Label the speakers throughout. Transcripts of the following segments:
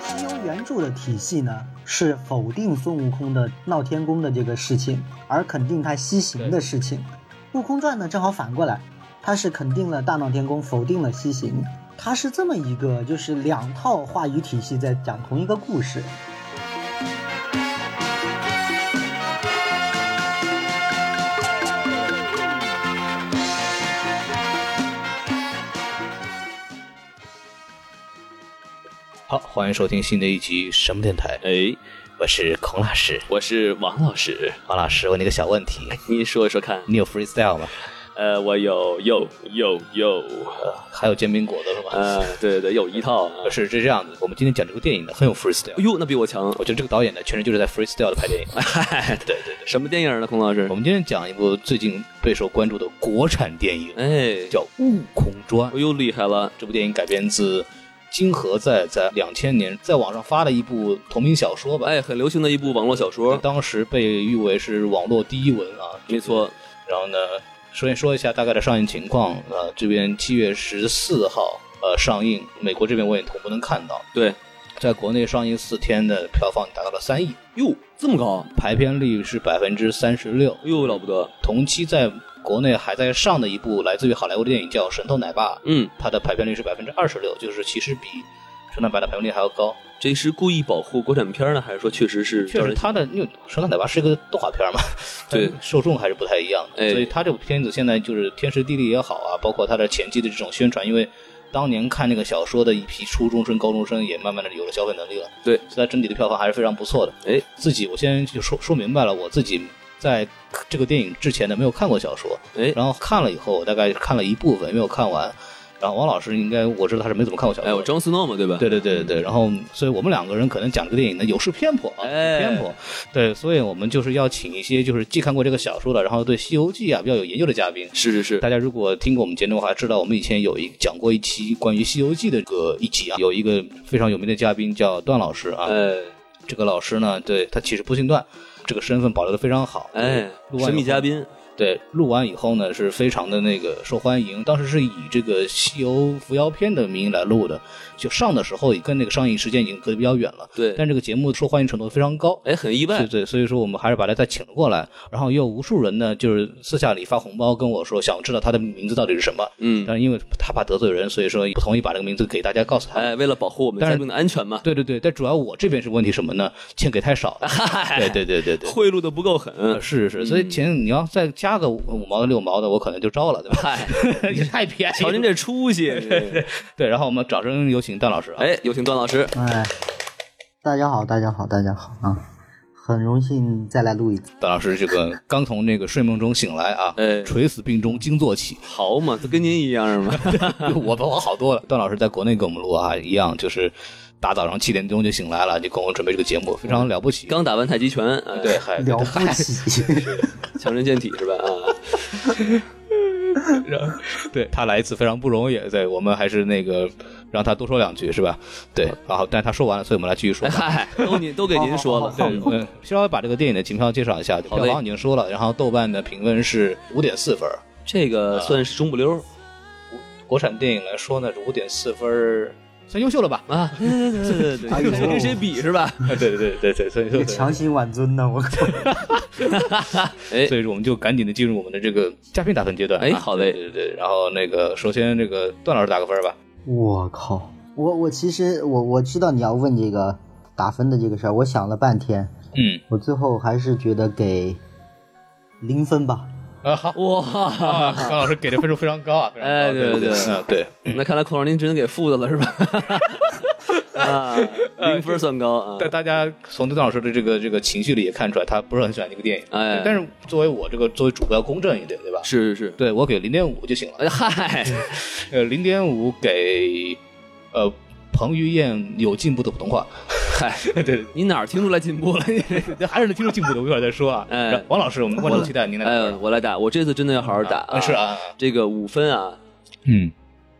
Speaker 1: 西游原著的体系呢，是否定孙悟空的闹天宫的这个事情，而肯定他西行的事情。《悟空传》呢，正好反过来，它是肯定了大闹天宫，否定了西行。它是这么一个，就是两套话语体系在讲同一个故事。
Speaker 2: 好，欢迎收听新的一集什么电台？
Speaker 3: 哎，
Speaker 2: 我是孔老师。
Speaker 3: 我是王老师，
Speaker 2: 王老师，问你个小问题，
Speaker 3: 您说说看。
Speaker 2: 你有 freestyle 吗？
Speaker 3: 呃，我有有有有，
Speaker 2: 还有煎饼果子是吧？
Speaker 3: 呃，对对，有一套。哎
Speaker 2: 不是，是这样子。我们今天讲这个电影呢，很有 freestyle。
Speaker 3: 哟，那比我强
Speaker 2: 我。觉得这个导演呢，确实就是在 freestyle 的拍电影。
Speaker 3: 嗨，
Speaker 2: 对对对，
Speaker 3: 什么电影呢，孔老师
Speaker 2: 我？们今天讲一部最近备受关注的国产电影，
Speaker 3: 哎，
Speaker 2: 叫《悟空传》。
Speaker 3: 又厉害了。
Speaker 2: 这部电影改编自金河在在两千年在网上发的一部同名小说吧。
Speaker 3: 哎，很流行的一部网络小
Speaker 4: 哎
Speaker 3: 说。
Speaker 2: 当时被誉为是网络第一文啊，
Speaker 3: 没错，
Speaker 2: 然后呢，首先说一下大概的上映情况呃，这边七月十四号呃上映，美国这边我也同步能看到，
Speaker 3: 对。
Speaker 2: 在国内上映四天的票房达到了三亿，
Speaker 3: 哟，这么高？
Speaker 2: 排片率是百分之三十六。
Speaker 3: 哟，了不得。
Speaker 2: 同期在国内还在上的一部来自于好莱坞的电影叫《神偷奶爸》，
Speaker 3: 嗯，
Speaker 2: 它的排片率是百分之二十六，就是其实比《神偷奶爸》的排片率还要高。
Speaker 3: 这是故意保护国产片呢，还是说确实是
Speaker 2: 确实，
Speaker 3: 让人
Speaker 2: 它的因为《神偷奶爸》是一个动画片嘛，
Speaker 3: 对
Speaker 2: 受众还是不太一样的，
Speaker 3: 哎
Speaker 2: 所以它这部片子现在就是天时地利也好啊，包括它的前期的这种宣传，因为当年看那个小说的一批初中生、高中生也慢慢的有了消费能力了，
Speaker 3: 对
Speaker 2: 所以它整体的票房还是非常不错的。
Speaker 3: 哎，
Speaker 2: 自己我先就说说明白了，我自己在这个电影之前呢没有看过小说，
Speaker 3: 哎
Speaker 2: 然后看了以后，我大概看了一部分，没有看完。然后王老师应该我知道他是没怎么看过小说的，
Speaker 3: 哎，我张思诺嘛，对吧？
Speaker 2: 对对对对对，然后所以我们两个人可能讲这个电影呢有失偏颇啊，有
Speaker 3: 哎
Speaker 2: 失偏颇。对，所以我们就是要请一些就是既看过这个小说的，然后对《西游记啊》比较有研究的嘉宾。
Speaker 3: 是是是。
Speaker 2: 大家如果听过我们节目的话，知道我们以前有一讲过一期关于《西游记》的这个一集啊，有一个非常有名的嘉宾叫段老师啊。
Speaker 3: 哎
Speaker 2: 这个老师呢，对他其实不姓段，这个身份保留的非常好。
Speaker 3: 哎，
Speaker 2: 录完以后
Speaker 3: 神秘嘉宾。
Speaker 2: 对，录完以后呢，是非常的那个受欢迎。当时是以这个《西游伏妖篇》的名义来录的，就上的时候也跟那个上映时间已经隔得比较远了。
Speaker 3: 对
Speaker 2: 但这个节目受欢迎程度非常高。
Speaker 3: 哎，很意
Speaker 2: 对
Speaker 3: 外。
Speaker 2: 对，所以说我们还是把他再请了过来，然后也有无数人呢，就是私下里发红包跟我说，想知道他的名字到底是什么。
Speaker 3: 嗯，
Speaker 2: 但是因为他怕得罪人，所以说不同意把这个名字给大家告诉他。
Speaker 3: 哎，为了保护我们
Speaker 2: 但是
Speaker 3: 嘉宾的安全嘛，
Speaker 2: 对对对，但主要我这边是问题什么呢？欠给太少了。
Speaker 3: 哎
Speaker 2: 对对对对 对，
Speaker 3: 贿赂的不够狠。
Speaker 2: 呃是是，所
Speaker 3: 嗯
Speaker 2: 以钱你要再加个五五毛的六毛的，我可能就招了，对吧？
Speaker 3: 嗨，
Speaker 2: 也太便宜了。
Speaker 3: 瞧您这 出息。
Speaker 2: 对，然后我们掌声有请段老师啊。
Speaker 3: 哎，有请段老师。
Speaker 1: 哎，大家好，大家好，大家好啊！很荣幸再来录一次。
Speaker 2: 段老师这个刚从那个睡梦中醒来啊，
Speaker 3: 哎
Speaker 2: 垂死病中惊坐 起，
Speaker 3: 好嘛，都跟您一样 嘛。
Speaker 2: 我比我好多了。段老师在国内跟我们录啊，一样就是大早上七点钟就醒来了，就跟我们准备这个节目，非常了不起。
Speaker 3: 刚打完太极拳，哎
Speaker 2: 对，，还
Speaker 1: 了不起，
Speaker 3: 强身健体是吧？ 啊，
Speaker 2: 对他来一次非常不容易，对我们还是那个让他多说两句是吧？
Speaker 3: 嗯
Speaker 2: 对，然后但是他说完了，所以我们来继续说吧。
Speaker 3: 哎嗨，都您都给您说了，
Speaker 2: 对，嗯，稍微把这个电影的情况介绍一下，
Speaker 3: 好
Speaker 2: 票
Speaker 3: 嘞
Speaker 2: 房已经说了，然后豆瓣的评分是五点四分儿，
Speaker 3: 这个算是中不溜
Speaker 2: 国产电影来说呢是五点四分儿，算优秀了吧？
Speaker 3: 啊。对对对对
Speaker 1: 哎呦
Speaker 3: 对，谁跟谁比是吧？
Speaker 2: 啊对对对对对，所以 说，
Speaker 1: 强行挽尊呢，我 靠！
Speaker 3: 哎
Speaker 2: 所以说我们就赶紧的进入我们的这个嘉宾打分阶段啊。
Speaker 3: 哎好嘞
Speaker 2: 对对对。对然后那个，首先这个段老师打个分儿吧。
Speaker 1: 我靠！我我其实我我知道你要问这个打分的这个事儿，我想了半天，
Speaker 2: 嗯，
Speaker 1: 我最后还是觉得给零分吧。
Speaker 2: 啊，好，
Speaker 3: 哇
Speaker 2: 啊，，康老师给的分数非常高啊，非常高
Speaker 3: 哎对
Speaker 2: 对
Speaker 3: 对对
Speaker 2: 嗯对，
Speaker 3: 那看来孔老师您真给负的了是 吧？啊，零分算高啊
Speaker 2: 但大家从邓老师的这个这个情绪里也看出来，他不是很喜欢这个电影。
Speaker 3: 哎
Speaker 2: 但是作为我这个作为主播要公正一点，对吧？
Speaker 3: 是是是，
Speaker 2: 对我给零点五就行了。
Speaker 3: 哎嗨，
Speaker 2: 呃，零点五给呃彭于晏有进步的普通话。
Speaker 3: 嗨，
Speaker 2: 对，
Speaker 3: 你哪儿听出来进 步了？你这
Speaker 2: 还是能听出进步的，我一会儿再说啊。然
Speaker 3: 哎
Speaker 2: 后王老师，我们观众期待您来打分
Speaker 3: 哎，我来打，我这次真的要好好打
Speaker 2: 啊是啊，
Speaker 3: 这个五分啊，
Speaker 2: 嗯，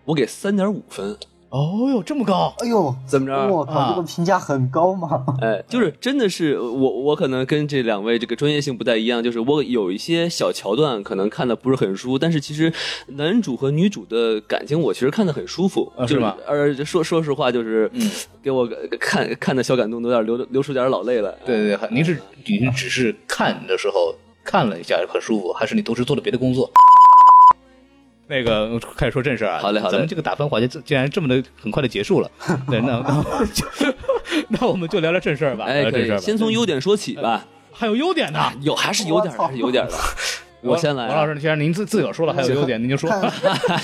Speaker 3: 我给三点五分，
Speaker 2: 哦哟，这么高，
Speaker 1: 哎呦，
Speaker 3: 怎么着？啊
Speaker 1: 我靠，这个评价很高 嘛！
Speaker 3: 哎，就是真的是我，我可能跟这两位这个专业性不太一样，就是我有一些小桥段可能看的不是很舒服，但是其实男主和女主的感情我其实看的很舒服，
Speaker 2: 啊
Speaker 3: 就是
Speaker 2: 吗？
Speaker 3: 而说说实话，就是
Speaker 2: 嗯
Speaker 3: 给我看看的小感动都有点流流出点老泪来。
Speaker 2: 对对对，您是您只是看的时候看了一下很舒服，还是你同时做了别的工作？那个开始说正事儿啊，
Speaker 3: 好嘞好嘞
Speaker 2: 咱们这个打分环节竟然这么的很快的结束了，对， 那那我们就那我们就聊聊正事儿吧，
Speaker 3: 哎，
Speaker 2: 聊
Speaker 3: 可
Speaker 2: 正事儿
Speaker 3: 以
Speaker 2: 吧，嗯
Speaker 3: 先从优点说起吧。
Speaker 2: 还有优点呢。
Speaker 3: 有还是有点儿的，还是有点儿的。我先来啊，
Speaker 2: 王老师，既然您自自个儿说了还有优点，您就说。
Speaker 1: 看，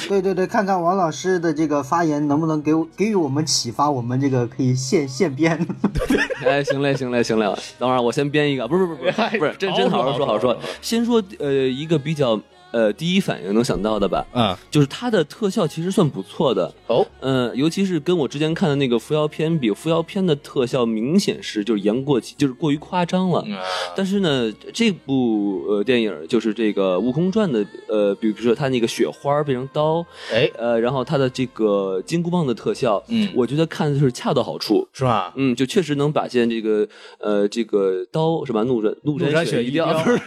Speaker 1: 对对对，看看王老师的这个发言能不能给我给予我们启发，我们这个可以现现编。
Speaker 3: 哎，行嘞，行嘞，行嘞，等会儿我先编一个，不是， 不是，不
Speaker 2: 哎
Speaker 3: 是，不是，真
Speaker 2: 好
Speaker 3: 真
Speaker 2: 好
Speaker 3: 好
Speaker 2: 说
Speaker 3: 好说，好
Speaker 2: 好
Speaker 3: 好
Speaker 2: 说
Speaker 3: 说。先说呃一个比较呃第一反应能想到的吧，
Speaker 2: 嗯，
Speaker 3: 就是它的特效其实算不错的，
Speaker 2: 哦，
Speaker 3: 嗯，尤其是跟我之前看的那个扶摇片比，扶摇片的特效明显是就是言过其就是过于夸张了。
Speaker 2: 嗯
Speaker 3: 但是呢，这部呃电影就是这个《悟空传》的呃，比如说它那个雪花变成刀，
Speaker 2: 哎，
Speaker 3: 呃，然后它的这个金箍棒的特效，
Speaker 2: 嗯
Speaker 3: 我觉得看的就是恰到好处。
Speaker 2: 是吧？
Speaker 3: 嗯，就确实能把现这个呃这个刀是吧，怒斩怒
Speaker 2: 怒斩
Speaker 3: 雪
Speaker 2: 雪一
Speaker 3: 雕，
Speaker 2: 雕
Speaker 3: 不是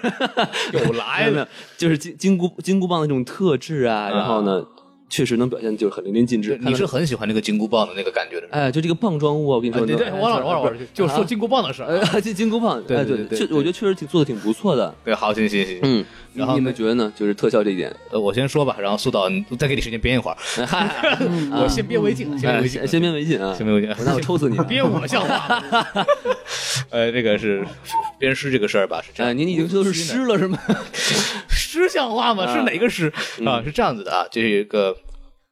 Speaker 2: 有
Speaker 3: 没
Speaker 2: 来
Speaker 3: 有没有， 就是金金箍金箍棒的这种特质啊，然后呢，确实能表现就是很淋漓尽致。看
Speaker 2: 你
Speaker 3: 得
Speaker 2: 是很喜欢这个金箍棒的那个感觉的。
Speaker 3: 哎，就这个棒状物啊，我跟你说，
Speaker 2: 对 对，
Speaker 3: 能
Speaker 2: 王老师，王
Speaker 3: 不
Speaker 2: 老
Speaker 3: 是
Speaker 2: 师就
Speaker 3: 啊
Speaker 2: 说金箍棒的事儿。
Speaker 3: 呃，这金箍棒，
Speaker 2: 对
Speaker 3: 哎
Speaker 2: 对对
Speaker 3: 对，
Speaker 2: 对
Speaker 3: 确
Speaker 2: 对
Speaker 3: 我觉得确实挺做的挺不错的。
Speaker 2: 对，好，行行行，
Speaker 3: 嗯，
Speaker 2: 然后呢
Speaker 3: 你们觉得呢？就是特效这一 点，
Speaker 2: 呃，我先说吧，然后苏导，你再给你时间编一会 儿，
Speaker 3: 嗨，
Speaker 2: 我先编为敬，先编
Speaker 3: 哎
Speaker 2: 为敬，
Speaker 3: 先先别违禁啊，
Speaker 2: 先编为敬，
Speaker 3: 那我抽死 你啊！
Speaker 2: 编我像话吗。 呃，这个是编诗这个事儿吧，是这
Speaker 3: 哎，
Speaker 2: 样。
Speaker 3: 您已经都是湿 了是吗？
Speaker 2: 诗像话吗？是哪个诗啊？是这样子的啊，这个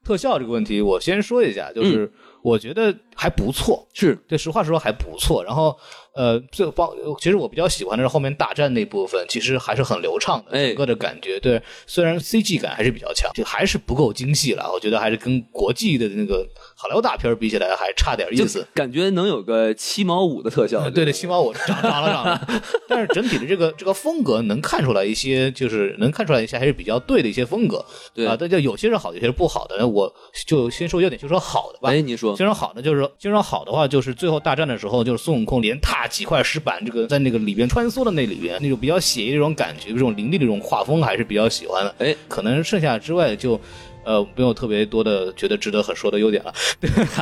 Speaker 2: 特效这个问题，我先说一下，就是我觉得还不错，
Speaker 3: 是，
Speaker 2: 对，实话实说还不错。然后，呃，最帮，其实我比较喜欢的是后面大战那部分，其实还是很流畅的，
Speaker 3: 哎
Speaker 2: 整个的感觉。对，虽然 CG 感还是比较强，就还是不够精细了。我觉得还是跟国际的那个好莱坞大片儿比起来还差点意
Speaker 3: 就
Speaker 2: 思。
Speaker 3: 感觉能有个七毛五的特效。
Speaker 2: 对对，
Speaker 3: 吧
Speaker 2: 起码我涨涨了涨了，但是整体的这个这个风格能看出来一些，就是能看出来一些还是比较对的一些风格。
Speaker 3: 对
Speaker 2: 啊，但就有些是好的，有些是不好的。那我就先说优点，就说好的吧。
Speaker 3: 哎，你说
Speaker 2: 经常好的就是经常好的话，就是最后大战的时候，就是孙悟空连踏几块石板，这个在那个里边穿梭的那里边，那种比较写意的这种感觉，这种凌厉的这种画风还是比较喜欢的。
Speaker 3: 哎，
Speaker 2: 可能剩下之外就，呃，没有特别多的觉得值得很说的优点了。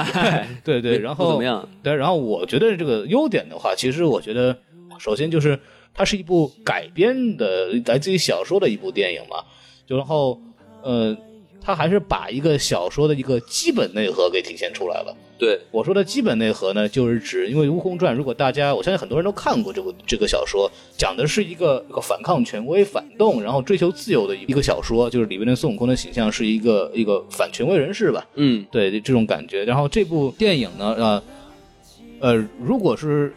Speaker 2: 对对，然后
Speaker 3: 不怎么样？
Speaker 2: 对，然后我觉得这个优点的话，其实我觉得首先就是它是一部改编的来自于小说的一部电影嘛，就然后呃，它还是把一个小说的一个基本内核给体现出来了。
Speaker 3: 对，
Speaker 2: 我说的基本内核呢，就是指，因为《悟空传》，如果大家，我相信很多人都看过这部这个小说，讲的是一个一个反抗权威、反动，然后追求自由的一个小说，就是里面的孙悟空的形象是一个一个反权威人士吧，
Speaker 3: 嗯，
Speaker 2: 对这种感觉。然后这部电影呢，呃，呃，如果是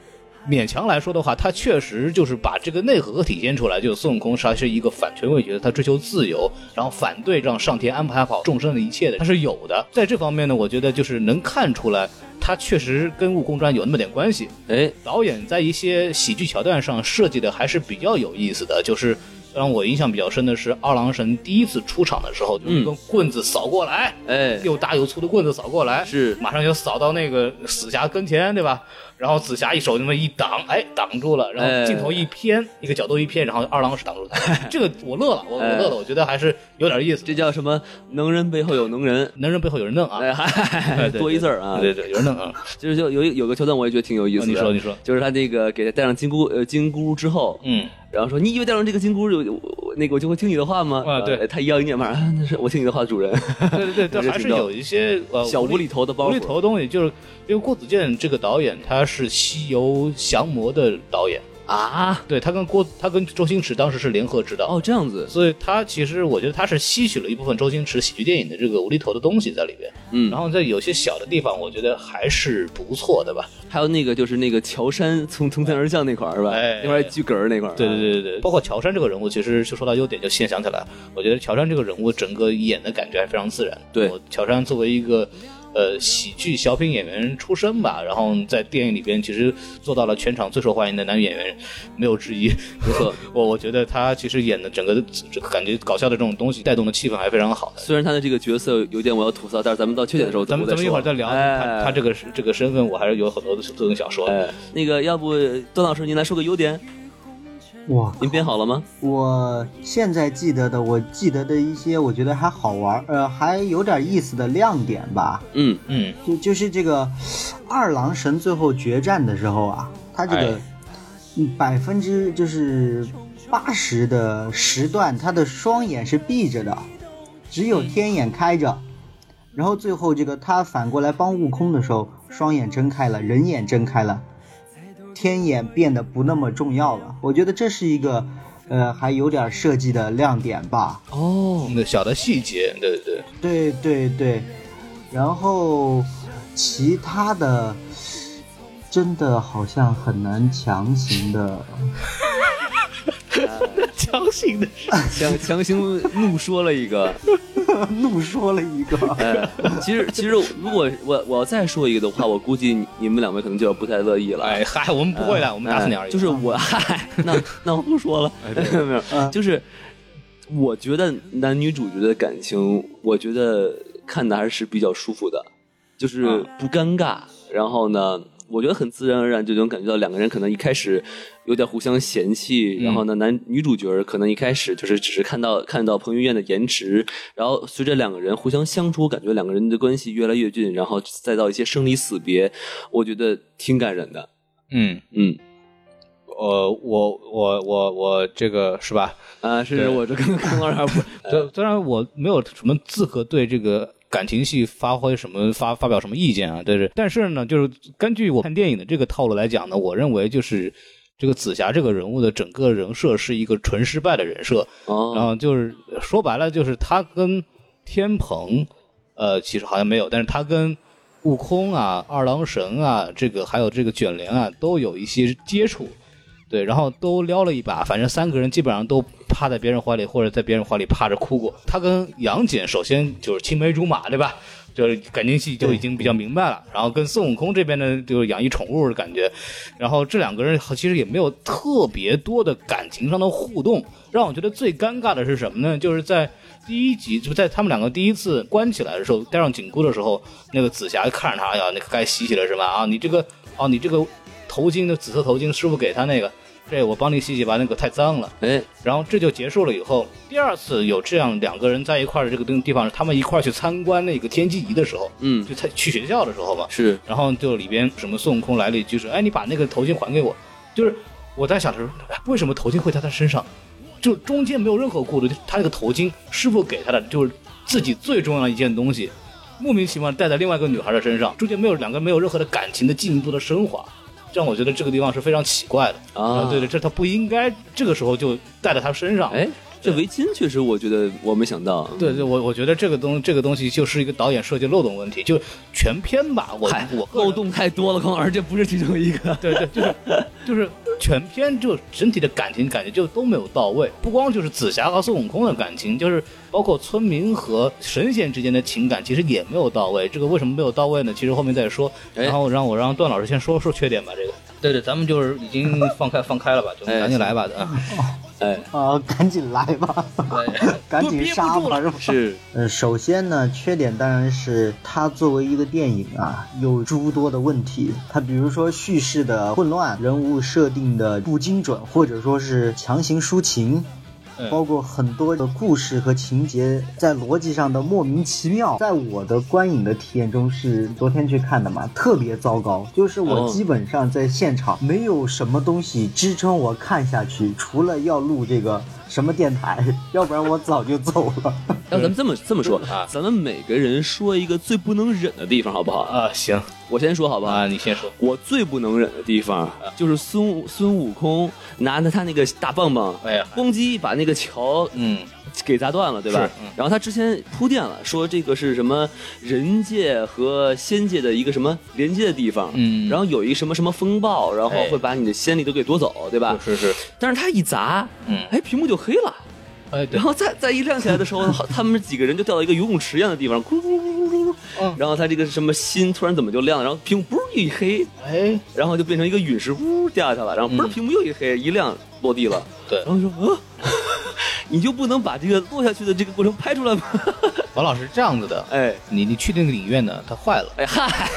Speaker 2: 勉强来说的话，它确实就是把这个内核体现出来，就是孙悟空他是一个反权威角色，他追求自由，然后反对让上天安排好众生的一切的，他是有的。在这方面呢，我觉得就是能看出来，他确实跟《悟空传》有那么点关系。
Speaker 3: 哎，
Speaker 2: 导演在一些喜剧桥段上设计的还是比较有意思的，就是让我印象比较深的是二郎神第一次出场的时候，就是一根棍子扫过来，
Speaker 3: 哎，
Speaker 2: 又大又粗的棍子扫过来，
Speaker 3: 是
Speaker 2: 马上就扫到那个紫霞跟前，对吧？然后紫霞一手那么一挡，哎，挡住了，然
Speaker 3: 哎
Speaker 2: 后镜头一偏，一个角度一偏，然后二郎是挡住了。 这个我乐了，我我
Speaker 3: 哎
Speaker 2: 乐了，我觉得还是有点意思。
Speaker 3: 这叫什么？能人背后有能人。
Speaker 2: 能人背后有人弄啊，
Speaker 3: 哎，嗨，
Speaker 2: 哎对
Speaker 3: 多一字儿啊！
Speaker 2: 对对，对有人 弄啊。
Speaker 3: 就是就有一有个桥段，我也觉得挺有意思
Speaker 2: 哦
Speaker 3: 的。
Speaker 2: 你说你说
Speaker 3: 就是他那个给他戴上金箍呃金箍之后，
Speaker 2: 嗯，
Speaker 3: 然后说你以为戴上这个金箍就有我那个我就会听你的话吗？
Speaker 2: 啊对
Speaker 3: 呃他一摇一念马上啊 那是我听你的话，主人。
Speaker 2: 对对对，
Speaker 3: 这
Speaker 2: 这还是
Speaker 3: 挺逗
Speaker 2: 有一些 呃
Speaker 3: 小无
Speaker 2: 无
Speaker 3: 厘头的包
Speaker 2: 无
Speaker 3: 袱
Speaker 2: 厘。头的东西，就是因为郭子健这个导演他是《西游降魔》的导演，
Speaker 3: 啊，
Speaker 2: 对他跟郭他跟周星驰当时是联合执导，
Speaker 3: 哦，这样子，
Speaker 2: 所以他其实我觉得他是吸取了一部分周星驰喜剧电影的这个无厘头的东西在里边，
Speaker 3: 嗯
Speaker 2: 然后在有些小的地方，我觉得还是不错的吧。
Speaker 3: 还有那个就是那个乔杉 从从天而降那块儿是吧？
Speaker 2: 哎
Speaker 3: 那块儿巨哏儿那块儿，
Speaker 2: 对对对对对，啊包括乔杉这个人物，其实就说到优点，就现在想起来了，我觉得乔杉这个人物整个演的感觉还非常自然。
Speaker 3: 对
Speaker 2: 我乔杉作为一个呃喜剧小品演员出身吧，然后在电影里边其实做到了全场最受欢迎的男演员，没有之一。 没错，我我觉得他其实演的整个的这个感觉搞笑的这种东西带动的气氛还非常好的。
Speaker 3: 虽然他的这个角色有点我要吐槽，但是咱们到缺点的时候
Speaker 2: 咱们咱们一会儿再聊
Speaker 3: 哎
Speaker 2: 他他这个这个身份，我还是有很多的东西想说的。
Speaker 3: 哎，那个要不段老师您来说个优点，
Speaker 1: 哇，
Speaker 3: 您编好了吗？
Speaker 1: 我现在记得的，我记得的一些，我觉得还好玩儿，呃，还有点意思的亮点吧。
Speaker 3: 嗯，
Speaker 2: 嗯，
Speaker 1: 就就是这个二郎神最后决战的时候啊，他这个嗯百分之就是八十的时段，他的双眼是闭着的，只有天眼开着。然后最后这个他反过来帮悟空的时候，双眼睁开了，人眼睁开了，天眼变得不那么重要了。我觉得这是一个，呃，还有点设计的亮点吧。
Speaker 3: 哦，
Speaker 2: 那小的细节，对 对。
Speaker 1: 对对对，然后其他的真的好像很难强行的，
Speaker 2: 强行的，
Speaker 3: 强强行怒说了一个，
Speaker 1: 怒说了一 个。
Speaker 3: 哎，其实其实如果我我要再说一个的话，我估计你你们两位可能就要不太乐意了。
Speaker 2: 哎嗨，我们不会的，
Speaker 3: 哎
Speaker 2: 我们打死你而已。嗯哎
Speaker 3: 就是我，嗨， 那那我不说了， 没有，
Speaker 1: 嗯
Speaker 3: 就是我觉得男女主角的感情，我觉得看的还是比较舒服的，就是
Speaker 2: 嗯
Speaker 3: 不尴尬。然后呢，我觉得很自然而然就能感觉到两个人可能一开始有点互相嫌弃，
Speaker 2: 嗯
Speaker 3: 然后呢，男女主角可能一开始就是只是看到看到彭于晏的颜值，然后随着两个人互相相处，感觉两个人的关系越来越近，然后再到一些生离死别，我觉得挺感人的。
Speaker 2: 嗯，
Speaker 3: 嗯，
Speaker 2: 呃，我我我我这个是吧？
Speaker 3: 啊，是
Speaker 2: 对
Speaker 3: 我这跟跟 二点不，
Speaker 2: 虽虽然我没有什么资格对这个感情戏发挥什么发发表什么意见啊，但是但是呢，就是根据我看电影的这个套路来讲呢，我认为就是。这个紫霞这个人物的整个人设是一个纯失败的人设，然
Speaker 3: 哦，
Speaker 2: 后就是说白了就是他跟天蓬，呃，其实好像没有，但是他跟悟空啊、二郎神啊，这个还有这个卷帘啊，都有一些接触，对，然后都撩了一把，反正三个人基本上都趴在别人怀里，或者在别人怀里趴着哭过。他跟杨戬首先就是青梅竹马，对吧？就是感情戏就已经比较明白了。然后跟孙悟空这边呢，就是养一宠物的感觉。然后这两个人其实也没有特别多的感情上的互动，让我觉得最尴尬的是什么呢？就是在第一集，就在他们两个第一次关起来的时候，戴上紧箍的时候，那个紫霞看着他，哎呀，那个该洗洗了是吧？啊，你这个，哦，你这个头巾的紫色头巾，师傅给他那个，这我帮你洗洗吧，那个太脏了。
Speaker 3: 哎，
Speaker 2: 然后这就结束了以后，第二次有这样两个人在一块儿的这个地地方，他们一块儿去参观那个天机仪的时候，
Speaker 3: 嗯
Speaker 2: 就在去学校的时候嘛，
Speaker 3: 是，
Speaker 2: 然后就里边什么孙悟空来了一句说：“哎，你把那个头巾还给我。”就是我在想的时候，哎为什么头巾会在他身上？就中间没有任何过渡，就他那个头巾师傅给他的，就是自己最重要的一件东西，莫名其妙戴在另外一个女孩的身上，中间没有两个没有任何的感情的进一步的升华。让我觉得这个地方是非常奇怪的
Speaker 3: 啊
Speaker 2: 对对，这他不应该这个时候就戴在他身上。
Speaker 3: 哎，这围巾确实我觉得我没想到，
Speaker 2: 对对，我我觉得这个东这个东西就是一个导演设计漏洞问题，就全片吧，我
Speaker 3: 嗨，
Speaker 2: 我个人
Speaker 3: 漏洞太多了，孔老师这不是其中一个，
Speaker 2: 对对，就是就是全片就整体的感情感觉就都没有到位，不光就是紫霞和孙悟空的感情，就是包括村民和神仙之间的情感，其实也没有到位。这个为什么没有到位呢？其实后面再说。
Speaker 3: 哎
Speaker 2: 然后让我让段老师先说说缺点吧。这个，对对，咱们就是已 经放开放开了吧，就
Speaker 3: 哎
Speaker 2: 赶紧来吧。啊，
Speaker 3: 哎，
Speaker 1: 呃，赶紧来吧， 赶紧杀吧，是吧？
Speaker 3: 是，
Speaker 1: 呃，首先呢，缺点当然是它作为一个电影啊，有诸多的问题。它比如说叙事的混乱、人物设定的不精准，或者说是强行抒情
Speaker 2: 嗯，
Speaker 1: 包括很多的故事和情节在逻辑上的莫名其妙。在我的观影的体验中，是昨天去看的嘛，特别糟糕。就是我
Speaker 3: 哦
Speaker 1: 基本上在现场没有什么东西支撑我看下去，除了要录这个什么电台， 要不然我早就走了。
Speaker 3: 那咱们这么这么说
Speaker 2: 啊，
Speaker 3: 咱们每个人说一个最不能忍的地方，好不好？
Speaker 2: 啊，行
Speaker 3: 我先说好不好？
Speaker 2: 啊，你啊先说。
Speaker 3: 我最不能忍的地方就是孙悟孙悟空拿着他那个大棒棒，
Speaker 2: 哎呀，
Speaker 3: 咣叽把那个桥
Speaker 2: 嗯，
Speaker 3: 给砸断了，对吧
Speaker 2: 是？嗯
Speaker 3: 然后他之前铺垫了，说这个是什么人界和仙界的一个什么连接的地方，
Speaker 2: 嗯
Speaker 3: 然后有一什么什么风暴，然后
Speaker 2: 哎
Speaker 3: 会把你的仙力都给夺走，对吧？
Speaker 2: 是是，
Speaker 3: 但是他一砸，
Speaker 2: 嗯，
Speaker 3: 哎，屏幕就黑了。
Speaker 2: 哎，对
Speaker 3: 然，后再再一亮起来的时 候，好他们几个人就掉到一个游泳池一样的地方，咕噜咕噜咕噜咕噜咕噜
Speaker 2: 嗯，
Speaker 3: 然后他这个什么心突然怎么就亮了，然后屏幕嘣一黑，
Speaker 2: 哎，
Speaker 3: 然后就变成一个陨石呜掉下去了，然后嘣
Speaker 2: 嗯
Speaker 3: 屏幕又一黑一亮落地了，
Speaker 2: 对
Speaker 3: 然后说啊， 你就不能把这个落下去的这个过程拍出来吗？
Speaker 2: 王老师这样子的，
Speaker 3: 哎
Speaker 2: 你你去那个影院呢，它坏了。
Speaker 3: 哎嗨，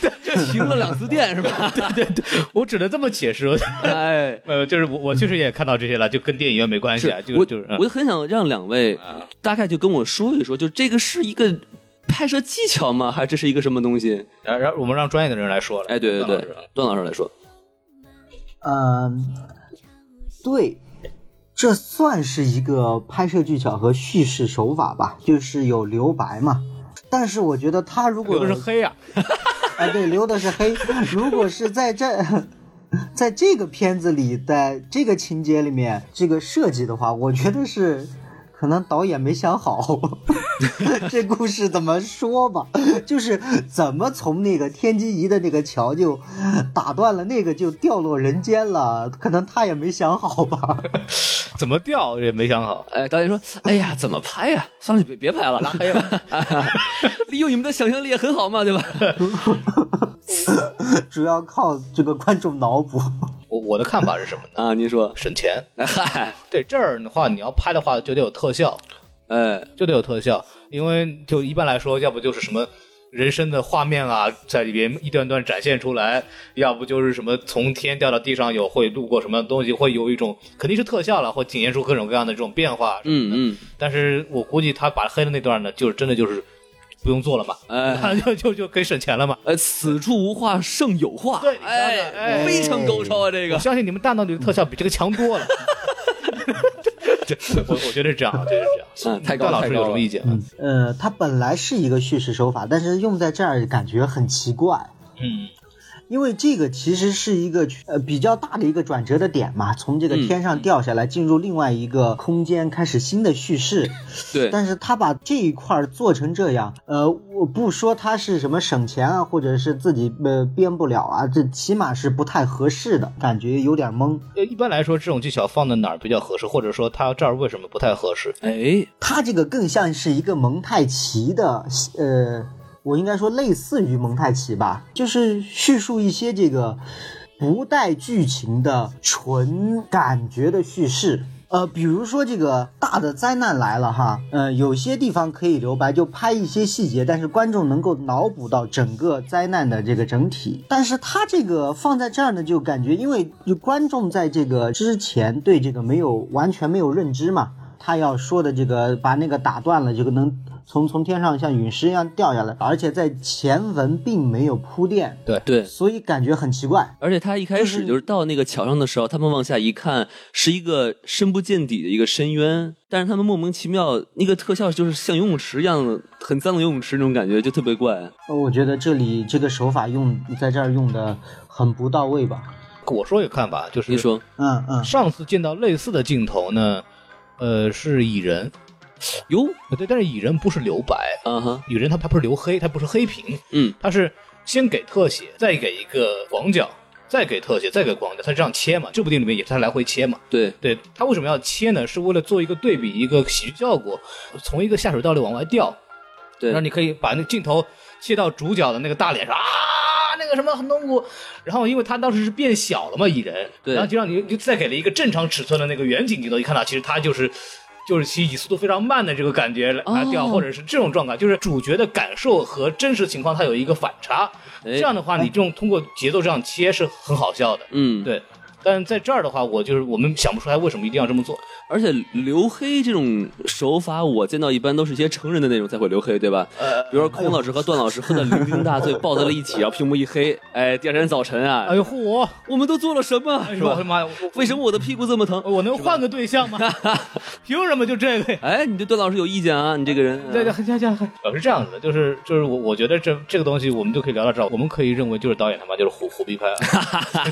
Speaker 3: 这停了两次电是吧？对 对对，
Speaker 2: 我只能这么解释，
Speaker 3: 哎。
Speaker 2: 呃，就是我我确实也看到这些了，就跟电影院没关系啊，就
Speaker 3: 我
Speaker 2: 就是，
Speaker 3: 我很想让两位大概就跟我说一说，就这个是一个拍摄技巧吗？还是这是一个什么东西？
Speaker 2: 呃然然后我们让专业的人来说了，啊
Speaker 3: 哎，对对
Speaker 2: 段
Speaker 3: 对
Speaker 2: 老师，
Speaker 3: 段老师来说，
Speaker 1: 嗯，对，这算是一个拍摄技巧和叙事手法吧，就是有留白嘛。但是我觉得他如果
Speaker 2: 留的是黑啊，
Speaker 1: 啊，对，留的是黑。如果是在这，在这个片子里，在这个情节里面，这个设计的话，我觉得是可能导演没想好， 这故事怎么说吧，就是怎么从那个天机仪的那个桥就打断了，那个就掉落人间了，可能他也没想好吧。
Speaker 2: 怎么掉也没想好，
Speaker 3: 哎，导演说，哎呀，怎么拍呀？算了，别别拍了，拉黑 吧。利用你们的想象力也很好 嘛，对吧？
Speaker 1: 主要靠这个观众脑补。
Speaker 2: 我我的看法是什么呢？
Speaker 3: 啊，您说，哎
Speaker 2: 省钱。
Speaker 3: 嗨，
Speaker 2: 对这儿的话，你要拍的话就得有特效，
Speaker 3: 哎，
Speaker 2: 就得有特效，因为就一般来说，要不就是什么人生的画面啊，在里边一段段展现出来，要不就是什么从天掉到地上有会路过什么东西，会有一种肯定是特效了，会体现出各种各样的这种变化。
Speaker 3: 嗯嗯，
Speaker 2: 但是我估计他把黑的那段呢，就是真的就是不用做了嘛，
Speaker 3: 哎。
Speaker 2: 那 就就就可以省钱了嘛。
Speaker 3: 呃，此处无话胜有话，
Speaker 2: 对你瞧瞧
Speaker 3: 哎，
Speaker 2: 哎
Speaker 3: 非常高超啊，这
Speaker 2: 我
Speaker 3: 个。
Speaker 2: 相信你们大脑里的特效比这个强多了。 这这我我觉得是这样，我觉得是这样。
Speaker 3: 嗯太高了
Speaker 2: 段
Speaker 3: 嗯
Speaker 2: 老师有什么意见啊吗？
Speaker 1: 呃，它本来是一个叙事手法，但是用在这儿感觉很奇怪。
Speaker 2: 嗯，
Speaker 1: 因为这个其实是一个呃比较大的一个转折的点嘛，从这个天上掉下来，进入另外一个空间，开始新的叙事。
Speaker 3: 对，
Speaker 1: 但是他把这一块儿做成这样，呃，我不说他是什么省钱啊，或者是自己呃编不了啊，这起码是不太合适的，感觉有点懵。
Speaker 2: 呃一般来说，这种技巧放在哪儿比较合适，或者说它这儿为什么不太合适？
Speaker 3: 哎，
Speaker 1: 他这个更像是一个蒙太奇的，呃，我应该说类似于蒙太奇吧，就是叙述一些这个不带剧情的纯感觉的叙事。呃，比如说这个大的灾难来了哈，呃，有些地方可以留白，就拍一些细节，但是观众能够脑补到整个灾难的这个整体。但是他这个放在这儿呢，就感觉因为就观众在这个之前对这个没有完全没有认知嘛，他要说的这个把那个打断了，这个能从从天上像陨石一样掉下来，而且在前文并没有铺垫，
Speaker 3: 对，
Speaker 1: 所以感觉很奇怪。
Speaker 3: 而且他一开始就是到那个桥上的时候，他们往下一看，是一个深不见底的一个深渊，但是他们莫名其妙那个特效就是像游泳池一样，很脏的游泳池那种感觉，就特别怪。
Speaker 1: 呃我觉得这里这个手法用在这儿用的很不到位吧。
Speaker 2: 我说一个看法，就是
Speaker 3: 你说
Speaker 1: 嗯嗯，
Speaker 2: 上次见到类似的镜头呢，呃，是蚁人，
Speaker 3: 哟
Speaker 2: 呃对，但是蚁人不是留白，
Speaker 3: 啊哈，
Speaker 2: 蚁人他他不是留黑，他不是黑屏，
Speaker 3: 嗯，
Speaker 2: 他是先给特写，再给一个广角，再给特写，再给广角，他这样切嘛，这部电影里面也是他来回切嘛。
Speaker 3: 对，
Speaker 2: 对他为什么要切呢？是为了做一个对比，一个喜剧效果，从一个下水道里往外掉，
Speaker 3: 对
Speaker 2: 然后你可以把那镜头切到主角的那个大脸上啊，那个什么很痛苦。然后因为他当时是变小了嘛，蚁人，
Speaker 3: 对
Speaker 2: 然后就让你就再给了一个正常尺寸的那个远景镜头，一看到其实他就是。就是其以速度非常慢的这个感觉来拿掉，
Speaker 3: 哦
Speaker 2: 或者是这种状态，就是主角的感受和真实情况它有一个反差。
Speaker 3: 哎
Speaker 2: 这样的话，你这种通过节奏这样切是很好笑的。
Speaker 3: 嗯，
Speaker 2: 对，但在这儿的话，我就是我们想不出来为什么一定要这么做。
Speaker 3: 而且留黑这种手法，我见到一般都是一些成人的那种才会留黑，对吧？
Speaker 2: 呃，
Speaker 3: 比如说孔老师和段老师喝的酩酊 大醉，抱在了一起，然后屏幕一黑，哎，第二天早晨啊，
Speaker 2: 哎呦嚯我，
Speaker 3: 我们都做了什么？
Speaker 2: 哎
Speaker 3: 是
Speaker 2: 呦我的
Speaker 3: 吧？
Speaker 2: 妈呀，
Speaker 3: 为什么我的屁股这么疼？
Speaker 2: 我我能换个对象 吗？凭什么就这个呀？
Speaker 3: 哎，你对段老师有意见啊？你这个人，
Speaker 2: 对对，这这嗯呃是这样子的，就是就是我我觉得这这个东西我们就可以聊到这儿，我们可以认为就是导演他妈就是胡胡逼 拍、啊，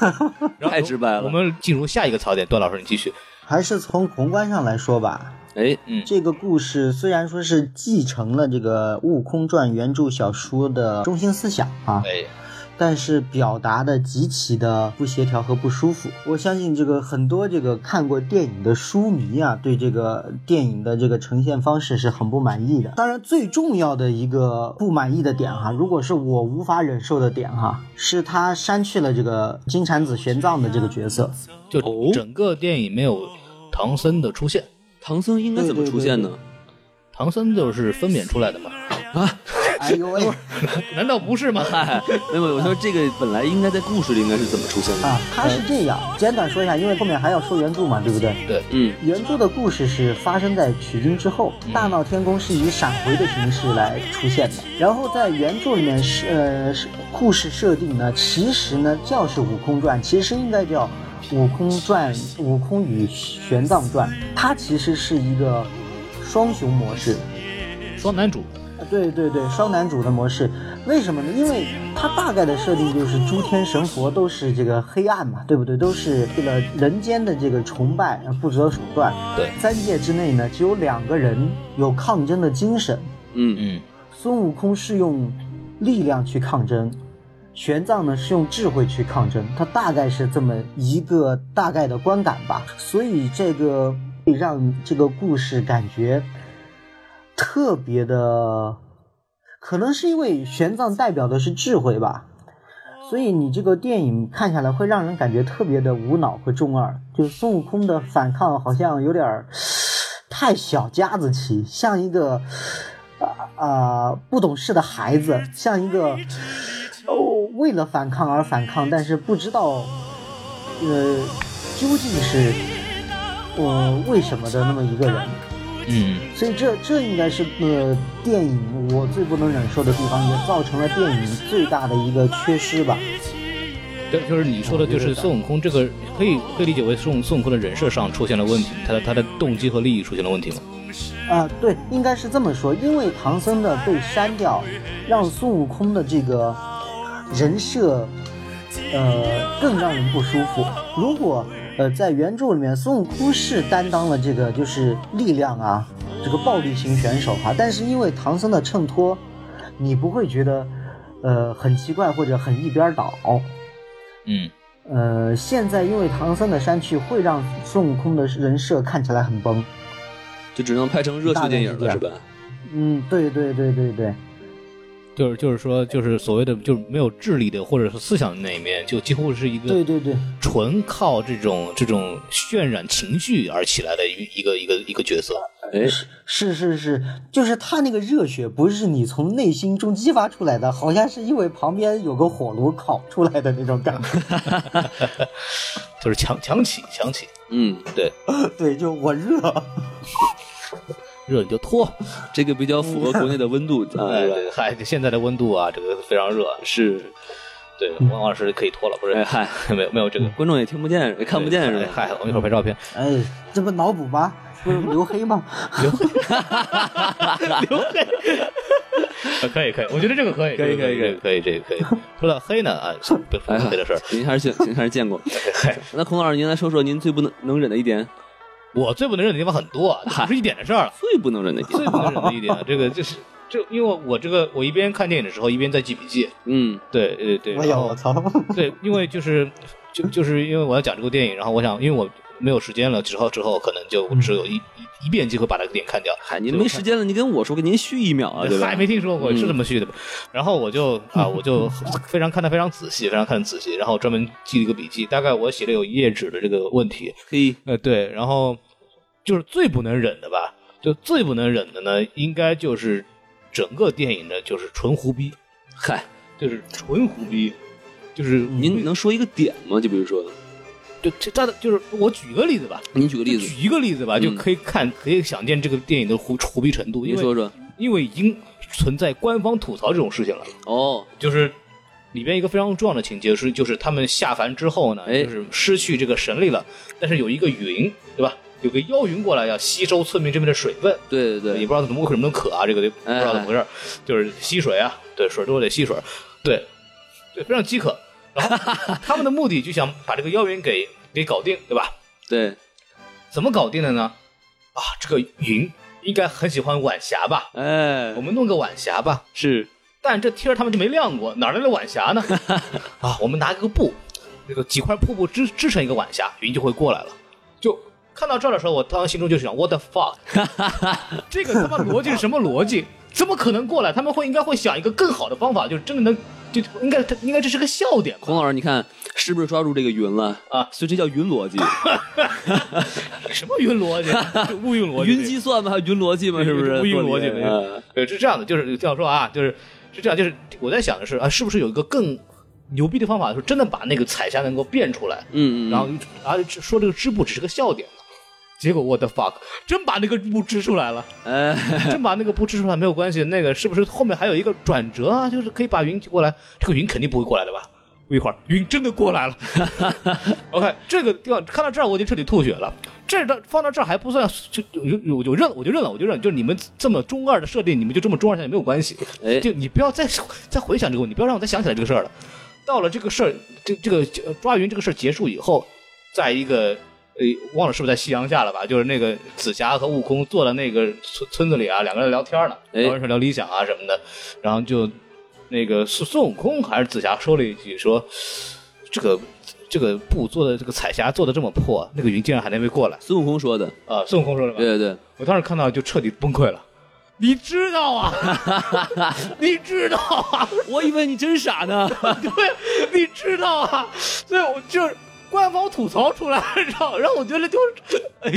Speaker 2: 然后
Speaker 3: 啊太直白了
Speaker 2: 我们进入下一个槽点，段老师你继续。
Speaker 1: 还是从宏观上来说吧，
Speaker 3: 哎，
Speaker 1: 这个故事虽然说是继承了这个《悟空传》原著小说的中心思想啊，
Speaker 2: 哎，
Speaker 1: 但是表达的极其的不协调和不舒服。我相信这个很多这个看过电影的书迷啊，对这个电影的这个呈现方式是很不满意的。当然，最重要的一个不满意的点哈、如果是我无法忍受的点哈、是他删去了这个金蝉子玄奘的这个角色。
Speaker 2: 就
Speaker 3: 哦
Speaker 2: 整个电影没有唐僧的出现，
Speaker 3: 唐僧应该怎么出现呢？
Speaker 2: 唐僧就是分娩出来的嘛，
Speaker 1: 哎呦喂！
Speaker 2: 难道不是 吗？
Speaker 3: 嗨，哎没有，我说这个本来应该在故事里应该是怎么出现的？
Speaker 1: 啊，他是这样，简短说一下，因为后面还要说原著嘛，对不对？
Speaker 2: 对，
Speaker 3: 嗯，
Speaker 1: 原著的故事是发生在取经之后，大闹天宫是以闪回的形式来出现的。然后在原著里面是呃是故事设定呢，其实呢叫是《悟空传》，其实应该叫《悟空传》《悟空与玄奘传》，它其实是一个双雄模式。
Speaker 2: 双男主，
Speaker 1: 对对对，双男主的模式，为什么呢？因为它大概的设定就是诸天神佛都是这个黑暗嘛，对不对？都是这个人间的这个崇拜，呃不择手段。
Speaker 2: 对，
Speaker 1: 三界之内呢，只有两个人有抗争的精神。
Speaker 3: 嗯，
Speaker 2: 嗯，
Speaker 1: 孙悟空是用力量去抗争，玄奘呢是用智慧去抗争，他大概是这么一个大概的观感吧。所以这个会让这个故事感觉特别的，可能是因为玄奘代表的是智慧吧。所以你这个电影看下来会让人感觉特别的无脑和中二，就是孙悟空的反抗好像有点儿太小家子气，像一个啊、呃不懂事的孩子，像一个哦为了反抗而反抗，但是不知道呃究竟是我、为什么的那么一个人。
Speaker 2: 嗯，
Speaker 1: 所以这这应该是呃电影我最不能忍受的地方，也造成了电影最大的一个缺失吧。
Speaker 2: 对，就是你说的，就是孙悟空这个可以可以理解为孙孙悟空的人设上出现了问题，他的他的动机和利益出现了问题吗？
Speaker 1: 啊，对，应该是这么说，因为唐僧的被删掉，让孙悟空的这个人设，呃，更让人不舒服。如果呃在原著里面，孙悟空是担当了这个就是力量啊，这个暴力型选手哈、但是因为唐僧的衬托，你不会觉得呃很奇怪或者很一边倒。
Speaker 2: 嗯，
Speaker 1: 呃，现在因为唐僧的删去，会让孙悟空的人设看起来很崩。
Speaker 3: 就只能拍成热血电影了，是吧？
Speaker 1: 嗯，对对对对对。
Speaker 2: 就是就是说，就是所谓的就是没有智力的或者是思想的那一面，就几乎是一个
Speaker 1: 对对对
Speaker 2: 纯靠这种这种渲染情绪而起来的一一个一个一个角 色。
Speaker 3: 哎，
Speaker 1: 是是是，就是他那个热血不是你从内心中激发出来的，好像是因为旁边有个火炉烤出来的那种感觉。
Speaker 2: 就是强强起强起，
Speaker 3: 嗯，
Speaker 2: 对，
Speaker 1: 对，就我热。
Speaker 2: 热你就脱，
Speaker 3: 这个比较符合国内的温度啊，
Speaker 2: 哎，
Speaker 3: 对吧
Speaker 2: 对，嗨，现在的温度啊，这个非常热，
Speaker 3: 是，嗯
Speaker 2: 对，王老师可以脱了，不是
Speaker 3: 哎？嗨，
Speaker 2: 没有没有这个
Speaker 3: 观众也听不见，也看不见是
Speaker 2: 哎
Speaker 3: 吧？
Speaker 2: 嗨，我们一会儿拍照片，
Speaker 1: 哎，这不脑补吗？不是刘黑吗？
Speaker 2: 呃可以可以，我觉得这个可以，
Speaker 3: 可
Speaker 2: 这
Speaker 3: 以
Speaker 2: 个
Speaker 3: 可以
Speaker 2: 可以可以可以。可以说到黑呢啊，别说
Speaker 3: 哎
Speaker 2: 黑的事儿，
Speaker 3: 您还 是见，您还是见过。那孔老师，您来说说您最不能能忍的一点，
Speaker 2: 我最不能忍的地方很多啊，这不是一点的事儿了。
Speaker 3: 最不能忍的一 点，
Speaker 2: 最不能忍的一点，啊这个就是就因为我这个我一边看电影的时候一边在记笔记，
Speaker 3: 嗯，
Speaker 2: 对对对，哦
Speaker 1: 我
Speaker 2: 然
Speaker 1: 有，
Speaker 2: 后
Speaker 1: 哎我操！
Speaker 2: 对，因为就是就就是因为我要讲这部电影，然后我想因为我没有时间了，之后之后可能就只有一
Speaker 3: 嗯
Speaker 2: 一一遍机会把这个电影看掉。
Speaker 3: 嗨，您没时间了，您跟我说，给您续一秒 啊，对吧
Speaker 2: 嗨，？没听说过
Speaker 3: 嗯
Speaker 2: 是这么续的吧？然后我就啊，我就非常看的非常仔细，非常看得仔细，然后专门记了一个笔记，大概我写了有一页纸的这个问题。
Speaker 3: 嘿，
Speaker 2: 呃，对，然后就是最不能忍的吧，就最不能忍的呢，应该就是整个电影的就是纯胡逼，
Speaker 3: 嗨，
Speaker 2: 就是纯胡逼，就是
Speaker 3: 您能说一个点吗？就比如说，
Speaker 2: 就这他的就是我举一个例子吧，
Speaker 3: 您举个例
Speaker 2: 就举
Speaker 3: 子，
Speaker 2: 一个例子吧，
Speaker 3: 嗯
Speaker 2: 就可以看可以想见这个电影的胡胡逼程度，因
Speaker 3: 您
Speaker 2: 为
Speaker 3: 说说。
Speaker 2: 因为已经存在官方吐槽这种事情了，
Speaker 3: 哦，
Speaker 2: 就是。里边一个非常重要的情节是，就是他们下凡之后呢，
Speaker 3: 哎
Speaker 2: 就是失去这个神力了，但是有一个云，对吧？有个妖云过来要吸收村民这边的水分，
Speaker 3: 对对
Speaker 2: 也
Speaker 3: 对，
Speaker 2: 不知道怎么为什么能渴啊，这个得不知道怎么回事儿，就是吸水啊，对，水都得吸水，对，对，非常饥渴。然后他们的目的就想把这个妖云给给搞定，对吧？
Speaker 3: 对，
Speaker 2: 怎么搞定的呢？啊，这个云应该很喜欢晚霞吧？
Speaker 3: 哎
Speaker 2: 我，们弄个晚霞吧。
Speaker 3: 是
Speaker 2: 但这天儿他们就没亮过，哪来的晚霞呢？啊，我们拿个布，那个几块瀑布支支撑一个晚霞，云就会过来了。就看到这儿的时候，我当时心中就想，what the fuck，这个他妈逻辑是什么逻辑？怎么可能过来？他们会应该会想一个更好的方法，就是真的能，就应该应该这是个笑点吧
Speaker 3: 孔老师，你看是不是抓住这个云了
Speaker 2: 啊
Speaker 3: 所以这叫云 逻辑，
Speaker 2: 什么云逻辑？这乌云逻辑，
Speaker 3: 云计算吗？还有云逻辑吗？
Speaker 2: 对
Speaker 3: 是不是？
Speaker 2: 乌云逻辑
Speaker 3: 多厉
Speaker 2: 对
Speaker 3: 害嗯
Speaker 2: 对，是这样的，就是这样说啊，就是是这样，就是我在想的是啊，是不是有一个更牛逼的方法，就是真的把那个彩霞能够变出来，
Speaker 3: 嗯嗯，
Speaker 2: 然后啊说这个织布只是个笑点嘛结果我的 fuck，真把那个布织出来了，
Speaker 3: 哎，
Speaker 2: 真把那个布织出来没有关系，那个是不是后面还有一个转折啊？就是可以把云过来，这个云肯定不会过来的吧？不一会儿云真的过来了 ，OK，这个地方看到这儿我就彻底吐血了。这到放到这儿还不算，就有有有认我就认了，我就认了，就是你们这么中二的设定，你们就这么中二下去没有关系。
Speaker 3: 哎
Speaker 2: 就你不要再再回想这个问题，不要让我再想起来这个事儿了。到了这个事儿，这这个呃抓云这个事儿结束以后，在一个呃忘了是不是在夕阳下了吧，就是那个紫霞和悟空坐在那个村村子里啊，两个人聊天呢，
Speaker 3: 哎
Speaker 2: 聊人说聊理想啊什么的，然后就那个孙孙悟空还是紫霞说了一句说，这个这个布做的这个彩霞做的这么破，那个云竟然还能没过来
Speaker 3: 孙悟空说的，
Speaker 2: 啊、孙悟空说了吧？
Speaker 3: 对对
Speaker 2: 我当时看到就彻底崩溃了。你知道 啊，你知道啊，
Speaker 3: 对，我以为你真傻呢，
Speaker 2: 对，你知道啊，所以我就是官方吐槽出来，然后让我觉得就是，哎，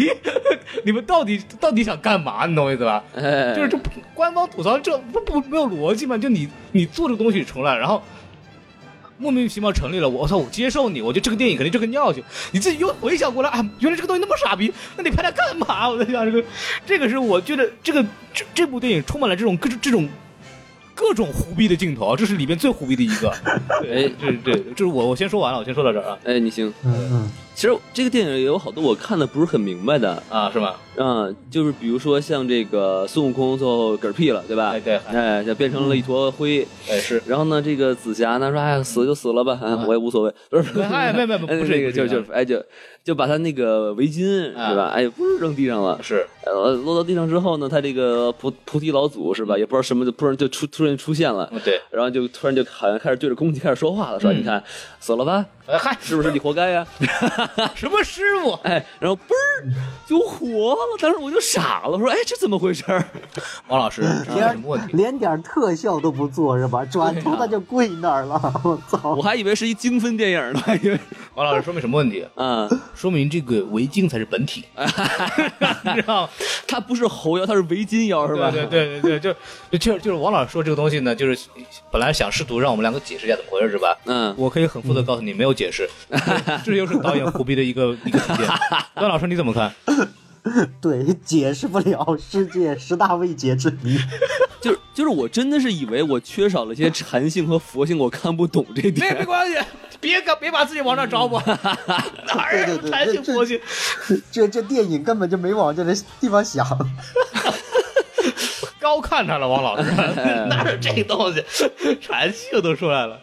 Speaker 2: 你们到底到底想干嘛？你懂我意思吧？
Speaker 3: 哎，
Speaker 2: 就是这官方吐槽这不不没有逻辑嘛？就你你做这个东西出来，然后莫名其妙成立了，我操，我接受你，我觉得这个电影肯定就个尿性。你自己又回想过来啊，原来这个东西那么傻逼，那你拍它干嘛？我在想这个，这个是我觉得这个这这部电影充满了这种各种这种。各种胡逼的镜头，这是里边最胡逼的一个。 对，对对，就是我我先说完了，我先说到这儿啊
Speaker 3: 哎，你行。
Speaker 1: 嗯嗯，
Speaker 3: 其实这个电影也有好多我看的不是很明白的，
Speaker 2: 啊，是吗？
Speaker 3: 嗯，就是比如说像这个孙悟空最后嗝屁了，对吧？
Speaker 2: 哎对
Speaker 3: 哎，就变成了一坨灰。
Speaker 2: 哎是，
Speaker 3: 然后呢，这个紫霞呢说：“哎，死就死了吧，哎，我也无所谓。”不是，
Speaker 2: 啊哎没没没不是
Speaker 3: 那个，
Speaker 2: 不是
Speaker 3: 就就哎就就把他那个围巾是
Speaker 2: 啊
Speaker 3: 吧？哎，不是扔地上了，
Speaker 2: 是
Speaker 3: 呃，落到地上之后呢，他这个菩菩提老祖是吧？也不知道什么，就突然就出突然出现了
Speaker 2: 嗯，对，
Speaker 3: 然后就突然就好像开始对着空气开始说话了，说：“
Speaker 2: 嗯
Speaker 3: 你看，死了吧？
Speaker 2: 哎嗨，
Speaker 3: 是不是你活该呀？”
Speaker 2: 什么师傅？
Speaker 3: 哎，然后嘣儿就活了，当时我就傻了，我说哎这怎么回事儿？
Speaker 2: 王老师，这是什么问题？
Speaker 1: 连点特效都不做是吧？转头他就跪那儿了， 我操！
Speaker 3: 我还以为是一精分电影呢，还以为
Speaker 2: 王老师说明什么问题？
Speaker 3: 啊，
Speaker 2: 说明这个围巾才是本体，你知道吗？
Speaker 3: 它不是猴腰，它是围巾腰是吧？
Speaker 2: 对对对对，就就就是就是王老师说这个东西呢，就是本来想试图让我们两个解释一下怎么回事，是吧？
Speaker 3: 嗯
Speaker 2: 我可以很负责告诉你，没有解释，这又是导演胡逼的一个一个体现。段老师你怎么看？
Speaker 1: 对，解释不了世界十大未解之谜。
Speaker 3: 就是就是我真的是以为我缺少了一些禅性和佛性，我看不懂这
Speaker 2: 没
Speaker 3: 点
Speaker 2: 没。关系，别搞别把自己往那儿找我，哪儿有弹性佛性？
Speaker 1: 这这电影根本就没往这个地方想。
Speaker 2: 高看他了，王老师，哪有这东西？传性都出来了，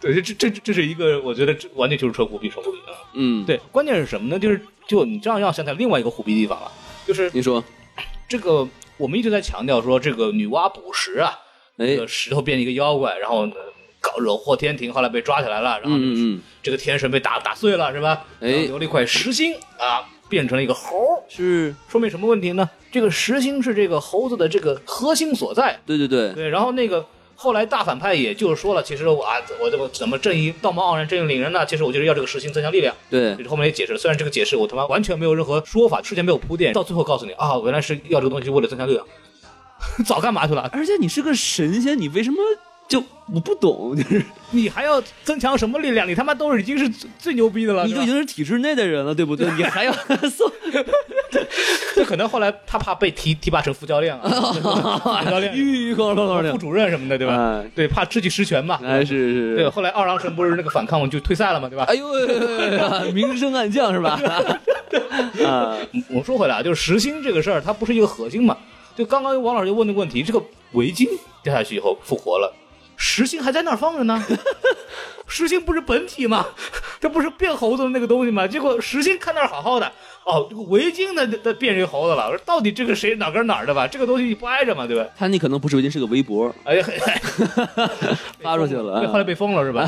Speaker 2: 对，这这这这是一个，我觉得这完全就是纯胡逼，纯胡逼啊。
Speaker 3: 嗯，，
Speaker 2: 对，关键是什么呢？就是就你这样要想起来另外一个虎逼地方了，就是
Speaker 3: 你说，
Speaker 2: 这个我们一直在强调说这个女娲补石啊，
Speaker 3: 哎
Speaker 2: 这，个石头变成一个妖怪，然后呢呃搞惹祸天庭，后来被抓起来了，然后这个
Speaker 3: 嗯嗯嗯
Speaker 2: 这个天神被打打碎了是吧？
Speaker 3: 哎
Speaker 2: 然后留了一块石心啊，变成了一个猴儿，
Speaker 3: 是，
Speaker 2: 说明什么问题呢？这个石心是这个猴子的这个核心所在，
Speaker 3: 对对对，
Speaker 2: 对，然后那个后来大反派也就是说了，其实我啊，我怎么怎么正义道貌岸然正义凛然呢？其实我就是要这个实心增强力量。
Speaker 3: 对
Speaker 2: 这后面也解释了，虽然这个解释我他妈完全没有任何说法，事先没有铺垫，到最后告诉你啊，原 来是要这个东西为了增强力量，早干嘛去了？
Speaker 3: 而且你是个神仙，你为什么就我不懂，就是
Speaker 2: 你还要增强什么力量？你他妈都是已经是最最牛逼的了，
Speaker 3: 你就已
Speaker 2: 是吧
Speaker 3: 经是体制内的人了，对 不对？你还要 送，
Speaker 2: 这可能后来他怕被提提拔成副教练 啊，副教练
Speaker 3: 吁吁口口口
Speaker 2: 副主任什么的，对吧？
Speaker 3: 哎
Speaker 2: 对，怕失去实权嘛。
Speaker 3: 哎，是是
Speaker 2: 对，
Speaker 3: 是，
Speaker 2: 后来二郎神不是那个反抗就退赛了嘛，对吧？
Speaker 3: 哎呦喂喂喂喂啊明升暗降 是吧？啊，
Speaker 2: 我说回来啊，就是时薪这个事儿，它不是一个核心嘛。就刚刚王老师就问的问题，这个围巾掉下去以后复活了，时薪还在那儿放着呢。 时薪不是本体吗？这不是变猴子的那个东西吗？结果时薪看那儿好好的，哦，这个围巾呢，它变成猴子了。我说到底这个谁哪跟哪儿的吧？这个东西不挨着嘛，对吧？
Speaker 3: 他那可能不是围巾，是个围脖
Speaker 2: 哎呀， 嘿
Speaker 3: 发出去
Speaker 2: 被后来
Speaker 3: 了。啊
Speaker 2: 被封了是吧？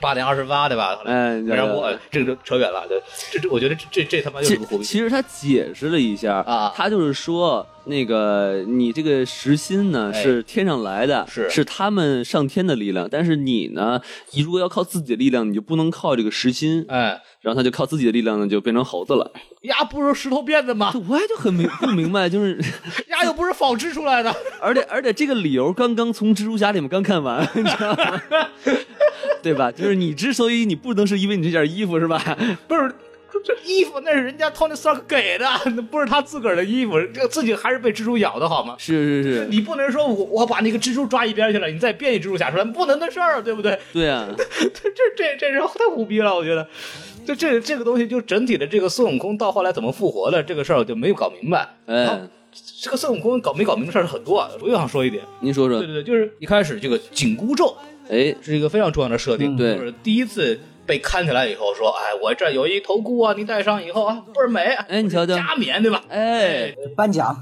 Speaker 2: 八点二十八对吧？后来
Speaker 3: 哎，你知道
Speaker 2: 然
Speaker 3: 吗
Speaker 2: 后我这个就扯远了，这这这，我觉得这这这他妈又
Speaker 3: 其
Speaker 2: 是个胡逼。
Speaker 3: 其实他解释了一下
Speaker 2: 啊
Speaker 3: 他就是说那个你这个时薪呢
Speaker 2: 哎
Speaker 3: 是天上来的，
Speaker 2: 是
Speaker 3: 是他们上天的力量，但是你呢，你如果要靠自己的力量，你就不能靠这个时薪，
Speaker 2: 哎，
Speaker 3: 然后他就靠自己的力量呢就变成猴子了。
Speaker 2: 呀，不是石头辫子吗
Speaker 3: 就？我也就很明不明白，就是
Speaker 2: 呀，又不是纺织出来的。
Speaker 3: 而且而且这个理由刚刚从蜘蛛侠里面刚看完， 你知道吗？对吧？就是你之所以你不能是因为你这件衣服是吧？
Speaker 2: 不是，这这衣服那是人家 Tony Stark 给的，那不是他自个儿的衣服，这自己还是被蜘蛛咬的好吗？
Speaker 3: 是是是，
Speaker 2: 你不能说我我把那个蜘蛛抓一边去了，你再变一蜘蛛侠出来，不能的事儿，对不 对？
Speaker 3: 对啊，
Speaker 2: 这这这这人太胡逼了，我觉得。就这这个东西，就整体的这个孙悟空到后来怎么复活的这个事儿，我就没有搞明白。然后
Speaker 3: 哎，
Speaker 2: 这个孙悟空搞没搞明白的事儿很多啊，我又想说一点。
Speaker 3: 您说
Speaker 2: 对
Speaker 3: 说，
Speaker 2: 对对，就是一开始这个紧箍咒，
Speaker 3: 哎，
Speaker 2: 是一个非常重要的设定，
Speaker 3: 嗯对
Speaker 2: 就是第一次被看起来以后说，哎，我这儿有一头箍啊，你戴上以后啊，倍儿美，
Speaker 3: 哎你瞧瞧
Speaker 2: 加冕对吧？
Speaker 3: 哎，
Speaker 1: 颁奖，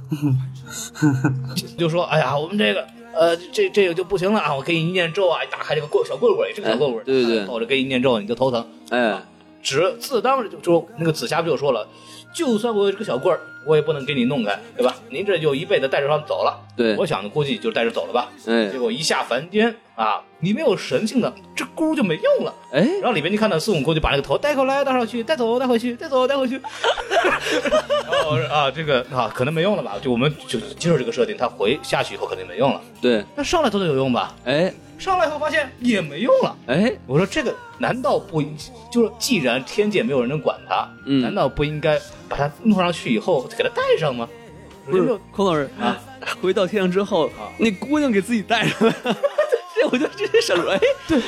Speaker 2: 就说，哎呀，我们这个。呃，这这个就不行了啊！我给你念咒啊，打开这个棍小棍棍，这个小棍棍，啊
Speaker 3: 哎对对对
Speaker 2: 我这给你念咒，你就头疼。
Speaker 3: 哎，
Speaker 2: 只自当就就那个紫霞不就说了，就算我有这个小棍儿，我也不能给你弄开，对吧？您这就一辈子带着它走了。
Speaker 3: 对
Speaker 2: 我想估计就带着走了吧。
Speaker 3: 哎
Speaker 2: 结，果一下凡间啊，你没有神性了，这箍就没用了。
Speaker 3: 哎，
Speaker 2: 然后里面就看到孙悟空就把那个头带过来，带上去，带走，带回去，带走，带回去。 然后我说啊，这个啊，可能没用了吧？就我们就接受这个设定，他回下去以后肯定没用了。
Speaker 3: 对，
Speaker 2: 那上来总得有用吧？
Speaker 3: 哎，
Speaker 2: 上来以后发现也没用了。
Speaker 3: 哎，
Speaker 2: 我说这个难道不就是既然天界没有人能管他，
Speaker 3: 嗯
Speaker 2: 难道不应该把他弄上去以后给他带上吗？
Speaker 3: 不
Speaker 2: 有没
Speaker 3: 是
Speaker 2: 有，
Speaker 3: 孔老师
Speaker 2: 啊，
Speaker 3: 回到天上之后，那姑娘给自己带上了， 这我就直接想说，哎，对，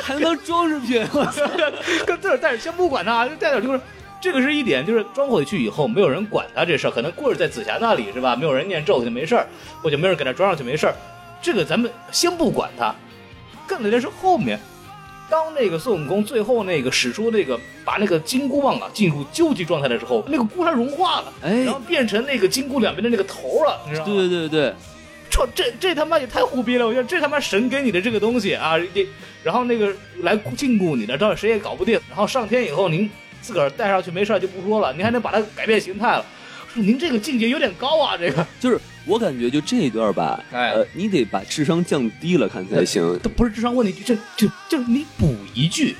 Speaker 3: 还能当装饰品， 我操，
Speaker 2: 跟自个儿带着，先不管他，就带点就是。这个是一点，就是装回去以后没有人管他这事儿，可能过着在紫霞那里是吧？没有人念咒就没事儿，或者没有人给他装上去没事儿。这个咱们先不管他，更得的是后面，当那个孙悟空最后那个使出那个把那个金箍棒啊进入究极状态的时候，那个箍它融化了，
Speaker 3: 哎
Speaker 2: 然后变成那个金箍两边的那个头了，你知道吗？
Speaker 3: 对对对
Speaker 2: 这这这他妈也太胡逼了！我觉得这他妈神给你的这个东西啊，你然后那个来禁锢你的，到底谁也搞不定。然后上天以后，您自个儿带上去没事儿就不说了，您还能把它改变形态了。说您这个境界有点高啊，这个
Speaker 3: 就是我感觉就这一段吧，
Speaker 2: 哎
Speaker 3: 呃，你得把智商降低了看才行。
Speaker 2: 这不是智商问题，这这就是你补一句，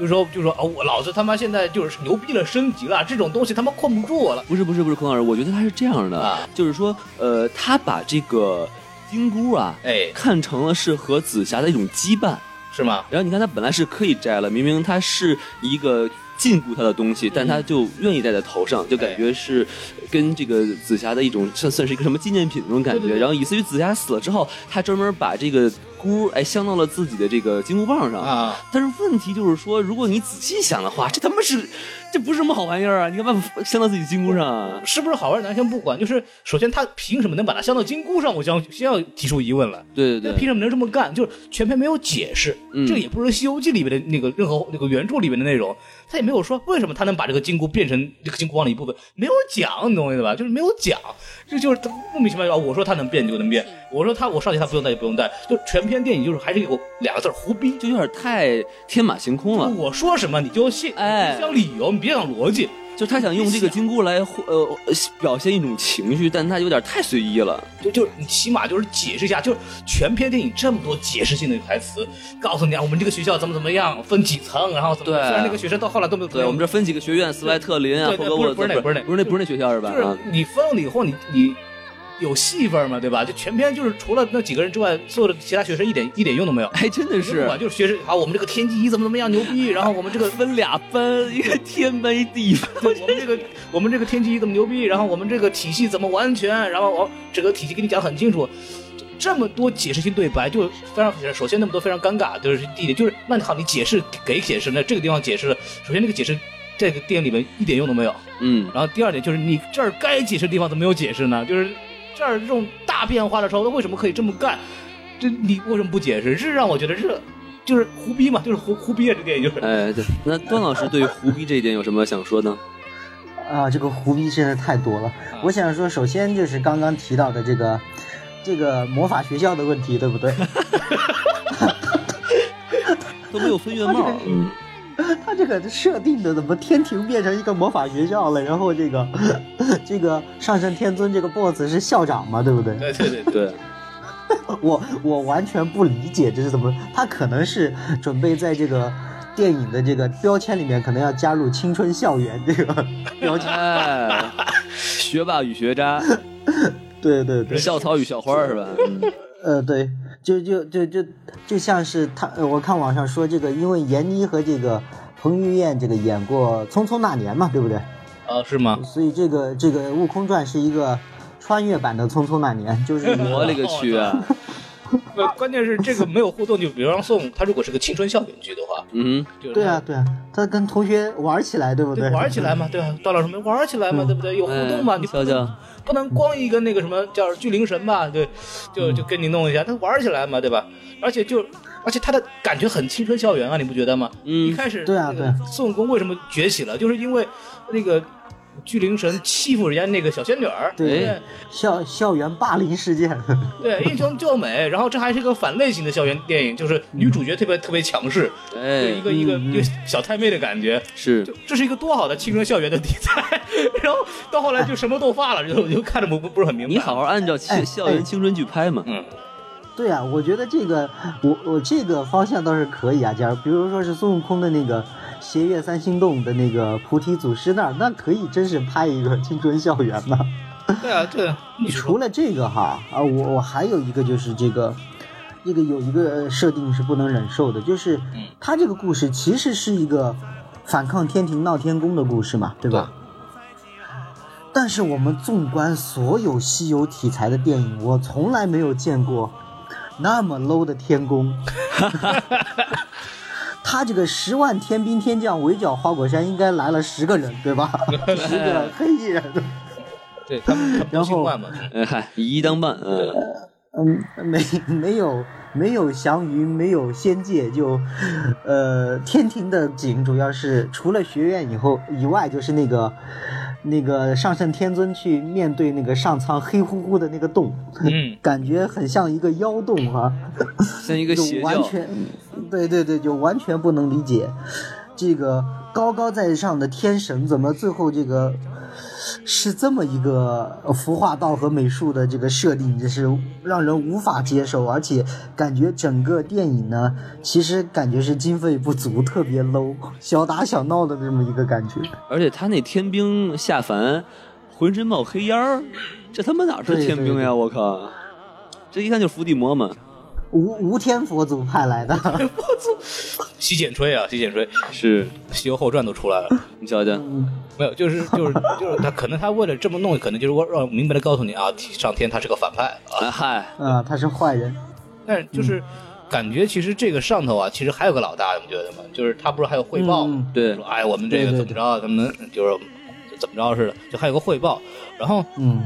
Speaker 2: 就是说就是说啊，我老子他妈现在就是牛逼了，升级了，这种东西他妈困不住我了。
Speaker 3: 不是不是不是，孔老师，我觉得他是这样的，
Speaker 2: 啊
Speaker 3: 就是说，呃，他把这个金箍啊，
Speaker 2: 哎，
Speaker 3: 看成了是和紫霞的一种羁绊。
Speaker 2: 是吗？
Speaker 3: 然后你看，他本来是可以摘了，明明他是一个禁锢他的东
Speaker 2: 嗯
Speaker 3: 西，但他就愿意戴在头上，就
Speaker 2: 哎
Speaker 3: 感觉是跟这个紫霞的一种算算是一个什么纪念品那种感觉。
Speaker 2: 对对对
Speaker 3: 然后以至于紫霞死了之后，他专门把这个箍哎镶到了自己的这个金箍棒上。
Speaker 2: 啊，
Speaker 3: 但是问题就是说，如果你仔细想的话，这他妈是这不是什么好玩意儿啊！你干嘛镶到自己金箍上啊？
Speaker 2: 是不是好玩儿咱先不管，就是首先他凭什么能把它镶到金箍上，我将先要提出疑问来。
Speaker 3: 对
Speaker 2: 那
Speaker 3: 对
Speaker 2: 凭
Speaker 3: 对，
Speaker 2: 什么能这么干？就是全篇没有解释，
Speaker 3: 嗯
Speaker 2: 这个也不是《西游记》里面的那个任何那个原著里面的内容，他也没有说为什么他能把这个金箍变成这个金箍棒的一部分，没有讲，你懂我意思吧？就是没有讲，这就是他莫名其妙。哦我说他能变就能变，我说他我上去他不用带就不用带，就全篇电影就是还是有两个字儿胡逼。
Speaker 3: 就有点太天马行空了。
Speaker 2: 我说什么你就信，
Speaker 3: 嗯哎
Speaker 2: 你别讲理由，你别讲逻辑，
Speaker 3: 就他想用这个金箍来呃表现一种情绪，但他有点太随意了。
Speaker 2: 就就你起码就是解释一下，就是全篇电影这么多解释性的台词，告诉你啊，我们这个学校怎么怎么样，分几层，然后怎么，
Speaker 3: 对
Speaker 2: 虽然那个学生到后来都没有，
Speaker 3: 对我们这分几个学院，斯莱特林啊，
Speaker 2: 嗯对
Speaker 3: 霍
Speaker 2: 对
Speaker 3: 格沃兹，
Speaker 2: 不是不是那
Speaker 3: 不是那不是那学校是吧？
Speaker 2: 就是
Speaker 3: 啊，
Speaker 2: 你分了以后，你你有戏份嘛，对吧？就全篇就是除了那几个人之外，所有的其他学生一点一点用都没有。
Speaker 3: 还真的
Speaker 2: 不
Speaker 3: 是
Speaker 2: 哎管就是学生啊，我们这个天机怎么怎么样牛逼，然后我们这个
Speaker 3: 分俩班，一个天班，一地班。
Speaker 2: 对我们这个我们这个天气怎么牛逼，然后我们这个体系怎么完全，然后我整个体系给你讲很清楚，这这么多解释性对白就非常首先那么多非常尴尬，就是第一点就是那好你解释给解释呢，这个地方解释了，首先这个解释。这个电影里面一点用都没有。
Speaker 3: 嗯，
Speaker 2: 然后第二点就是，你这儿该解释的地方怎么没有解释呢？就是这儿这种大变化的时候，它为什么可以这么干？这你为什么不解释？这让我觉得这就是胡逼嘛，就是胡胡逼啊！这电影就是。
Speaker 3: 哎，对，那段老师对胡逼这一点有什么想说呢？
Speaker 1: 啊，这个胡逼真的太多了。我想说，首先就是刚刚提到的这个这个魔法学校的问题，对不 对？
Speaker 3: 都没有分院帽，嗯，
Speaker 1: 他这个设定的怎么天庭变成一个魔法学校了？然后这个 这个上圣天尊这个 BOSS 是校长嘛，对不对？
Speaker 2: 对对对，
Speaker 3: 对，
Speaker 1: 我我完全不理解这是怎么，他可能是准备在这个。电影的这个标签里面可能要加入“青春校园”这个 标签，
Speaker 3: 哎，学霸与学渣，
Speaker 1: 对对对，
Speaker 3: 校草与校花是吧？嗯
Speaker 1: 呃，对，就就就就就像是他，呃我看网上说这个，因为闫妮和这个彭于晏这个演过《匆匆那年》嘛，对不对？
Speaker 2: 啊是吗？
Speaker 1: 所以这个这个《悟空传》是一个穿越版的《匆匆那年》，就是一
Speaker 3: 我
Speaker 1: 个
Speaker 3: 勒个去啊！
Speaker 2: 不呃关键是这个没有互动，就比方送他如果是个青春校园剧的话，
Speaker 3: 嗯，
Speaker 2: 就是
Speaker 1: 对啊对啊，他跟同学玩起来，对啊不
Speaker 2: 对，
Speaker 1: 对？
Speaker 2: 玩起来嘛，对吧？到了什么玩起来嘛，对不对？有互动嘛，
Speaker 3: 哎
Speaker 2: 你不
Speaker 3: 瞧瞧
Speaker 2: 能不能光一个那个什么叫巨灵神吧，对，
Speaker 3: 嗯
Speaker 2: 就就跟你弄一下，他玩起来嘛，对吧？而且就而且他的感觉很青春校园啊，你不觉得吗？
Speaker 3: 嗯
Speaker 2: 一开始
Speaker 1: 对啊
Speaker 2: 那个
Speaker 1: 对啊
Speaker 2: 孙悟空为什么崛起了，就是因为那个巨灵神欺负人家那个小仙女儿，
Speaker 1: 对
Speaker 2: 对
Speaker 1: 校校园霸凌事件，
Speaker 2: 对，英雄救美，然后这还是一个反类型的校园电影，就是女主角特别特别强势，就一
Speaker 3: 哎，
Speaker 2: 个一个一个小太妹的感觉，
Speaker 3: 是
Speaker 2: 就这是一个多好的青春校园的题材， 然后到后来就什么都发了，就我就看着不不不是很明白。
Speaker 3: 你好，好按照校
Speaker 1: 哎
Speaker 3: 校园青春剧拍嘛，
Speaker 2: 嗯，
Speaker 1: 对啊，我觉得这个我我这个方向倒是可以啊，假如比如说是孙悟空的那个。斜月三星洞的那个菩提祖师那儿，那可以真是拍一个青春校园呢。
Speaker 2: 对啊，对 啊，你说
Speaker 1: 除了这个哈啊，我我还有一个就是这个，这个有一个呃设定是不能忍受的，就是他这个故事其实是一个反抗天庭闹天宫的故事嘛，对吧？但是我们纵观所有西游题材的电影，我从来没有见过那么 low 的天 宫。他这个十万天兵天将围剿花果山，应该来了十个人，对 吧？十个黑衣人。
Speaker 2: 对他们他们
Speaker 1: 然后
Speaker 2: 不姓万嘛，
Speaker 3: 哎嗨，以一当半，嗯，
Speaker 1: 嗯，没 没有没有祥云，没有仙界，就，呃，天庭的景主要是除了学院以后以外，就是那个那个上圣天尊去面对那个上苍黑乎乎的那个洞，
Speaker 2: 嗯，
Speaker 1: 感觉很像一个妖洞哈、
Speaker 3: 像一个
Speaker 1: 就
Speaker 3: 邪
Speaker 1: 完
Speaker 3: 教，
Speaker 1: 全，
Speaker 2: 嗯
Speaker 1: 对对对，就完全不能理解，这个高高在上的天神怎么最后这个是这么一个呃服化道和美术的这个设定，就是让人无法接受，而且感觉整个电影呢，其实感觉是经费不足，特别 low，小 打小闹的这么一个感觉。
Speaker 3: 而且他那天兵下凡，浑身冒黑烟儿，这他妈哪是天兵
Speaker 1: 对对对
Speaker 3: 呀！我靠，这一看就是伏地魔嘛，
Speaker 1: 无无天佛祖派来的，
Speaker 2: 洗剪吹啊，洗剪吹，《
Speaker 3: 是
Speaker 2: 西游后传》都出来了，
Speaker 3: 你瞧瞧，
Speaker 1: 嗯
Speaker 2: 没有，就是就是就是他可能他为了这么弄，可能就是我让我明白的告诉你啊，上天他是个反派啊，
Speaker 3: 哎嗨，
Speaker 1: 啊，他是坏人，
Speaker 2: 但是就是。感觉其实这个上头啊，其实还有个老大，你们觉得吗？就是他不是还有汇报吗？
Speaker 1: 嗯
Speaker 3: 对
Speaker 2: 说，哎，我们这个
Speaker 1: 对对
Speaker 2: 怎么着啊，他们就是怎么着似的，就还有个汇报。然后
Speaker 1: 嗯，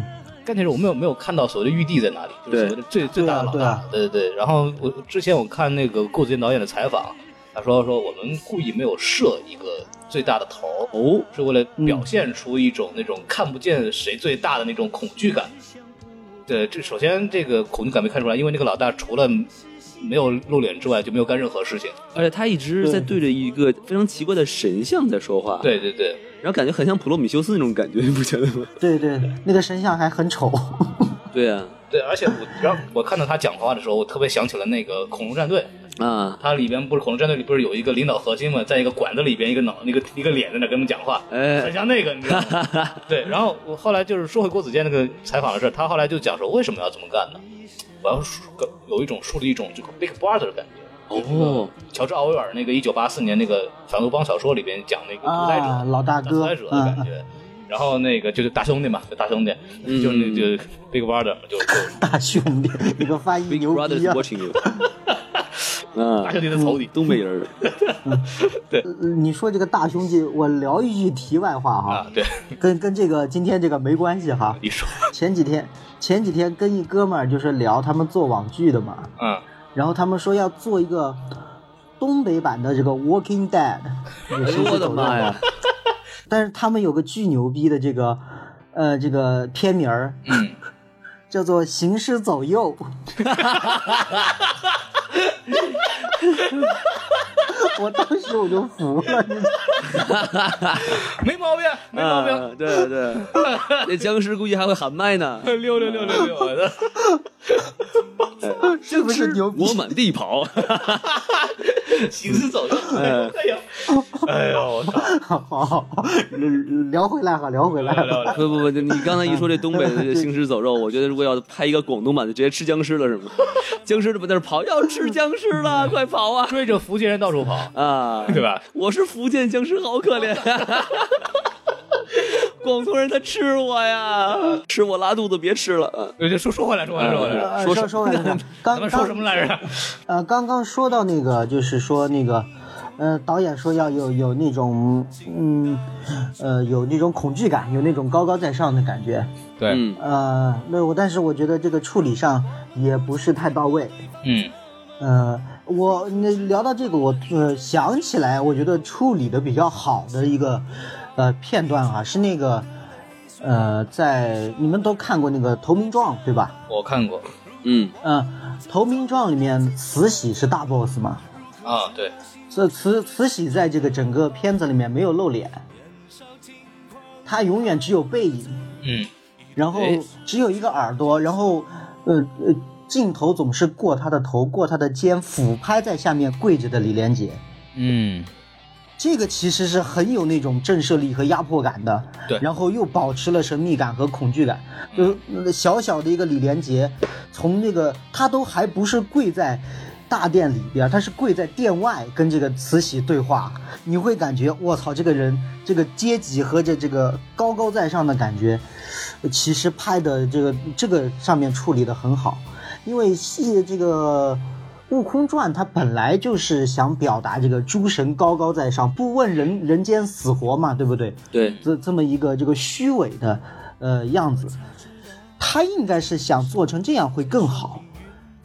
Speaker 2: 关键是我没有没有看到所谓的玉帝在哪里，就是所谓的最最大的老
Speaker 1: 对
Speaker 2: 大
Speaker 1: 啊，
Speaker 2: 对对对。然后我之前我看那个顾子健导演的采访，他说说我们故意没有设一个最大的头儿，
Speaker 3: 哦，
Speaker 2: 是为了
Speaker 1: 嗯
Speaker 2: 表现出一种那种看不见谁最大的那种恐惧感。对，这首先这个恐惧感没看出来，因为那个老大除了没有露脸之外就没有干任何事情。
Speaker 3: 而且他一直在对着一个非常奇怪的神像在说话，，
Speaker 2: 对对对，
Speaker 3: 然后感觉很像普罗米修斯那种感觉，你不觉得吗？
Speaker 1: 对对，那个神像还很丑，
Speaker 3: 对啊，
Speaker 2: 对，而且我让我看到他讲话的时候，我特别想起了那个《恐龙战队》，
Speaker 3: 啊，
Speaker 2: 它里边不是《恐龙战队》里不是有一个领导核心嘛，在一个馆子里边，一个脑那个一个脸在那跟我们讲话，很
Speaker 1: 呃
Speaker 3: 哎，
Speaker 2: 像那个，你知道吗？对，然后我后来就是说回郭子健那个采访的事儿，他后来就讲说为什么要这么干呢？我要树有一种树立一种这个 Big Brother 的感觉。
Speaker 3: 哦，
Speaker 2: 乔治·奥威尔那个一九八四年那个反乌邦小说里边讲那个独裁者，
Speaker 1: 啊，老大
Speaker 2: 独
Speaker 1: 哥
Speaker 2: 裁者的感，
Speaker 1: 嗯
Speaker 2: 觉。然后那个就是大兄弟嘛，就大兄弟，
Speaker 3: 嗯
Speaker 2: 就是那就 Big Brother 嘛，就就
Speaker 1: 大兄弟，你个翻译
Speaker 3: Big
Speaker 1: 牛
Speaker 3: Brother
Speaker 1: 逼
Speaker 3: is
Speaker 1: 啊！
Speaker 3: watching you。嗯
Speaker 2: 大，兄弟的仇敌。
Speaker 3: 东北 人儿，
Speaker 1: 呃你说这个大兄弟，我聊一句题外话哈
Speaker 2: 啊，，对，
Speaker 1: 跟跟这个今天这个没关系哈。
Speaker 2: 你说，
Speaker 1: 前几天前几天跟一哥们儿就是聊他们做网剧的嘛，
Speaker 2: 嗯，
Speaker 1: 然后他们说要做一个东北版的这个《Walking Dead》，也是一
Speaker 3: 哎我
Speaker 1: 个
Speaker 3: 的
Speaker 1: 狗肉
Speaker 3: 妈呀
Speaker 1: 嘛。但是他们有个巨牛逼的这个呃这个片名儿，
Speaker 2: 嗯，
Speaker 1: 叫做《行尸走 肉》。我当时我就服了，你知道吗
Speaker 2: 没毛病，没毛病。
Speaker 3: 啊对对，那僵尸估计还会喊麦呢，
Speaker 2: 六六六六六，
Speaker 1: 是不是牛逼？
Speaker 3: 我满地跑，
Speaker 2: 行尸走肉，哎呦，哎呦，我操！
Speaker 1: 好好好，聊回来哈，聊回来
Speaker 2: 聊。聊聊，
Speaker 3: 不不不，你刚才一说这东北的这行尸走肉，我觉得如果要拍一个广东版的，直接吃僵尸了是吗？僵尸怎么在那儿跑？要吃僵尸了，快跑啊！
Speaker 2: 追着福建人到处跑，
Speaker 3: 啊，
Speaker 2: 对吧？
Speaker 3: 我是福建僵尸，好可怜、 广东人他吃我呀，吃我拉肚子，别吃了。啊
Speaker 2: 对，就说说回来，说回来，说回来，
Speaker 1: 呃
Speaker 3: 哎说
Speaker 1: 说
Speaker 3: 什
Speaker 1: 说回来，
Speaker 2: 咱
Speaker 1: 刚
Speaker 2: 们
Speaker 1: 刚
Speaker 2: 说什么来着？
Speaker 1: 呃，刚刚说到那个，就是说那个，呃，导演说要有有那种，嗯，呃，有那种恐惧感，有那种高高在上的感觉。
Speaker 2: 对，
Speaker 3: 嗯
Speaker 1: 呃，那我但是我觉得这个处理上也不是太到位。
Speaker 2: 嗯，
Speaker 1: 呃，我那聊到这个，我呃想起来，我觉得处理的比较好的一个呃片段啊，是那个呃，在你们都看过那个《投名状》对吧？
Speaker 2: 我看过
Speaker 3: 嗯，
Speaker 1: 嗯、投名状》里面慈禧是大 boss 嘛，
Speaker 2: 啊，对，
Speaker 1: 所以慈慈禧在这个整个片子里面没有露脸，她永远只有背影，
Speaker 2: 嗯，
Speaker 1: 然后
Speaker 2: 诶
Speaker 1: 只有一个耳朵，然后呃呃，镜头总是过她的头，过她的肩，俯拍在下面跪着的李连杰。
Speaker 2: 嗯，
Speaker 1: 这个其实是很有那种震慑力和压迫感的，
Speaker 2: 对
Speaker 1: 然后又保持了神秘感和恐惧感，就是呃小小的一个李连杰，从那个他都还不是跪在大殿里边，他是跪在殿外跟这个慈禧对话，你会感觉我操，这个人这个阶级和这这个高高在上的感觉，呃其实拍的这个这个上面处理的很好，因为戏这个。《悟空传》它本来就是想表达这个诸神高高在上，不问人人间死活嘛，对不对？
Speaker 3: 对，
Speaker 1: 这这么一个这个虚伪的呃样子，他应该是想做成这样会更好，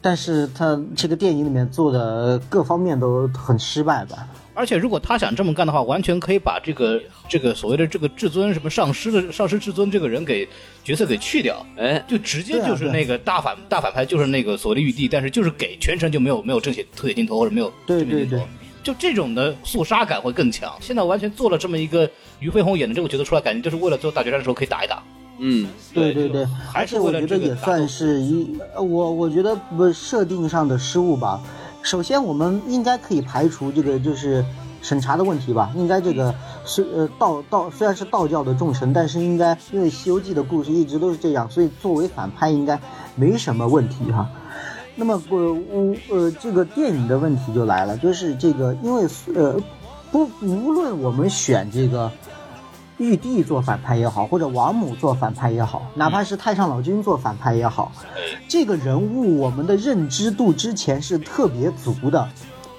Speaker 1: 但是他这个电影里面做的各方面都很失败吧？
Speaker 2: 而且如果他想这么干的话，完全可以把这个这个所谓的这个至尊什么上师的上师至尊这个人给角色给去掉，
Speaker 3: 哎，
Speaker 2: 就直接
Speaker 1: 对啊
Speaker 2: 就是
Speaker 1: 对啊
Speaker 2: 那个大反、大反派，就是那个所谓的玉帝，但是就是给全程就没有没有正写特写镜头或者没有
Speaker 1: 对
Speaker 2: 正面镜头
Speaker 1: 对对
Speaker 2: 就这种的肃杀感会更强。现在完全做了这么一个俞飞鸿演的这个角色出来，感觉就是为了最后大决战的时候可以打一打。
Speaker 3: 嗯，
Speaker 1: 对
Speaker 2: 对
Speaker 1: 对
Speaker 2: 就
Speaker 1: 对，
Speaker 2: 还
Speaker 1: 而
Speaker 2: 是
Speaker 1: 且我
Speaker 2: 为了
Speaker 1: 觉
Speaker 2: 这
Speaker 1: 得
Speaker 2: 个
Speaker 1: 也
Speaker 2: 打
Speaker 1: 算
Speaker 2: 斗
Speaker 1: 是一，呃我我觉得不设定上的失误吧。首先，我们应该可以排除这个就是审查的问题吧。应该这
Speaker 2: 嗯
Speaker 1: 个虽呃道道虽然是道教的众神，但是应该因为《西游记》的故事一直都是这样，所以作为反派应该没什么问题哈。那么我我呃，这个电影的问题就来了，就是这个，因为呃，不无论我们选这个玉帝做反派也好，或者王母做反派也好，
Speaker 2: 嗯
Speaker 1: 哪怕是太上老君做反派也好，这个人物我们的认知度之前是特别足的，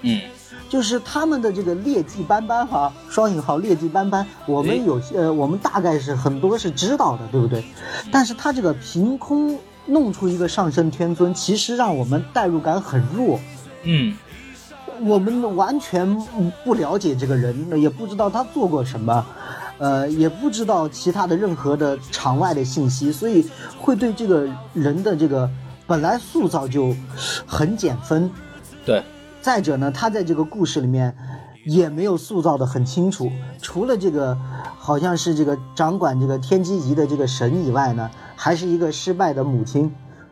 Speaker 2: 嗯，
Speaker 1: 就是他们的这个劣迹斑斑哈、双引号劣迹斑斑，我
Speaker 2: 哎
Speaker 1: 们有些呃，我们大概是很多是知道的，对不对？
Speaker 2: 嗯
Speaker 1: 但是他这个凭空弄出一个上升天尊，其实让我们代入感很弱，
Speaker 2: 嗯，
Speaker 1: 我们完全不了解这个人，也不知道他做过什么。呃，也不知道其他的任何的场外的信息，所以会对这个人的这个本来塑造就很减分，
Speaker 2: 对，
Speaker 1: 再者呢，他在这个故事里面也没有塑造的很清楚，除了这个好像是这个掌管这个天机仪的这个神以外呢，还是一个失败的母亲。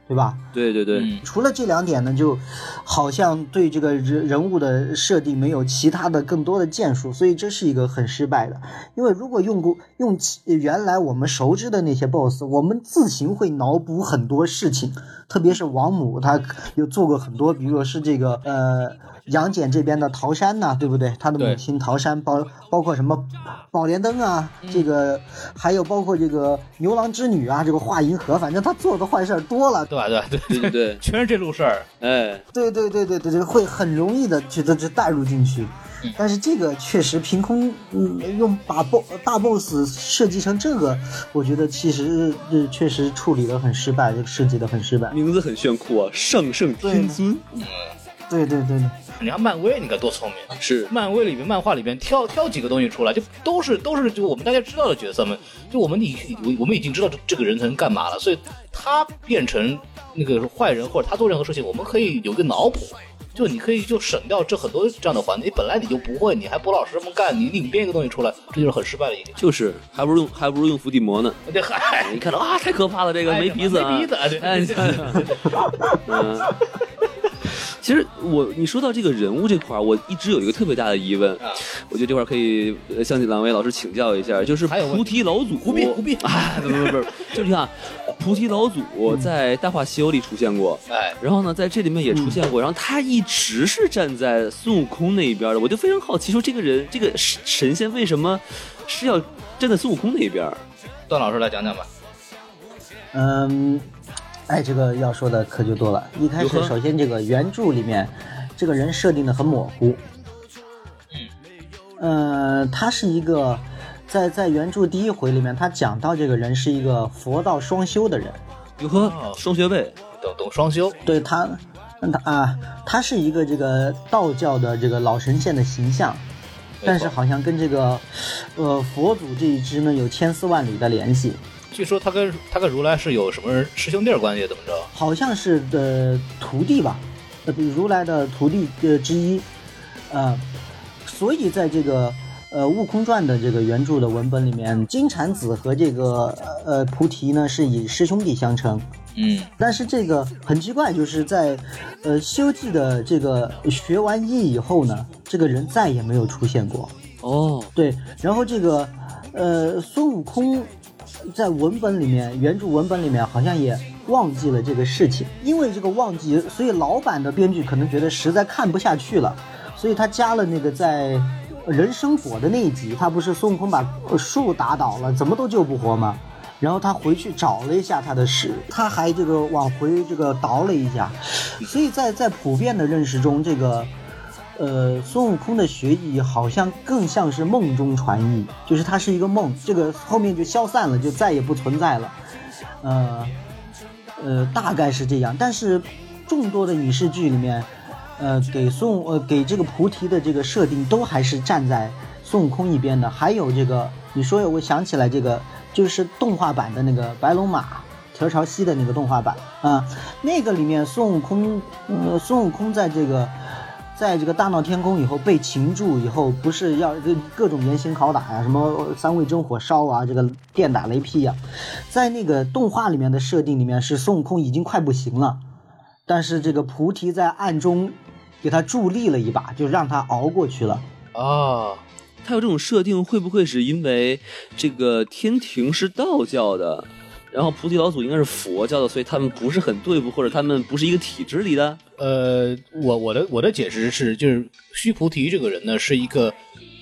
Speaker 1: 对吧？
Speaker 3: 对对对，
Speaker 2: 嗯
Speaker 1: 除了这两点呢，就好像对这个人人物的设定没有其他的更多的建树，所以这是一个很失败的。因为如果用过用其原来我们熟知的那些 BOSS，我们自行会脑补很多事情，特别是王母，她有做过很多，比如说是这个呃杨戬这边的桃山呐、对不对？他的母
Speaker 2: 对
Speaker 1: 亲桃山，包包括什么宝莲灯啊，这个还有包括这个牛郎织女啊，这个化银河，反正他做的坏事儿多了，
Speaker 2: 对吧？对吧？对
Speaker 3: 对对对，
Speaker 2: 全是这路事儿。
Speaker 3: 哎，
Speaker 1: 对对对对对对，会很容易的去这这带入进去。但是这个确实凭空，嗯，用把 BO 大 boss 设计成这个，我觉得其实呃确实处理的很失败，这个设计的很失败。
Speaker 3: 名字很炫酷啊，上圣天尊
Speaker 1: 对对对对，
Speaker 2: 你看漫威，你看多聪明。
Speaker 3: 是
Speaker 2: 漫威里面、漫画里面挑挑几个东西出来，就都是都是就我们大家知道的角色们，就我们已我我们已经知道这这个人能干嘛了，所以他变成那个坏人或者他做任何事情，我们可以有一个脑补，就你可以就省掉这很多这样的环节，你本来你就不会，你还不老实这么干，你硬编一个东西出来，这就是很失败的一点。
Speaker 3: 就是，还不如用还不如用伏地魔呢。
Speaker 2: 对，嗨，
Speaker 3: 你看到啊，太可怕了，这个
Speaker 2: 哎
Speaker 3: 没鼻子啊，
Speaker 2: 没鼻子啊对
Speaker 3: 哎，你 看看，嗯。其实我你说到这个人物这块儿，我一直有一个特别大的疑问，
Speaker 2: 啊
Speaker 3: 我觉得这块儿可以呃向两位老师请教一下，就是
Speaker 2: 还有问
Speaker 3: 菩提老祖，
Speaker 2: 胡逼胡逼
Speaker 3: 啊，不不不，就是你看菩提老祖
Speaker 2: 嗯
Speaker 3: 在《大话西游》里出现过，
Speaker 2: 哎，
Speaker 3: 然后呢，在这里面也
Speaker 2: 嗯
Speaker 3: 出现过，然后他一直是站在孙悟空那一边的，我就非常好奇，说这个人这个神神仙为什么是要站在孙悟空那一边儿？
Speaker 2: 段老师来讲讲吧。
Speaker 1: 嗯，哎，这个要说的可就多了。一开
Speaker 3: 如
Speaker 1: 始，
Speaker 3: 何
Speaker 1: 首先这个原著里面，这个人设定的很模糊。嗯，呃，他是一个在在原著第一回里面，他讲到这个人是一个佛道双修的人。
Speaker 3: 哟呵
Speaker 2: 哦，
Speaker 3: 双学位，
Speaker 2: 懂懂双修，
Speaker 1: 对他，他啊，他是一个这个道教的这个老神仙的形象，但是好像跟这个，呃，佛祖这一支呢有千丝万缕的联系，
Speaker 2: 据说他跟他跟如来是有什么师兄弟儿关系，怎么着？
Speaker 1: 好像是呃徒弟吧，呃，如来的徒弟呃之一，呃，所以在这个呃《悟空传》的这个原著的文本里面，金蝉子和这个呃菩提呢是以师兄弟相称，
Speaker 2: 嗯，
Speaker 1: 但是这个很奇怪，就是在，呃，《西游记》的这个学完医以后呢，这个人再也没有出现过。
Speaker 3: 哦，
Speaker 1: 对，然后这个，呃，孙悟空在文本里面，原著文本里面好像也忘记了这个事情，因为这个忘记，所以老版的编剧可能觉得实在看不下去了，所以他加了那个在人参果的那一集，他不是孙悟空把呃树打倒了，怎么都救不活吗？然后他回去找了一下他的屎，他还这个往回这个倒了一下，所以在在普遍的认识中，这个呃，孙悟空的学艺好像更像是梦中传艺，就是它是一个梦，这个后面就消散了，就再也不存在了。呃，呃，大概是这样。但是众多的影视剧里面，呃，给孙悟呃给这个菩提的这个设定都还是站在孙悟空一边的。还有这个，你说我想起来这个，就是动画版的那个白龙马。条朝西的那个动画版啊、那个里面孙悟空，呃，孙悟空在这个，在这个大闹天宫以后被擒住以后，不是要各各种严刑拷打啊呀、什么三味真火烧啊，这个电打雷劈呀、啊在那个动画里面的设定里面是孙悟空已经快不行了，但是这个菩提在暗中给他助力了一把，就让他熬过去了。
Speaker 2: 啊，
Speaker 3: 他有这种设定，会不会是因为这个天庭是道教的，然后菩提老祖应该是佛教的，所以他们不是很对付，或者他们不是一个体制里的？
Speaker 2: 呃，我我的我的解释是，就是须菩提这个人呢，是一个，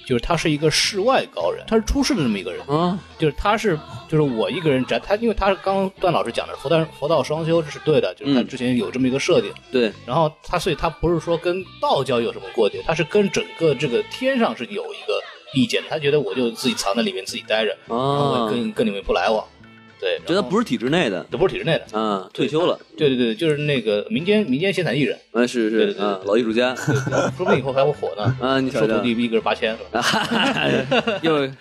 Speaker 2: 就是他是一个世外高人，他是出世的这么一个人，
Speaker 3: 啊，
Speaker 2: 就是他是就是我一个人宅，他因为他是刚刚段老师讲的佛道佛道双修这是对的，就是他
Speaker 3: 嗯
Speaker 2: 之前有这么一个设定，
Speaker 3: 对，
Speaker 2: 然后他所以他不是说跟道教有什么过节，他是跟整个这个天上是有一个意见，他觉得我就自己藏在里面自己待着，然后
Speaker 3: 啊
Speaker 2: 我，跟跟你们不来往，对，
Speaker 3: 觉得
Speaker 2: 是
Speaker 3: 不是体制内的，
Speaker 2: 这不是体制内的。
Speaker 3: 啊，退休了，
Speaker 2: 对对对，就是那个民间民间闲散艺人，
Speaker 3: 啊，是
Speaker 2: 对对
Speaker 3: 是
Speaker 2: 对
Speaker 3: 啊，
Speaker 2: 对
Speaker 3: 老艺术 家，
Speaker 2: 说不定以后还会火呢。
Speaker 3: 啊，你
Speaker 2: 收
Speaker 3: 瞧
Speaker 2: 徒
Speaker 3: 瞧，
Speaker 2: 弟一个人八千，是
Speaker 1: 啊
Speaker 2: 吧？
Speaker 3: 又
Speaker 2: 对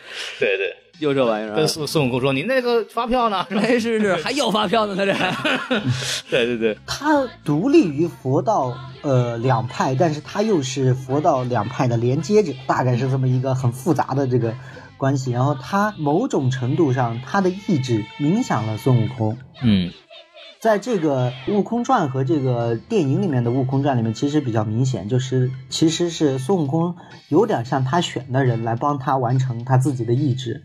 Speaker 2: 对，
Speaker 3: 又这玩意儿
Speaker 2: 跟
Speaker 3: 啊。
Speaker 2: 孙孙悟空说：“你那个发票呢？”是吧？
Speaker 3: 哎，是是，还要发票呢，他这。
Speaker 2: 对对对，
Speaker 1: 他独立于佛道呃两派，但是他又是佛道两派的连接者，大概是这么一个很复杂的这个关系。然后他某种程度上，他的意志影响了孙悟空。
Speaker 2: 嗯，
Speaker 1: 在这个《悟空传》和这个电影里面的《悟空传》里面，其实比较明显，就是其实是孙悟空有点像他选的人来帮他完成他自己的意志，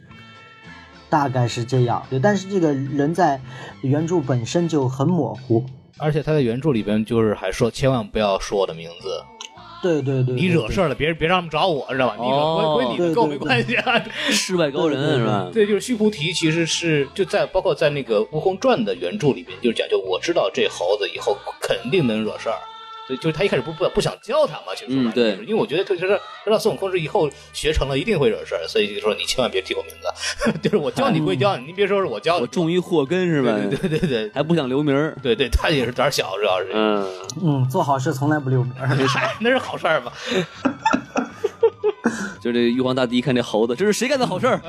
Speaker 1: 大概是这样。对，但是这个人在原著本身就很模糊。
Speaker 2: 而且他在原著里边就是还说，千万不要说我的名字，
Speaker 1: 对对对，
Speaker 2: 你惹
Speaker 1: 对
Speaker 2: 事儿了，别别让他们找我，知道吧？你
Speaker 3: 哦
Speaker 2: 惹归归你的，
Speaker 1: 对
Speaker 2: 跟我
Speaker 1: 对
Speaker 2: 没关系啊。
Speaker 3: 世外高人是吧？
Speaker 2: 对，就是须菩提其实是就在包括在那个《悟空传》的原著里边，就是讲究我知道这猴子以后肯定能惹事儿，所以就是他一开始不不不想教他嘛，其实说白了
Speaker 3: 嗯对
Speaker 2: 就是因为我觉得特别是知道孙悟空是以后学成了一定会惹事儿，所以就说你千万别提我名字，就是我教你归教你，你别说是我教你
Speaker 3: 我，种一祸根是吧？
Speaker 2: 对对对对
Speaker 3: 还不想留名儿。
Speaker 2: 对对，他也是胆儿小，主要是。
Speaker 3: 嗯，
Speaker 1: 嗯，做好事从来不留名儿。
Speaker 2: 嗨，那是好事儿吧？
Speaker 3: 就这玉皇大帝一看这猴子，这是谁干的好事儿？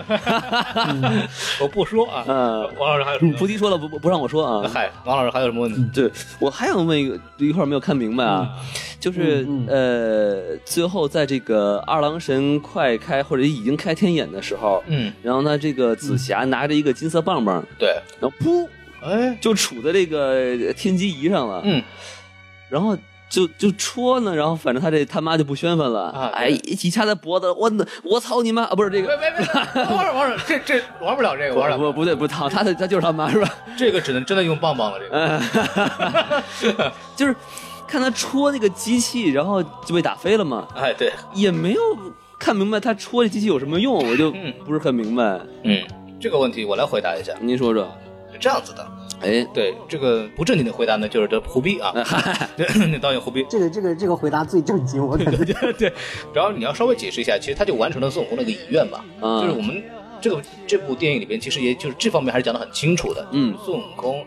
Speaker 2: 我不说啊。
Speaker 3: 嗯
Speaker 2: 王老师还有什么？
Speaker 3: 菩提说了不不不让我说啊。
Speaker 2: 嗨，王老师还有什么问题？
Speaker 3: 对，我还想问一个，一会儿没有看明白啊，就是、
Speaker 1: 嗯
Speaker 3: 呃，最后在这个二郎神快开或者已经开天眼的时候，
Speaker 2: 嗯，
Speaker 3: 然后呢，这个紫霞拿着一个金色棒棒，
Speaker 2: 对，
Speaker 3: 然后噗
Speaker 2: 哎，
Speaker 3: 就杵在这个天机仪上了，
Speaker 2: 嗯，
Speaker 3: 然后。就就戳呢，然后反正他这他妈就不宣愤了，
Speaker 2: 啊对
Speaker 3: 哎，一掐他脖子，我我操你妈啊！不是这
Speaker 2: 别
Speaker 3: 个，
Speaker 2: 别别，王老师，王老师，这这玩不了这个，玩不
Speaker 3: 不
Speaker 2: 了
Speaker 3: 不对不，他他他就是他妈是吧？
Speaker 2: 这个，只能真的用棒棒了。这个，
Speaker 3: 就是看他戳那个机器，然后就被打飞了嘛，
Speaker 2: 哎，对，
Speaker 3: 也没有看明白他戳这机器有什么用，我就
Speaker 2: 嗯
Speaker 3: 不是很明白。
Speaker 2: 嗯，这个问题我来回答一下，
Speaker 3: 您说说，
Speaker 2: 是这样子的。
Speaker 3: 哎，
Speaker 2: 对这个不正经的回答呢，就是这胡逼啊，对，那导演胡逼。
Speaker 1: 这个这个这个回答最正经，我感觉。
Speaker 2: 对，然后你要稍微解释一下，其实他就完成了孙悟空那个遗愿嘛，
Speaker 3: 嗯
Speaker 2: 就是我们这个这部电影里边，其实也就是这方面还是讲的很清楚的。
Speaker 3: 嗯
Speaker 2: 孙悟空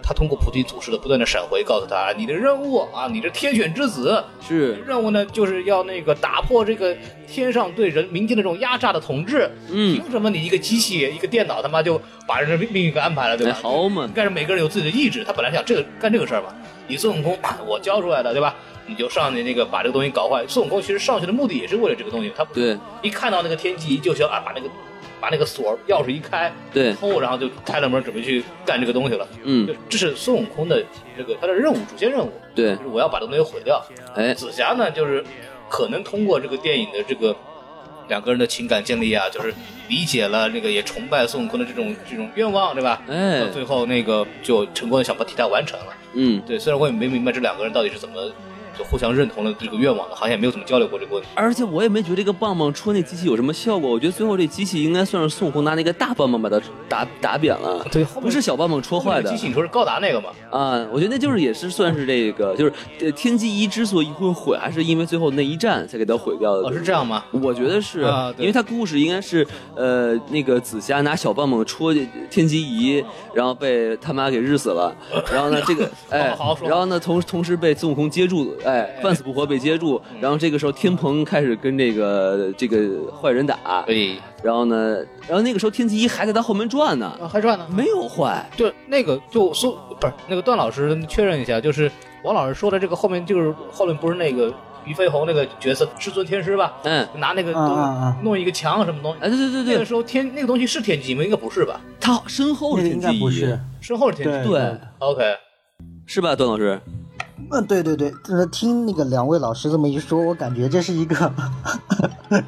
Speaker 2: 他通过菩提祖师的不断的闪回，告诉他你的任务啊，你这天选之子，
Speaker 3: 是，
Speaker 2: 任务呢就是要那个打破这个天上对人民间的这种压榨的统治。
Speaker 3: 嗯，
Speaker 2: 凭什么你一个机器一个电脑他妈就把人的命运给安排了，对
Speaker 3: 哎，
Speaker 2: 吧？
Speaker 3: 好嘛
Speaker 2: 应，该是每个人有自己的意志。他本来想这个干这个事儿嘛，你孙悟空、啊我教出来的，对吧？你就上去那个把这个东西搞坏。孙悟空其实上去的目的也是为了这个东西，他不
Speaker 3: 对
Speaker 2: 一看到那个天机就想啊把那个把那个锁钥匙一开，
Speaker 3: 对，
Speaker 2: 偷，然后就开了门准备去干这个东西了。
Speaker 3: 嗯
Speaker 2: 就，这是孙悟空的这个他的任务，主线任务
Speaker 3: 对
Speaker 2: 就，是我要把这个东西毁掉。
Speaker 3: 哎，
Speaker 2: 紫霞呢，就是可能通过这个电影的这个两个人的情感建立啊，就是理解了这个也崇拜孙悟空的这种这种愿望，对吧？
Speaker 3: 哎
Speaker 2: 到最后那个就成功的想把替他完成了。
Speaker 3: 嗯，
Speaker 2: 对，虽然我也没明白这两个人到底是怎么就互相认同了这个愿望的，好像也没有怎么交流过这个问题。
Speaker 3: 而且我也没觉得这个棒棒戳那机器有什么效果，我觉得最后这机器应该算是孙悟空拿那个大棒棒把它打打扁了，
Speaker 2: 对，后
Speaker 3: 不是小棒棒戳坏的
Speaker 2: 机器，你说是高达那个吗？
Speaker 3: 啊，我觉得那就是也是算是这个，就是呃天机一之所以会毁，还是因为最后那一战才给它毁掉的。
Speaker 2: 哦，是这样吗？
Speaker 3: 我觉得是、
Speaker 2: 啊对
Speaker 3: 因为他故事应该是，呃，那个紫霞拿小棒棒戳天机仪，然后被他妈给日死了。然后呢，这个哎，
Speaker 2: 好好说
Speaker 3: 然后呢，同同时被孙悟空接住，哎，半死不活被接住。
Speaker 2: 嗯
Speaker 3: 然后这个时候天蓬开始跟这个这个坏人打，
Speaker 2: 哎，
Speaker 3: 然后呢，然后那个时候天机仪还在他后面转呢，
Speaker 2: 啊，还转呢。
Speaker 3: 没有坏。
Speaker 2: 对，那个就苏不是那个段老师确认一下，就是王老师说的这个后面就是后面不是那个俞飞鸿那个角色至尊天师吧？
Speaker 3: 嗯，
Speaker 2: 拿那个
Speaker 1: 啊
Speaker 2: 东
Speaker 1: 啊啊
Speaker 2: 弄一个墙什么东西。
Speaker 3: 哎，对对对
Speaker 2: 那个
Speaker 3: 对，
Speaker 2: 时候天那个东西是天机吗？应该不是吧？
Speaker 3: 他身后
Speaker 1: 那
Speaker 3: 是
Speaker 1: 个
Speaker 3: 天
Speaker 1: 应该
Speaker 3: 机
Speaker 1: 不
Speaker 3: 仪
Speaker 1: 是，，
Speaker 2: 身后是天
Speaker 1: 对
Speaker 2: 机。
Speaker 3: 对，
Speaker 2: OK，
Speaker 3: 是吧，段老 师？
Speaker 1: 嗯，对对对，呃听那个两位老师这么一说，我感觉这是一个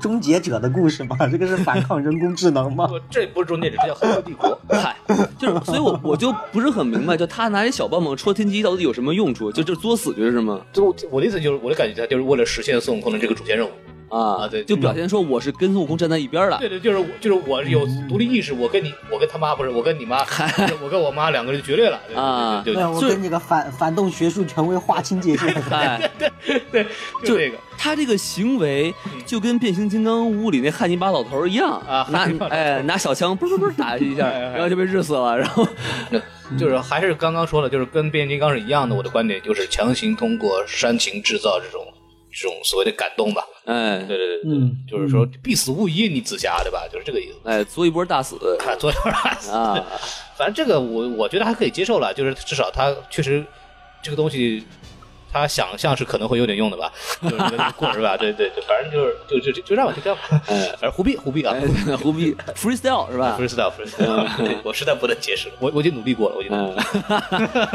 Speaker 1: 终结者的故事嘛，这个是反抗人工智能吗？
Speaker 2: 不，这不是终结者，这叫黑客帝国。
Speaker 3: 嗨，就是，所以我我就不是很明白，就他拿这小棒棒戳天机到底有什么用处？就就作死去是吗？
Speaker 2: 就我我的意思就是，我的感觉他就是为了实现孙悟空的这个主线任务。
Speaker 3: 啊
Speaker 2: 啊对
Speaker 3: 就表现说我是跟孙悟空站在一 边儿的。
Speaker 2: 对对，就是我就是我有
Speaker 1: 嗯
Speaker 2: 独立意识，我跟你我跟他妈不是我跟你妈，就是我跟我妈两个人就决裂了。对
Speaker 3: 啊
Speaker 2: 对
Speaker 1: 对，
Speaker 2: 对
Speaker 1: 我
Speaker 3: 就是
Speaker 1: 跟这个反反动学术权威划清界 限。
Speaker 3: 哎，
Speaker 2: 对对，就
Speaker 3: 就
Speaker 2: 这个。嗯
Speaker 3: 他这个行为就跟变形金刚屋里那汉尼拔老头儿一样
Speaker 2: 啊
Speaker 3: 拿
Speaker 2: 汉尼拔老头
Speaker 3: 哎拿小枪嘣嘣嘣打一下，
Speaker 2: 哎哎哎
Speaker 3: 然后就被日死了。然后
Speaker 1: 嗯
Speaker 2: 就是还是刚刚说的，就是跟变形金刚是一样的。我的观点就是强行通过煽情制造这种这种所谓的感动吧。
Speaker 3: 哎
Speaker 2: 对对对，
Speaker 1: 嗯，
Speaker 2: 就是说必死无疑，你紫霞对吧？就是这个意思。
Speaker 3: 哎，作一波大死
Speaker 2: 啊，左右 拉
Speaker 3: 啊！
Speaker 2: 反正这个我我觉得还可以接受了，就是至少他确实这个东西他想象是可能会有点用的吧，就是那个故事吧，对对对，反正就是就就就就这样吧，就这样吧，反正胡逼胡逼啊。
Speaker 3: 嗯哎，胡逼 freestyle 是 吧
Speaker 2: f r e e s t y l e f r e e s t y l e 我实在不能解释，我我已经努力过了，我已经努力过了
Speaker 3: 嗯，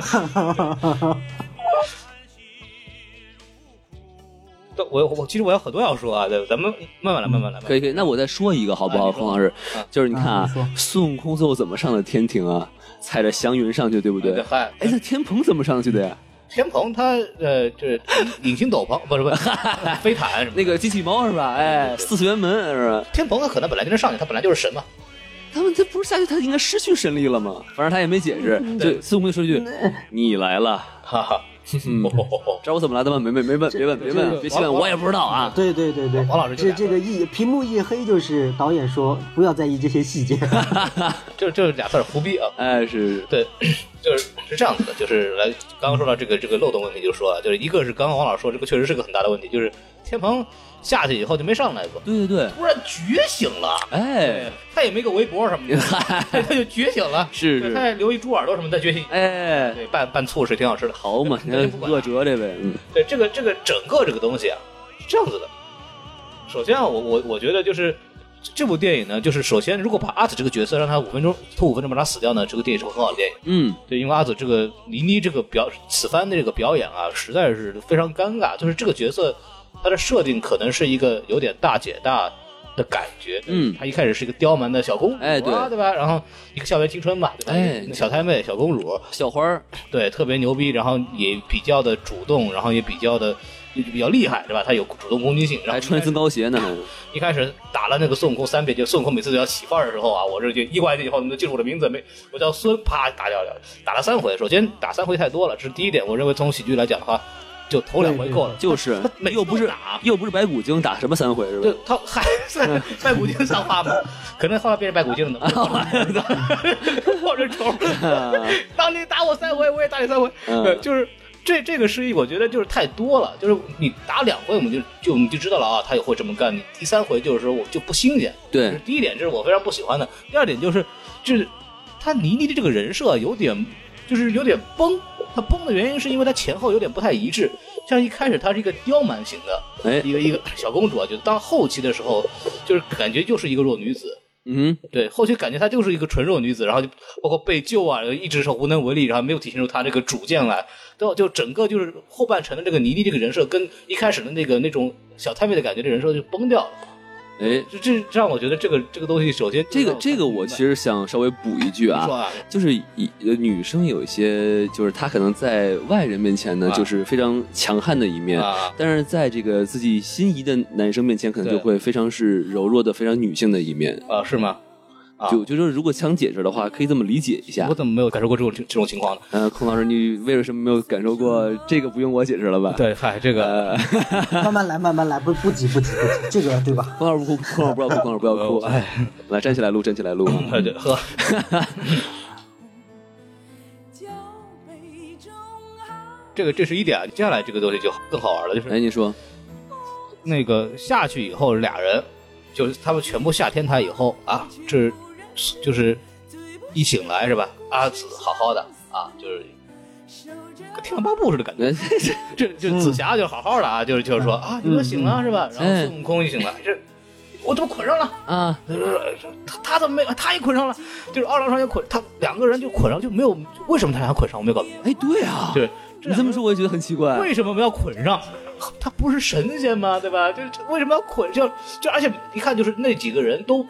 Speaker 2: 但我我其实我有很多要说啊，对，咱们慢慢来，慢慢来。慢慢来
Speaker 3: 可以可以，那我再说一个好不
Speaker 2: 啊
Speaker 3: 好，
Speaker 2: 你说
Speaker 3: 孔老师
Speaker 2: 啊？
Speaker 3: 就是你看
Speaker 1: 啊
Speaker 3: 啊
Speaker 1: 你说，
Speaker 3: 孙悟空最后怎么上的天庭啊？踩着祥云上去，对不对
Speaker 2: 对，？嗨，
Speaker 3: 哎，那天蓬怎么上去的呀？
Speaker 2: 天蓬他呃，就是隐隐形斗篷，不是不 是飞毯什么的。
Speaker 3: 那个机器猫是吧？哎，四次元门是吧？
Speaker 2: 天蓬他可能本来就能上去，他本来就是神嘛。
Speaker 3: 他们他不是下去，他应该失去神力了吗？反正他也没解释，
Speaker 1: 嗯
Speaker 3: 就
Speaker 2: 对
Speaker 3: 孙悟空就说一句：“你来了。
Speaker 2: 哈哈，
Speaker 3: 嗯
Speaker 2: 哦哦哦
Speaker 3: 知道我怎么来的吗？没没没问，别问，别
Speaker 1: 这
Speaker 3: 问，
Speaker 1: 个
Speaker 3: 别细问，我也不知道啊。
Speaker 1: 对对对对，
Speaker 2: 王老师就
Speaker 1: 这
Speaker 2: 两个
Speaker 1: 这个一屏幕一黑，就是导演说不要在意这些细节。
Speaker 2: 就是就是俩字儿胡逼啊。
Speaker 3: 哎，是是
Speaker 2: 对，就是是这样子的，就是来刚刚说到这个这个漏洞问题，就说啊，就是一个是刚刚王老师说这个确实是个很大的问题，就是天蓬下去以后就没上来过，
Speaker 3: 对对对，
Speaker 2: 突然觉醒了，
Speaker 3: 哎，
Speaker 2: 他也没个围脖什 么的，他就觉醒了，
Speaker 3: 是
Speaker 2: 对他
Speaker 3: 是，
Speaker 2: 也留一猪耳朵什么的觉醒，
Speaker 3: 哎，
Speaker 2: 对，拌拌醋是挺好吃的。
Speaker 3: 好嘛，你
Speaker 2: 对
Speaker 3: 看
Speaker 2: 不管
Speaker 3: 恶哲这位，嗯，
Speaker 2: 对这个这个整个这个东西啊，是这样子的。首先啊，我我我觉得就是这这部电影呢，就是首先如果把阿紫这个角色让他五分钟拖五分钟把他死掉呢，这个电影是个很好的电影。
Speaker 3: 嗯，
Speaker 2: 对，因为阿紫这个倪妮这个表此番的这个表演啊，实在是非常尴尬。就是这个角色，她的设定可能是一个有点大姐大的感觉。
Speaker 3: 嗯
Speaker 2: 她一开始是一个刁蛮的小公主、啊，
Speaker 3: 哎对
Speaker 2: 对吧？然后一个校园青春吧，对吧？
Speaker 3: 哎
Speaker 2: 一个小太妹、小公主，
Speaker 3: 小花儿，
Speaker 2: 对，特别牛逼，然后也比较的主动，然后也比较的也比较厉害，对吧？他有主动攻击性，然后
Speaker 3: 还
Speaker 2: 一
Speaker 3: 穿
Speaker 2: 开
Speaker 3: 增高鞋 呢，还
Speaker 2: 一开始打了那个孙悟空三遍，就孙悟空每次都要起范儿的时候啊，我这就一过来以后，你们记住我的名字没？我叫孙，啪打掉了，打了三回。首先打三回太多了，这是第一点。我认为从喜剧来讲的话，就头两回够了。
Speaker 3: 就是
Speaker 2: 他每次
Speaker 3: 又不
Speaker 2: 都
Speaker 3: 是
Speaker 2: 打
Speaker 3: 又不是白骨精，打什么三回是吧
Speaker 2: 对？他还 在拜古精上话吗？ 可能后来变成拜古精 了呢。我这仇， 当你打我三回，我也打你三回，
Speaker 3: 嗯
Speaker 2: 对，就是。这这个失忆，我觉得就是太多了，就是你打两回，我们就就我们就知道了啊，他也会这么干。你第三回就是说我就不新鲜，这是
Speaker 3: 对，
Speaker 2: 第一点，这是我非常不喜欢的。第二点就是，就是他倪妮的这个人设有点，就是有点崩。他崩的原因是因为他前后有点不太一致，像一开始他是一个刁蛮型的，
Speaker 3: 哎，
Speaker 2: 一个一个小公主啊，就到后期的时候，就是感觉就是一个弱女子。
Speaker 3: 嗯，
Speaker 2: 对，后期感觉她就是一个纯弱女子，然后就包括被救啊，一直是无能为力，然后没有体现出她这个主见来。到就整个就是后半程的这个倪妮这个人设，跟一开始的那个那种小太妹的感觉，这人设就崩掉了。
Speaker 3: 哎，
Speaker 2: 这这这让我觉得这个这个东西，首先
Speaker 3: 这个这个我其实想稍微补一句啊
Speaker 2: 说，啊，
Speaker 3: 就是以呃女生有一些，就是她可能在外人面前呢，
Speaker 2: 啊
Speaker 3: 就是非常强悍的一面。
Speaker 2: 啊，
Speaker 3: 但是在这个自己心仪的男生面前，可能就
Speaker 2: 对
Speaker 3: 会非常是柔弱的、非常女性的一面。
Speaker 2: 啊是吗？啊
Speaker 3: 就就说，如果想解释的话，可以这么理解一下
Speaker 2: 我。怎么没有感受过这种这种情况呢？
Speaker 3: 呃，孔老师，你为什么没有感受过？这个不用我解释了吧？，
Speaker 2: 对，嗨，这个
Speaker 3: 呃，
Speaker 1: 慢慢来，慢慢来，不不急不急不急，这个对吧？
Speaker 3: 孔老师不哭，孔老师不要哭，孔老师不要哭， 哎，来站起来录，站起来录。
Speaker 2: 呃，对，呵，
Speaker 5: 交杯中好。
Speaker 2: 这个这是一点啊。接下来这个东西就更好玩了，就是
Speaker 3: 哎，你说，
Speaker 2: 那个下去以后，俩人就是他们全部下天台以后啊，这就是一醒来是吧？阿紫好好的啊，就是跟天龙八部似的感觉。
Speaker 3: 哎，
Speaker 2: 这就紫霞就好好的啊，就是就是说啊，你都醒了是吧？然后孙悟空一醒来，这我怎么捆上了？
Speaker 3: 啊，
Speaker 2: 他他怎么没有？他也捆上了，就是二郎神也捆他，两个人就捆上就没有，为什么他俩捆上？我没有搞明白。
Speaker 3: 哎，对啊，
Speaker 2: 对，
Speaker 3: 你这么说我也觉得很奇怪。
Speaker 2: 为什么我们要捆上？他不是神仙吗？对吧？就是为什么要捆上？就而且一看就是那几个人都，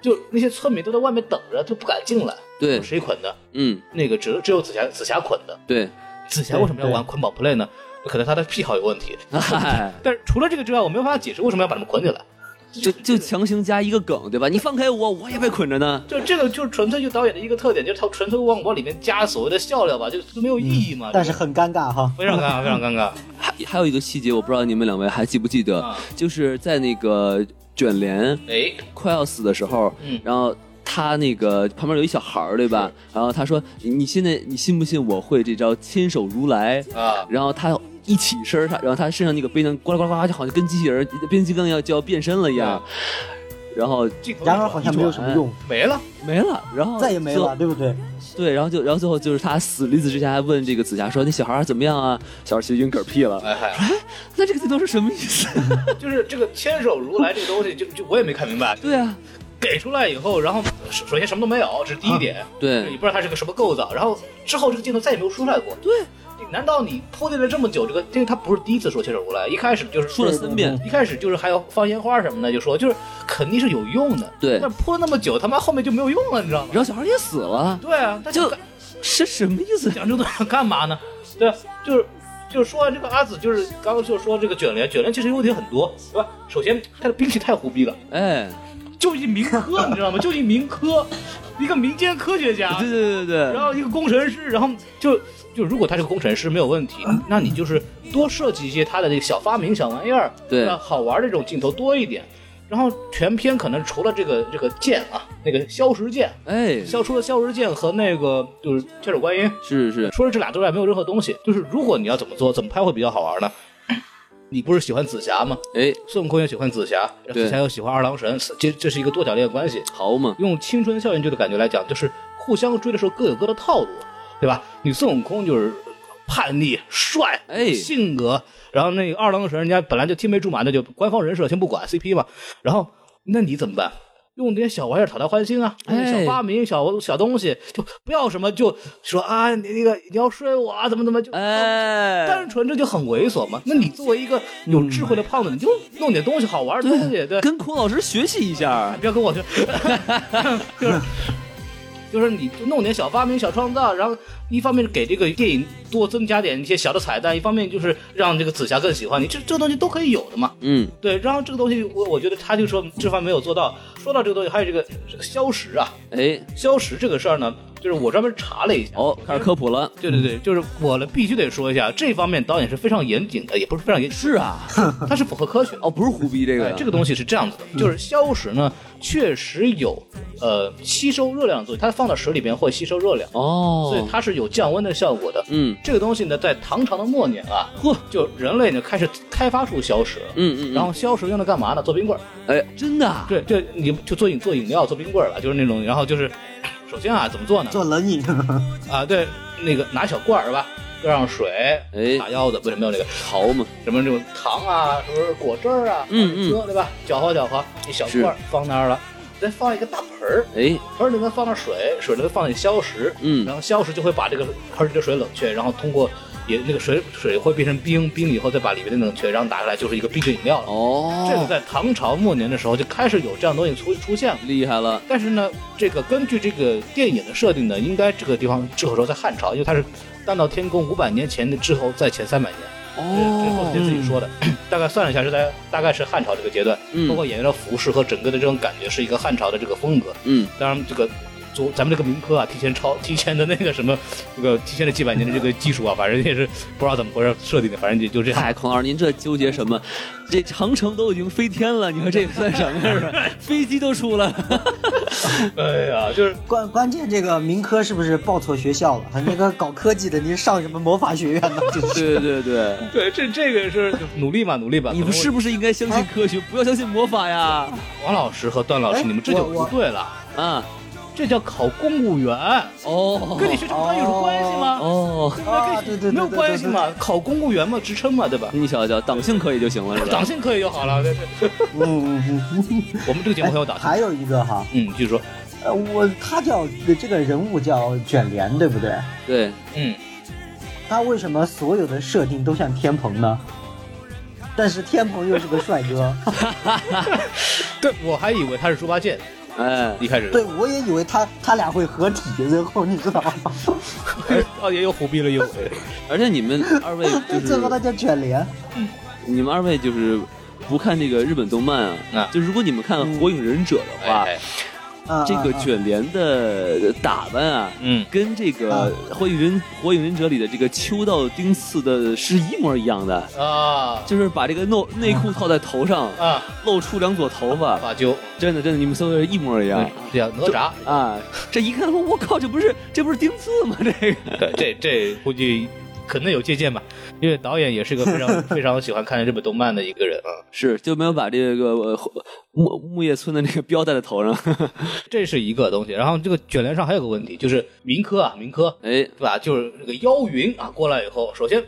Speaker 2: 就那些村民都在外面等着，都不敢进来。
Speaker 3: 对，
Speaker 2: 谁捆的？
Speaker 3: 嗯，
Speaker 2: 那个只只有紫霞紫霞捆的。
Speaker 3: 对，
Speaker 2: 紫霞为什么要玩捆绑 play 呢？可能她的癖好有问题。
Speaker 3: 嗨，
Speaker 2: 但是除了这个之外，我没有办法解释为什么要把他们捆起来。
Speaker 3: 就就强行加一个梗，对吧？你放开我，我也被捆着呢。
Speaker 2: 就这个就是纯粹就导演的一个特点，就是他纯粹往往里面加所谓的笑料吧，就就没有意义嘛。
Speaker 1: 嗯但是
Speaker 2: 这个
Speaker 1: 很尴尬哈。
Speaker 2: 非常尴尬，非常尴尬。
Speaker 3: 还还有一个细节，我不知道你们两位还记不记得，
Speaker 2: 啊
Speaker 3: 就是在那个卷帘
Speaker 1: 嗯
Speaker 2: 哎，
Speaker 3: 快要死的时候，
Speaker 2: 嗯
Speaker 3: 然后。他那个旁边有一小孩儿，对吧？然后他说：“你你现在你信不信我会这招千手如来？”
Speaker 2: 啊，
Speaker 3: 然后他一起身儿，他然后他身上那个背囊呱啦呱啦呱啦，就好像跟机器人变形金刚要就要变身了一样。然后
Speaker 2: 镜头一转哎
Speaker 1: 然而好像没有什么用，
Speaker 2: 没了，
Speaker 3: 没了，然后
Speaker 1: 再也没
Speaker 3: 最后
Speaker 1: 了，对不对？
Speaker 3: 对，然后就然后最后就是他死离子之前还问这个紫霞说：“那小孩儿怎么样啊？”小孩儿其实晕嗝屁了。
Speaker 2: 哎嗨，
Speaker 3: 那这个镜头是什么意思？
Speaker 2: 就是这个牵手如来这个东西，就就我也没看明白。
Speaker 3: 对啊，
Speaker 2: 给出来以后，然后首首先什么都没有，这是第一点，就你
Speaker 3: 对
Speaker 2: 不知道它是个什么构造。然后之后这个镜头再也没有出来过。
Speaker 3: 对，
Speaker 2: 难道你铺垫了这么久，这个这个他不是第一次说牵手如来，一开始就是
Speaker 3: 说了三遍，
Speaker 2: 一开始就是还要放烟花什么的，就说就是肯定是有用的。
Speaker 3: 对
Speaker 2: 但铺了那么久，他妈后面就没有用了，你知道吗
Speaker 3: 然？后小孩儿也死了，
Speaker 2: 对啊，那
Speaker 3: 就是是什么意思？
Speaker 2: 讲这段干嘛呢？对，啊就是就是说完这个阿紫，就是刚刚就说这个卷帘，卷帘其实问题很多，对吧？首先他的兵器太胡逼了，
Speaker 3: 哎，
Speaker 2: 就一民 科，你知道吗？就一民科，一个民间科学家，
Speaker 3: 对对对对
Speaker 2: 然
Speaker 3: 对，
Speaker 2: 后一个工程师，然后就就如果他是个工程师没有问题，
Speaker 3: 啊
Speaker 2: 那你就是多设计一些他的这个小发明、小玩意儿，
Speaker 3: 对
Speaker 2: 吧好玩这种镜头多一点。然后全片可能除了这个这个剑啊，那个消石剑，
Speaker 3: 哎，
Speaker 2: 消除了消石剑和那个就是千手观音，
Speaker 3: 是是，
Speaker 2: 除了这俩之外没有任何东西。就是如果你要怎么做，怎么拍会比较好玩呢？你不是喜欢紫霞吗？
Speaker 3: 哎，
Speaker 2: 孙悟空也喜欢紫霞，然后
Speaker 3: 对
Speaker 2: 紫霞又喜欢二郎神，这这是一个多角恋关系。
Speaker 3: 好嘛，
Speaker 2: 用青春校园剧的感觉来讲，就是互相追的时候各有各的套路，对吧？你孙悟空就是叛逆、帅、
Speaker 3: 哎
Speaker 2: 性格，然后那个二郎神人家本来就青梅竹马，那就官方人设先不管 CP 嘛。然后那你怎么办？用这些小玩意儿讨他欢心啊，
Speaker 3: 哎
Speaker 2: 用小发明、小小东西，就不要什么就说啊，你那个你要睡我啊，怎么怎么就。
Speaker 3: 哎，
Speaker 2: 单纯这就很猥琐嘛？那你作为一个有智慧的胖子，你就弄点东西好玩的东西，对，
Speaker 3: 跟孔老师学习一下，
Speaker 2: 不要跟我去， 就是就是你就弄点小发明、小创造，然后一方面是给这个电影多增加点一些小的彩蛋，一方面就是让这个紫霞更喜欢你，这这个东西都可以有的嘛。
Speaker 3: 嗯，
Speaker 2: 对，然后这个东西我我觉得他就说这方面没有做到。说到这个东西，还有这个这个消食啊，
Speaker 3: 哎，
Speaker 2: 消食这个事儿呢，就是我专门查了一下。
Speaker 3: 哦，开始科普了，
Speaker 2: 对对对，就是我呢必须得说一下，这方面导演是非常严谨的，也不是非常严谨，
Speaker 3: 是啊，
Speaker 2: 它是符合科学的。
Speaker 3: 哦，不是胡逼这个嗯
Speaker 2: 哎，，这个东西是这样子的，就是消食呢，确实有呃吸收热量的作用，它放到水里边会吸收热量，所以
Speaker 3: 哦，
Speaker 2: 它是有降温的效果的。
Speaker 3: 嗯
Speaker 2: 这个东西呢，在唐朝的末年啊，嚯，就人类呢开始开发出消食。
Speaker 3: 嗯嗯，
Speaker 2: 然后消食用来干嘛呢？做冰棍儿，
Speaker 3: 哎，真的啊，
Speaker 2: 对，就你就做饮做饮料，做冰棍儿吧，就是那种。然后就是，首先啊，怎么做呢？
Speaker 1: 做冷饮，
Speaker 2: 啊，对，那个拿小罐儿是吧，搁上水，
Speaker 3: 哎
Speaker 2: 打腰子，不是没有那个
Speaker 3: 好嘛，
Speaker 2: 什么这种糖啊，什么果汁儿啊，
Speaker 3: 嗯嗯
Speaker 2: 喝对吧？搅和搅和，一小
Speaker 3: 是
Speaker 2: 罐儿放那儿了，再放一个大盆儿，
Speaker 3: 哎，
Speaker 2: 盆儿里面放上水，水里面放点消食，
Speaker 3: 嗯
Speaker 2: 然后消食就会把这个盆儿里的水冷却，然后通过也那个水水会变成冰，冰以后再把里面的冷却，然后打开来就是一个冰镇饮料了。这个
Speaker 3: 哦，
Speaker 2: 在唐朝末年的时候就开始有这样东西出出现了。
Speaker 3: 厉害了，
Speaker 2: 但是呢，这个根据这个电影的设定呢，应该这个地方滞后时候在汉朝，因为它是大闹天宫五百年前的滞后在前三百年。
Speaker 3: 哦
Speaker 2: 对，这是后期自
Speaker 1: 哦
Speaker 2: 己说的， 大概算了一下是在大概是汉朝这个阶段，
Speaker 3: 嗯
Speaker 2: 包括演员的服饰和整个的这种感觉是一个汉朝的这个风格。
Speaker 3: 嗯，
Speaker 2: 当然，这个昨咱们这个民科啊，提前超提前的那个什么，这个提前了几百年的这个技术啊，反正也是不知道怎么回事设定的，反正也就这样。
Speaker 3: 嗨，孔老师，您这纠结什么？这长城都已经飞天了，你说这算什么 呀？飞机都出了，
Speaker 2: 哎呀，就是
Speaker 1: 关关键这个民科是不是报错学校了？那个搞科技的，你上什么魔法学院呢？真是
Speaker 3: 对对对，
Speaker 2: 对这这个是努力吧，努力吧。
Speaker 3: 你们是不是应该相
Speaker 2: 啊
Speaker 3: 信科学，不要相信魔法呀？
Speaker 2: 王老师和段老师，
Speaker 1: 哎
Speaker 2: 你们这就
Speaker 1: 我
Speaker 2: 不
Speaker 1: 我
Speaker 2: 对了，
Speaker 3: 啊，
Speaker 2: 这叫考公务员，
Speaker 3: 哦
Speaker 2: 跟你学这么多有什么关系吗？
Speaker 3: 哦，
Speaker 2: 对不对
Speaker 1: 啊
Speaker 2: 跟
Speaker 1: 对
Speaker 2: 你
Speaker 1: 对对
Speaker 2: 没有
Speaker 1: 对对
Speaker 2: 关系
Speaker 1: 对
Speaker 2: 嘛，考公务员嘛，职称嘛，对吧？
Speaker 3: 你瞧瞧，党性可以就行了，是吧
Speaker 2: 党？性可以就好了。对对，
Speaker 1: 嗯嗯嗯嗯。
Speaker 2: 我们这个节目很有党性。
Speaker 1: 还有一个哈，
Speaker 2: 嗯，继续说。
Speaker 1: 呃，我他叫这个人物叫卷帘，对不对？
Speaker 3: 对，
Speaker 2: 嗯，
Speaker 1: 他为什么所有的设定都像天蓬呢？但是天蓬又是个帅哥，
Speaker 2: 对，我还以为他是猪八戒，
Speaker 3: 哎，
Speaker 2: 一开始
Speaker 1: 对我也以为他他俩会合体，然后你知道吗？
Speaker 2: 哦，也又胡逼 了一回。
Speaker 1: 哎
Speaker 3: 而且你们二位哎就
Speaker 1: 最后他
Speaker 3: 是
Speaker 1: 叫卷帘，啊
Speaker 3: 你们二位就是不看这个日本动漫啊
Speaker 2: 啊，
Speaker 3: 就如果你们看《火影忍者》的话，
Speaker 2: 哎，哎
Speaker 1: 啊，
Speaker 3: 这个
Speaker 1: 啊
Speaker 3: 卷帘的打扮啊，
Speaker 2: 嗯，
Speaker 3: 跟这个《火影忍火影忍者》里的这个秋道丁次的是一模一样的，
Speaker 2: 啊
Speaker 3: 就是把这个内内裤套在头上，
Speaker 2: 啊，
Speaker 3: 露出两撮头发，
Speaker 2: 法灸，
Speaker 3: 真的真的，你们搜的是一模一样
Speaker 2: 对呀，哪吒。
Speaker 3: 啊！这一看，我靠，这不是这不是丁次吗？这个
Speaker 2: 对，这这估计可能有借鉴吧，因为导演也是个 非常非常喜欢看日本动漫的一个人啊，
Speaker 3: 是就没有把这个呃后木木叶村的那个标戴在头上。
Speaker 2: 这是一个东西。然后这个卷帘上还有个问题，就是民科啊，民科，
Speaker 3: 哎，
Speaker 2: 对吧？就是那个妖云啊，过来以后，首先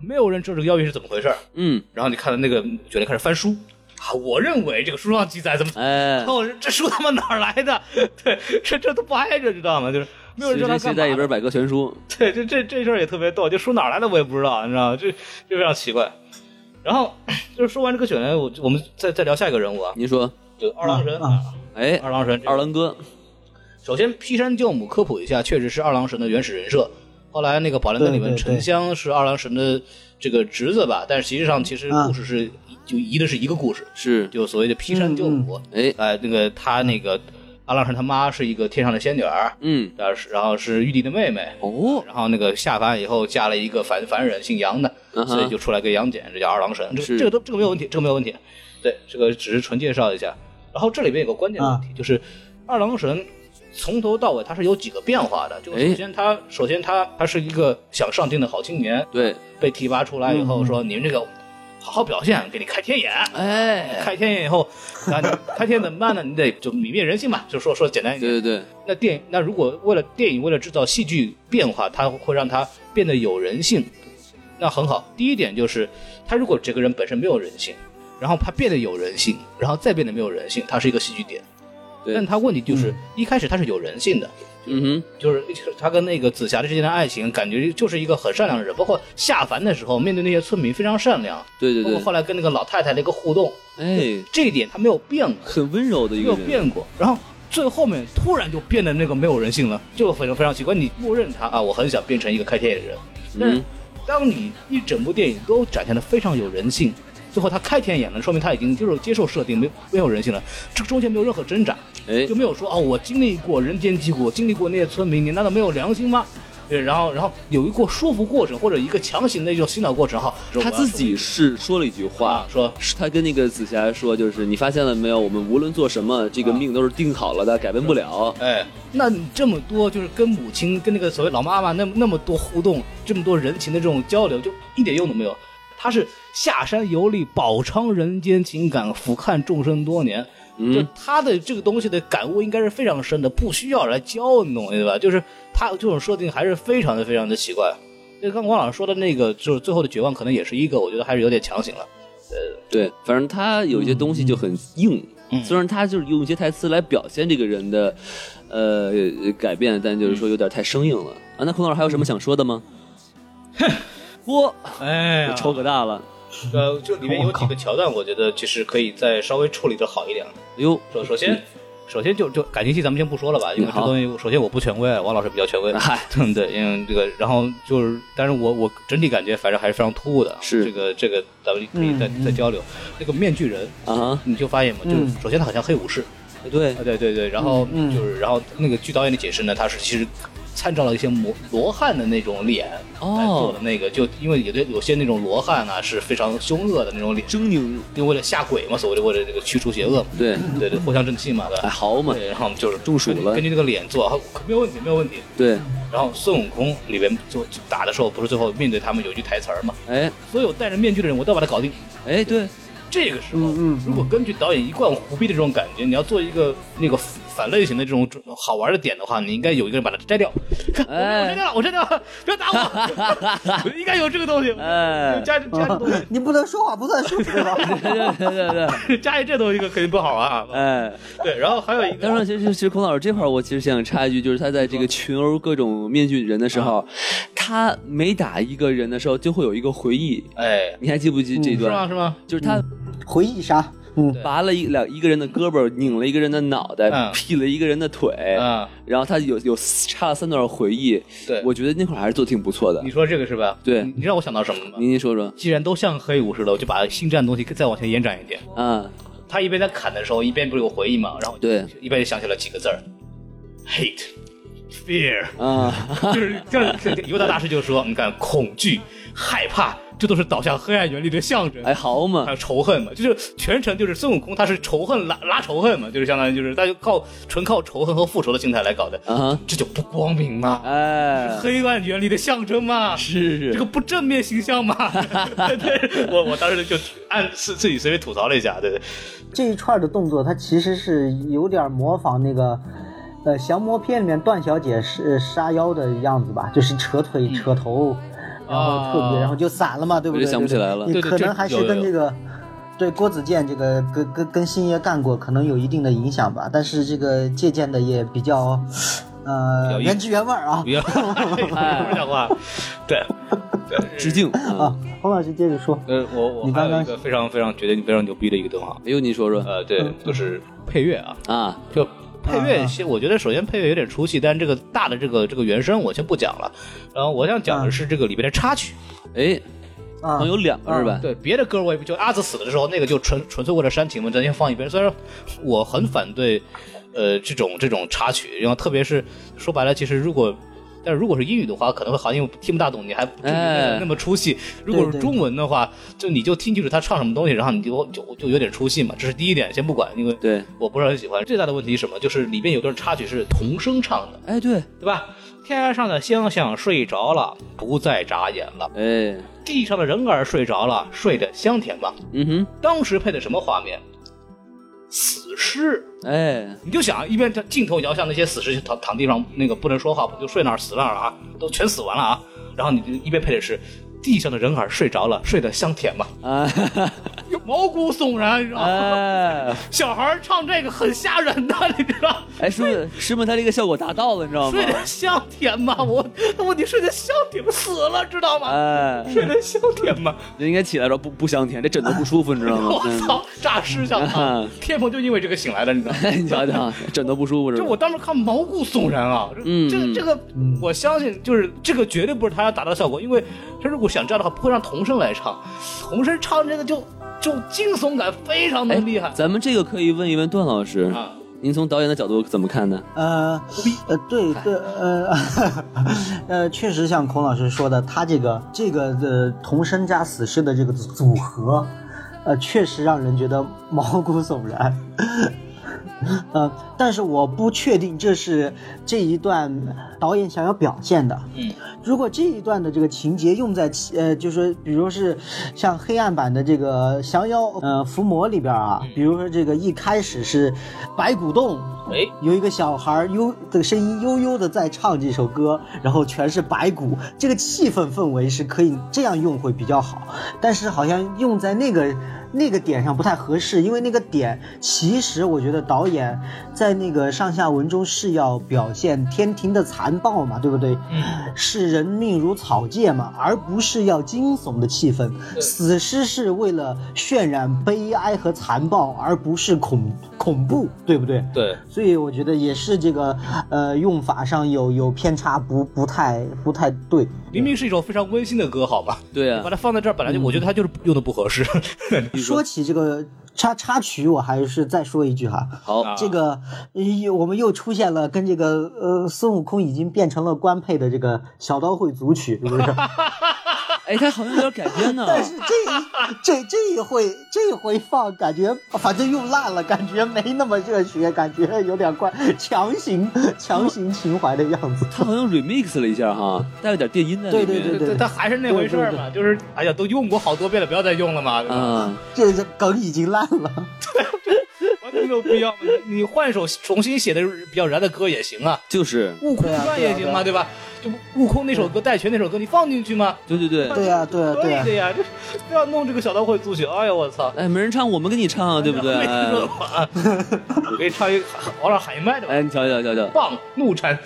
Speaker 2: 没有人知道这个妖云是怎么回事儿，
Speaker 3: 嗯，
Speaker 2: 然后你看到那个卷帘开始翻书啊，我认为这个书上记载怎么。
Speaker 3: 哎，
Speaker 2: 哦，这书他妈哪儿来的？ 对，这这都不挨着，知道吗？就是没有人
Speaker 3: 随
Speaker 2: 知道他
Speaker 3: 身
Speaker 2: 干嘛
Speaker 3: 携带一
Speaker 2: 的
Speaker 3: 本百科全书，
Speaker 2: 对，这这这事儿也特别逗，这书哪儿来的我也不知道，你知道吗？这这非常奇怪。然后就是说完这个选人，我我们再再聊下一个人物啊，
Speaker 3: 您说，
Speaker 2: 就二郎神
Speaker 1: 啊啊
Speaker 3: 哎，
Speaker 2: 二郎神，
Speaker 3: 二郎哥，
Speaker 2: 首先劈山救母科普一下，确实是二郎神的原始人设。后来那个《宝莲灯》里面，
Speaker 1: 对对对
Speaker 2: 沉香是二郎神的这个侄子吧，但是实际上其实
Speaker 1: 啊
Speaker 2: 故事是、就移的是一个故事，
Speaker 3: 是，
Speaker 2: 就所谓的劈
Speaker 1: 嗯
Speaker 2: 山救母。
Speaker 3: 哎，
Speaker 2: 哎、那个他那个二郎神他妈是一个天上的仙女儿，
Speaker 3: 嗯，
Speaker 2: 然后是然后是玉帝的妹妹，
Speaker 3: 哦，
Speaker 2: 然后那个下凡以后嫁了一个凡凡人，姓杨的，
Speaker 3: 嗯哼
Speaker 2: 所以就出来个杨戬，这叫二郎神。这
Speaker 3: 是
Speaker 2: 个这个都这个没有问题，这个没有问题。对，这个只是纯介绍一下。然后这里面有个关键的问
Speaker 3: 啊
Speaker 2: 题，就是二郎神从头到尾他是有几个变化的。就
Speaker 3: 哎
Speaker 2: 首先他首先他他是一个想上进的好青年，
Speaker 3: 对，
Speaker 2: 被提拔出来以后
Speaker 1: 嗯
Speaker 2: 说你们这个好好表现，给你开天眼。
Speaker 3: 哎，
Speaker 2: 开天眼以后，啊，你开天怎么办呢？你得就泯灭人性嘛， 就说说简单一点。
Speaker 3: 对对对，
Speaker 2: 那电那如果为了电影为了制造戏剧变化，它会让它变得有人性，那很好。第一点就是，他如果这个人本身没有人性，然后他变得有人性，然后再变得没有人性，它是一个戏剧点。
Speaker 3: 对
Speaker 2: 但他问题就是、一开始他是有人性的，
Speaker 3: 嗯
Speaker 2: 就是他跟那个紫霞之间的爱情，感觉就是一个很善良的人。包括下凡的时候，面对那些村民非常善良，
Speaker 3: 哼，对对
Speaker 2: 包括
Speaker 3: 对，
Speaker 2: 后来跟那个老太太的一个互动，
Speaker 3: 哎，
Speaker 2: 这一点他没有变过。
Speaker 3: 很温柔的一
Speaker 2: 没
Speaker 3: 个
Speaker 2: 有
Speaker 3: 人，
Speaker 2: 变过，然后最后面突然就变得那个没有人性了，就非常非常奇怪。你默认他啊，我很想变成一个开天眼的人，但是
Speaker 3: 嗯
Speaker 2: 当你一整部电影都展现的非常有人性，最后他开天眼了，说明他已经接受接受设定，没没有人性了。这个中间没有任何挣扎，
Speaker 3: 哎
Speaker 2: 就，没有说哦，我经历过人间疾苦，我经历过那些村民，你难道没有良心吗？对，然后，然后有一个说服过程，或者一个强行的一种洗脑过程哈。
Speaker 3: 他自己是说了一句
Speaker 2: 啊
Speaker 3: 话，
Speaker 2: 说
Speaker 3: 是他跟那个紫霞说，就是你发现了没有，我们无论做什么，这
Speaker 2: 啊
Speaker 3: 个命都是定好了的，改变不了。
Speaker 2: 哎，那你这么多就是跟母亲跟那个所谓老妈妈那那么多互动，这么多人情的这种交流，就一点用都没有。他是下山游历，饱尝人间情感，俯瞰众生多年。就
Speaker 3: 嗯，
Speaker 2: 他的这个东西的感悟应该是非常深的，不需要来教你，懂对吧？就是他这种设定还是非常的非常的奇怪。那刚光老师说的那个，就是最后的绝望，可能也是一个，我觉得还是有点强行了。
Speaker 3: 对，反正他有一些东西就很硬，
Speaker 2: 嗯
Speaker 3: 虽然他就是用一些台词来表现这个人的，呃，改变，但就是
Speaker 2: 嗯
Speaker 3: 说有点太生硬了。啊，那孔老师还有什么想说的吗？嚯，
Speaker 2: 哎
Speaker 3: 这仇可大了！
Speaker 2: 呃，就里面有几个桥段，我觉得其实可以再稍微处理的好一点。
Speaker 3: 哎呦，
Speaker 2: 首首先，首先就就感情戏咱们先不说了吧，因为这
Speaker 3: 好
Speaker 2: 东西首先我不权威，王老师比较权威。 嗯
Speaker 3: 嗨，
Speaker 2: 对，因为这个，然后就是，但是我我整体感觉反正还是非常突兀的。
Speaker 3: 是
Speaker 2: 这个这个，咱们可以再、
Speaker 1: 嗯嗯
Speaker 2: 再交流。那个面具人，
Speaker 3: 啊哈，
Speaker 2: 你就发现嘛，就是
Speaker 1: 嗯
Speaker 2: 首先他很像黑武士，
Speaker 3: 对
Speaker 2: 啊，，对对对，然后
Speaker 1: 嗯嗯
Speaker 2: 就是然后那个据导演的解释呢，他是其实参照了一些罗罗汉的那种脸来做
Speaker 3: 哦
Speaker 2: 的，那个，就因为有的有些那种罗汉啊是非常凶恶的那种脸，
Speaker 3: 狰狞，
Speaker 2: 因为为了吓鬼嘛，所谓的为了这个驱除邪恶嘛，
Speaker 3: 对，
Speaker 2: 对对，藿香正气嘛，对吧
Speaker 3: 哎，？好嘛，
Speaker 2: 对，然后我们就是
Speaker 3: 中暑了
Speaker 2: 根据那个脸做，啊没有问题，没有问题。
Speaker 3: 对，
Speaker 2: 然后孙悟空里边就就打的时候，不是最后面对他们有一句台词儿嘛，
Speaker 3: 哎，
Speaker 2: 所有戴着面具的人，我都要把他搞定。
Speaker 3: 哎，对，
Speaker 2: 这个时候，
Speaker 1: 嗯嗯
Speaker 2: 如果根据导演一贯胡逼的这种感觉，你要做一个那个反类型的这种好玩的点的话，你应该有一个人把它摘 掉。我摘
Speaker 3: 哎，
Speaker 2: 掉了，我摘掉了， 不要打我， 应该有这个东 西。
Speaker 3: 哎
Speaker 2: 加加这东西，
Speaker 1: 你不能说话不算数，对吧？
Speaker 3: 对对对对，
Speaker 2: 加一这东西肯定不好啊。
Speaker 3: 哎。
Speaker 2: 对，然后还有一
Speaker 3: 当
Speaker 2: 个，
Speaker 3: 然，其实其实孔老师这块儿，我其实想插一句，就是他在这个群殴各种面具人的时候，他每打一个人的时候，就会有一个回忆。
Speaker 2: 哎，
Speaker 3: 你还记不记这
Speaker 2: 是
Speaker 3: 段？
Speaker 2: 吗？是吗？
Speaker 3: 嗯就是啊他
Speaker 1: 回忆杀，嗯，
Speaker 2: 对
Speaker 3: 拔了一两一个人的胳膊，拧了一个人的脑袋，
Speaker 2: 嗯
Speaker 3: 劈了一个人的腿，
Speaker 2: 啊，
Speaker 3: 然后他有有插了三段回忆。
Speaker 2: 对，
Speaker 3: 我觉得那会儿还是做得挺不错的
Speaker 2: 你。说这个是吧？
Speaker 3: 对
Speaker 2: 你你让我想到什么了吗？
Speaker 3: 您您说说
Speaker 2: 既然都像黑武士了，我就把星战的东西再往前延展一点。
Speaker 3: 啊？
Speaker 2: 他一边在砍的时候，一边不是有回忆嘛，然后
Speaker 3: 对
Speaker 2: 一边就想起了几个字儿：hate。Fear，
Speaker 3: 啊，
Speaker 2: 嗯就是就是，犹大大师就说：“你看，恐惧、害怕，这都是导向黑暗原理的象征。
Speaker 3: 哎，好嘛
Speaker 2: 还，有仇恨嘛，就是全程就是孙悟空他是仇恨拉拉仇恨嘛，就是相当于就是他就靠纯靠仇恨和复仇的心态来搞的，
Speaker 3: 啊哈，
Speaker 2: 这就不光明嘛，
Speaker 3: 哎，
Speaker 2: 黑暗原理的象征嘛，
Speaker 3: 是是
Speaker 2: 这个不正面形象嘛。 对我我当时就按自自己随便吐槽了一下，对对，
Speaker 1: 这一串的动作，它其实是有点模仿那个，呃，降魔篇里面段小姐是呃杀妖的样子吧，就是扯腿扯头，然后特别，
Speaker 2: 啊
Speaker 1: 然后就散了嘛，对不对？
Speaker 3: 我就想不起来了
Speaker 1: 对对
Speaker 2: 对对
Speaker 1: 可
Speaker 2: 这
Speaker 1: 能还
Speaker 2: 有
Speaker 1: 是
Speaker 2: 有
Speaker 1: 跟
Speaker 2: 有
Speaker 1: 这个。对郭子健这个跟跟跟星爷干过，可能有一定的影响吧，但是这个借鉴的也比较，
Speaker 2: 比较
Speaker 1: 呃，
Speaker 2: 硬
Speaker 1: 原汁原味儿啊
Speaker 2: 不。要不是讲话，对。
Speaker 3: 致敬啊！
Speaker 1: 洪老师接着说，
Speaker 2: 呃，我我
Speaker 1: 你
Speaker 2: 还
Speaker 1: 刚
Speaker 2: 有
Speaker 1: 刚嗯
Speaker 2: 一个非常非常觉得非常牛逼的一个动画，
Speaker 3: 哎呦，你说说
Speaker 2: 呃，对，就是配乐啊，
Speaker 3: 啊，
Speaker 2: 就配乐
Speaker 1: 啊，
Speaker 2: 先我觉得首先配乐有点出戏，但是这个大的这个这个原声我先不讲了。然后我想讲的是这个里边的插曲，
Speaker 3: 哎，
Speaker 1: 啊
Speaker 3: 好像，有两个是吧？
Speaker 2: 对别的歌我也不就阿紫死了之后，那个就纯纯粹为了煽情嘛，咱先放一边。虽然我很反对，呃，这种这种插曲，然后特别是说白了，其实如果。但是如果是英语的话，可能会好像听不大懂，你还不至于
Speaker 3: 哎
Speaker 2: 那么出戏。如果
Speaker 1: 对
Speaker 2: 是
Speaker 1: 对
Speaker 2: 中文的话，就你就听清楚他唱什么东西，然后你就就就有点出戏嘛。这是第一点，先不管，因为
Speaker 3: 对，
Speaker 2: 我不是很喜欢。最大的问题是什么？就是里边有段插曲是童声唱的，
Speaker 3: 哎对，
Speaker 2: 对吧？天上的星星睡着了，不再眨眼了；
Speaker 3: 哎，
Speaker 2: 地上的人儿睡着了，睡得香甜吧。
Speaker 3: 嗯
Speaker 2: 当时配的什么画面？死尸。
Speaker 3: 哼，哎，
Speaker 2: 你就想一边镜头摇向那些死尸躺躺地上，那个不能说话，不就睡那儿死那儿了啊，都全死完了啊。然后你就一边配的是地上的人儿睡着了，睡得香甜 吧，
Speaker 3: 啊，
Speaker 2: 毛骨悚然，你知道吗？
Speaker 3: 哎，
Speaker 2: 小孩儿唱这个很吓人的，你知道吗？
Speaker 3: 哎，是不是是不是他这个效果达到了，你知道吗
Speaker 2: 睡？得香甜吗？我那问题睡得香甜吗？死了，知道吗？
Speaker 3: 哎，
Speaker 2: 睡得香甜吗？
Speaker 3: 人应该起来说不不香甜，这枕头不舒服，你知道吗
Speaker 2: 我？操，诈尸想啊
Speaker 3: 嗯！
Speaker 2: 天蓬就因为这个醒来的，你知道吗？
Speaker 3: 哎， 你瞧瞧，枕头不舒服是
Speaker 2: 就
Speaker 3: 吧？
Speaker 2: 我当时看毛骨悚然啊！
Speaker 3: 嗯
Speaker 2: 这
Speaker 3: 嗯
Speaker 2: 这这个，我相信就是这个绝对不是他要达到的效果，因为他如果想这样的话，不会让童声来唱，童声唱这个就就惊悚感非常的
Speaker 3: 哎
Speaker 2: 厉害
Speaker 3: 咱们这个可以问一问段老师，
Speaker 2: 啊！
Speaker 3: 您从导演的角度怎么看呢？
Speaker 1: 呃，呃，对对，呃， 呃，确实像孔老师说的，他这个这个呃童声加死尸的这个组合，呃，确实让人觉得毛骨悚然。呃，但是我不确定这是这一段导演想要表现的。
Speaker 2: 嗯，
Speaker 1: 如果这一段的这个情节用在其呃，就是说，比如是像黑暗版的这个降妖呃伏魔里边啊，比如说这个一开始是白骨洞，
Speaker 2: 哎，
Speaker 1: 有一个小孩儿悠这个声音悠悠的在唱这首歌，然后全是白骨，这个气氛氛围是可以这样用会比较好，但是好像用在那个那个点上不太合适，因为那个点其实我觉得导演在那个上下文中是要表现天庭的残暴嘛，对不对？视人命如草芥嘛，而不是要惊悚的气氛。死尸是为了渲染悲哀和残暴，而不是恐恐怖，对不对？
Speaker 2: 对，
Speaker 1: 所以我觉得也是这个，呃，用法上有有偏差不，不太不太对。
Speaker 2: 明明是一首非常温馨的歌，好吧？
Speaker 3: 对
Speaker 2: 把
Speaker 1: 嗯
Speaker 3: 啊，
Speaker 2: 它放在这儿，本来就我觉得它就是用的不合适。
Speaker 1: 说起这个插插曲，我还是再说一句哈，
Speaker 3: 好，
Speaker 2: 啊
Speaker 1: 这个呃我们又出现了跟这个呃孙悟空已经变成了官配的这个小刀会组曲，是不 是？
Speaker 3: 哎，他好像有点改编呢，
Speaker 1: 但是这一这这一回这一回放，感觉反正又烂了，感觉没那么热血，感觉有点怪，强行强行情怀的样子。
Speaker 3: 他好像 remix 了一下哈，带了点电音在里面。
Speaker 1: 对 对
Speaker 2: 它还是那回事儿嘛，就是哎呀，都用过好多遍了，不要再用了嘛，对
Speaker 1: 嗯
Speaker 2: 吧？
Speaker 3: 啊，
Speaker 1: 这这梗已经烂了。
Speaker 2: 完全没有必要嘛。你你换一首重新写的比较燃的歌也行啊，
Speaker 3: 就是，
Speaker 2: 《悟空
Speaker 1: 对啊
Speaker 2: 传》也行嘛，对吧？就悟空那首歌，戴荃那首歌，你放进去吗？
Speaker 3: 对对对，
Speaker 1: 对呀、对呀、啊
Speaker 2: 可
Speaker 1: 对
Speaker 2: 以
Speaker 1: 呀、
Speaker 2: 的呀，这非要弄这个小刀会组曲，哎呀，我操！
Speaker 3: 哎，没人唱，我们给你唱啊，对不对？
Speaker 2: 没听说
Speaker 3: 哎
Speaker 2: 过啊，我给你唱一个王老喊一麦的吧，
Speaker 3: 哎，你瞧瞧瞧瞧，
Speaker 2: 棒怒沉，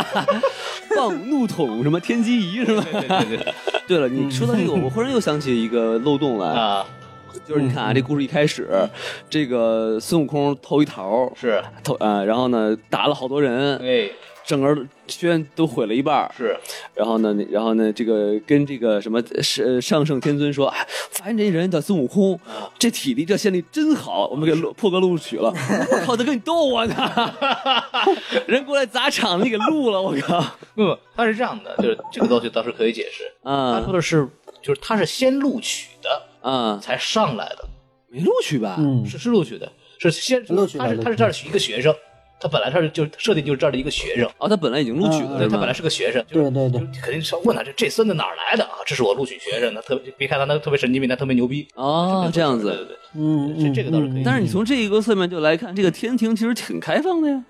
Speaker 3: 棒怒桶什么天机仪是吧？嗯
Speaker 2: 对对 对
Speaker 3: 对了，你说到这个，我忽然又想起一个漏洞来，
Speaker 2: 啊，
Speaker 3: 就是你看啊，这故事一开始，这个孙悟空偷一桃，
Speaker 2: 是，
Speaker 3: 偷啊，然后呢打了好多人，
Speaker 2: 哎，
Speaker 3: 整个学院都毁了一半儿，
Speaker 2: 是，
Speaker 3: 然后呢，你然后呢，这个跟这个什么上上圣天尊说，哎，发现这人叫孙悟空，这体力这仙力真好，我们给录破格录取了。我靠，他跟你逗我呢， 人过来砸场子，你给录了，我靠。
Speaker 2: 不不，他是这样的，就是这个东西倒是可以解释，他
Speaker 3: 啊
Speaker 2: 说的是就是他是先录取的
Speaker 3: 啊，
Speaker 2: 才上来的，
Speaker 3: 没录取吧？
Speaker 1: 嗯，
Speaker 2: 是是录取的，是先
Speaker 1: 录取的
Speaker 2: 他是
Speaker 1: 录取的
Speaker 2: 他是这儿一个学生，他本来他是就设定就是这儿的一个学生，
Speaker 3: 哦，他本来已经录取了，
Speaker 1: 嗯
Speaker 2: 对
Speaker 3: 是
Speaker 2: 他
Speaker 3: 吧？
Speaker 2: 本来是个学生，就是
Speaker 1: 对对对，
Speaker 2: 就肯定是要问他这这孙子哪儿来的啊？这是我录取学生，他特别别看他那特别神经病，他特别牛逼
Speaker 3: 哦，这样子。，
Speaker 1: 嗯，
Speaker 2: 这
Speaker 1: 嗯
Speaker 2: 这个倒是可以
Speaker 3: 但是你从这一个侧面就来看，这个天庭其实挺开放的呀，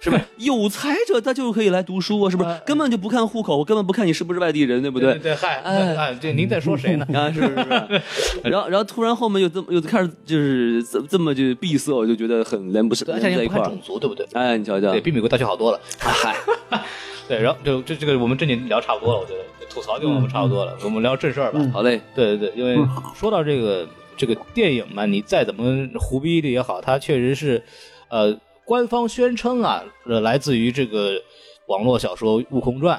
Speaker 2: 是吧？
Speaker 3: 有才者他就可以来读书啊，是不
Speaker 2: 呃
Speaker 3: 是？根本就不看户口，根本不看你是不是外地人，对不
Speaker 2: 对？对，嗨，
Speaker 3: 哎
Speaker 2: 哎，这您在说谁呢？
Speaker 3: 啊， 是不是？ 是然后，然后突然后面又这么又开始就是这这么就闭塞，我就觉得很连不上，
Speaker 2: 对而且
Speaker 3: 连不在
Speaker 2: 也
Speaker 3: 一
Speaker 2: 不
Speaker 3: 块
Speaker 2: 看
Speaker 3: 儿
Speaker 2: 种。族，对不对？
Speaker 3: 哎，你瞧瞧
Speaker 2: 对，，比美国大学好多了。
Speaker 3: 嗨，
Speaker 2: 对，然后就这这个我们正经聊差不多了，我觉得吐槽就我们差不多了，我们聊正事儿吧。
Speaker 1: 嗯
Speaker 3: 好嘞，
Speaker 2: 对对对，因为说到这个这个电影嘛，你再怎么胡逼的也好，它确实是，呃，官方宣称啊，呃，来自于这个网络小说《悟空传》，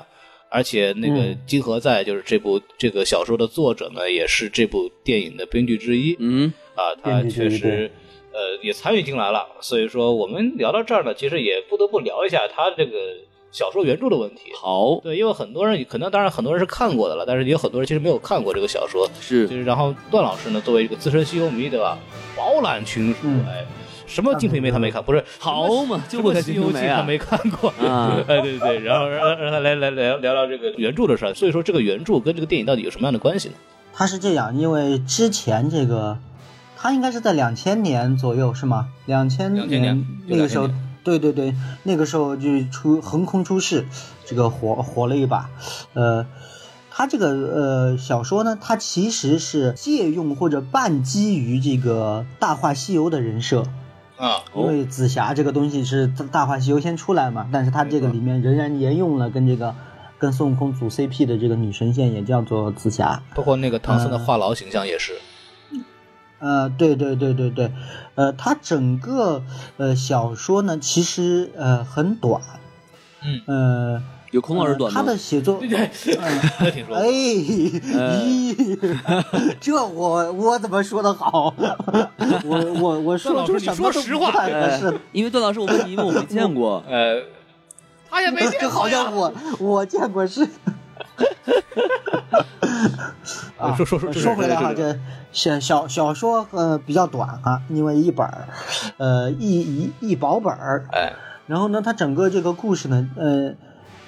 Speaker 2: 而且那个
Speaker 1: 嗯
Speaker 2: 金河在就是这部这个小说的作者呢，也是这部电影的编剧之一。
Speaker 3: 嗯，
Speaker 2: 啊，他
Speaker 1: 编剧
Speaker 2: 确
Speaker 1: 这一
Speaker 2: 实呃也参与进来了，所以说我们聊到这儿呢，其实也不得不聊一下他这个小说原著的问题。
Speaker 3: 好，
Speaker 2: 对，因为很多人可能当然很多人是看过的了，但是也有很多人其实没有看过这个小说。
Speaker 3: 是
Speaker 2: 就是然后段老师呢，作为一个资深西游迷，对吧？饱览群书，
Speaker 1: 嗯
Speaker 2: 哎，什么《金瓶梅》他没看，不是
Speaker 3: 好嘛，
Speaker 2: 什
Speaker 3: 就
Speaker 2: 么
Speaker 3: 会
Speaker 2: 《
Speaker 3: 在
Speaker 2: 西
Speaker 3: 金
Speaker 2: 游
Speaker 3: 瓶
Speaker 2: 记
Speaker 3: 梅》
Speaker 2: 他
Speaker 3: 啊，
Speaker 2: 没看过
Speaker 3: 啊
Speaker 2: 哎，对对对，然后让让他来来聊聊聊这个原著的事儿。所以说，这个原著跟这个电影到底有什么样的关系呢？
Speaker 1: 他是这样，因为之前这个，他应该是在两千年左右是吗？两千
Speaker 2: 2000年
Speaker 1: 那个时候
Speaker 2: 就2000，
Speaker 1: 对对对，那个时候就出横空出世，这个火火了一把。呃，他这个呃小说呢，它其实是借用或者半基于这个《大话西游》的人设。
Speaker 2: 啊，
Speaker 1: 因为紫霞这个东西是《大话西游》先出来嘛，但是它这个里面仍然沿用了跟这个跟孙悟空组 CP 的这个女神线，也叫做紫霞。
Speaker 2: 包括那个唐僧的话痨形象也是。
Speaker 1: 呃，对对对对对，呃，它整个呃小说呢，其实呃很短，
Speaker 2: 嗯
Speaker 1: 呃，
Speaker 3: 有孔老师短
Speaker 1: 他
Speaker 3: 吗
Speaker 1: 的？写作，
Speaker 2: 哎
Speaker 1: 嗯
Speaker 2: 我听说
Speaker 1: 哎，
Speaker 2: 过，。
Speaker 3: 呃
Speaker 1: 咦， 这我我怎么说的好？ 我我我说出什么都不呃太合适，
Speaker 3: 哎因为段老师，我问你，因为我没见过
Speaker 2: 呃，他也没见
Speaker 1: 这好像我我见过 是。啊，
Speaker 2: 说说说
Speaker 1: 说回来哈，
Speaker 2: 这是
Speaker 1: 这小小小说呃比较短啊，因为一本儿，呃一一一薄本儿，
Speaker 2: 哎，
Speaker 1: 然后呢，它整个这个故事呢，呃，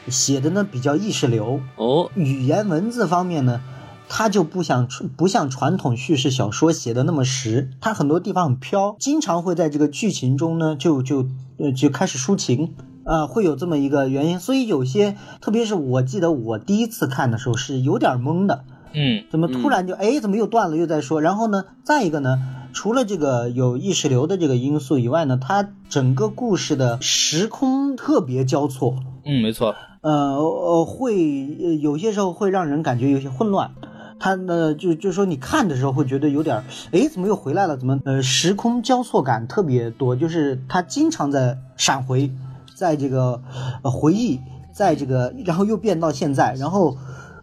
Speaker 1: 写的呢比较意识流，
Speaker 3: 哦，
Speaker 1: 语言文字方面呢，它就不想不像传统叙事小说写的那么实，它很多地方很飘，经常会在这个剧情中呢，就就呃就开始抒情。啊，会有这么一个原因，所以有些，特别是我记得我第一次看的时候是有点懵的，
Speaker 2: 嗯
Speaker 1: 怎么突然就哎、怎么又断了又在说？然后呢，再一个呢，除了这个有意识流的这个因素以外呢，它整个故事的时空特别交错，
Speaker 2: 嗯，没错，
Speaker 1: 呃呃，会呃有些时候会让人感觉有些混乱。它呢，就就说你看的时候会觉得有点儿，哎，怎么又回来了？怎么呃，时空交错感特别多，就是它经常在闪回，在这个呃回忆，在这个，然后又变到现在，然后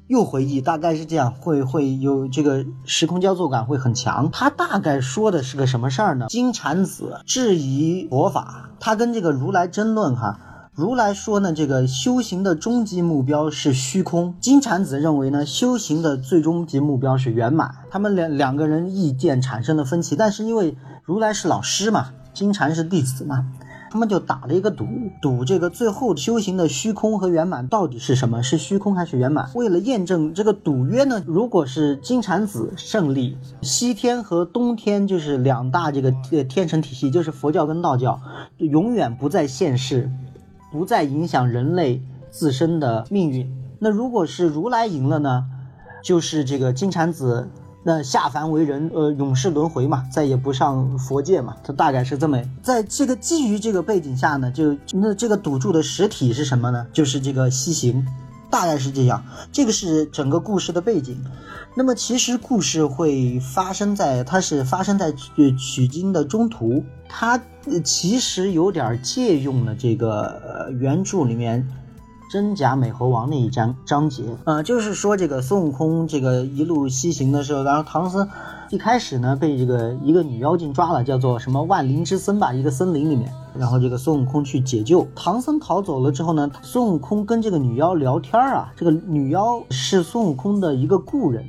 Speaker 1: 又回忆，大概是这样，会会有这个时空交错感会很强。他大概说的是个什么事儿呢？金蝉子质疑佛法，他跟这个如来争论哈。如来说呢，这个修行的终极目标是虚空。金蝉子认为呢，修行的最终极目标是圆满。他们两两个人意见产生了分歧，但是因为如来是老师嘛，金蝉是弟子嘛，他们就打了一个赌，赌这个最后修行的虚空和圆满到底是什么？是虚空还是圆满？为了验证这个赌约呢，如果是金蝉子胜利，西天和东天就是两大这个呃天神体系，就是佛教跟道教，永远不在现世，不再影响人类自身的命运。那如果是如来赢了呢，就是这个金蝉子。那下凡为人，呃，永世轮回嘛，再也不上佛界嘛，他大概是这么。在这个基于这个背景下呢，就那这个赌注的实体是什么呢？就是这个西行，大概是这样。这个是整个故事的背景。那么其实故事会发生在，它是发生在取取经的中途，它呃其实有点借用了这个呃原著里面真假美猴王那一章章节，呃，就是说这个孙悟空这个一路西行的时候，然后唐僧一开始呢被这个一个女妖精抓了，叫做什么万灵之森吧，一个森林里面，然后这个孙悟空去解救，唐僧逃走了之后呢，孙悟空跟这个女妖聊天儿啊，这个女妖是孙悟空的一个故人，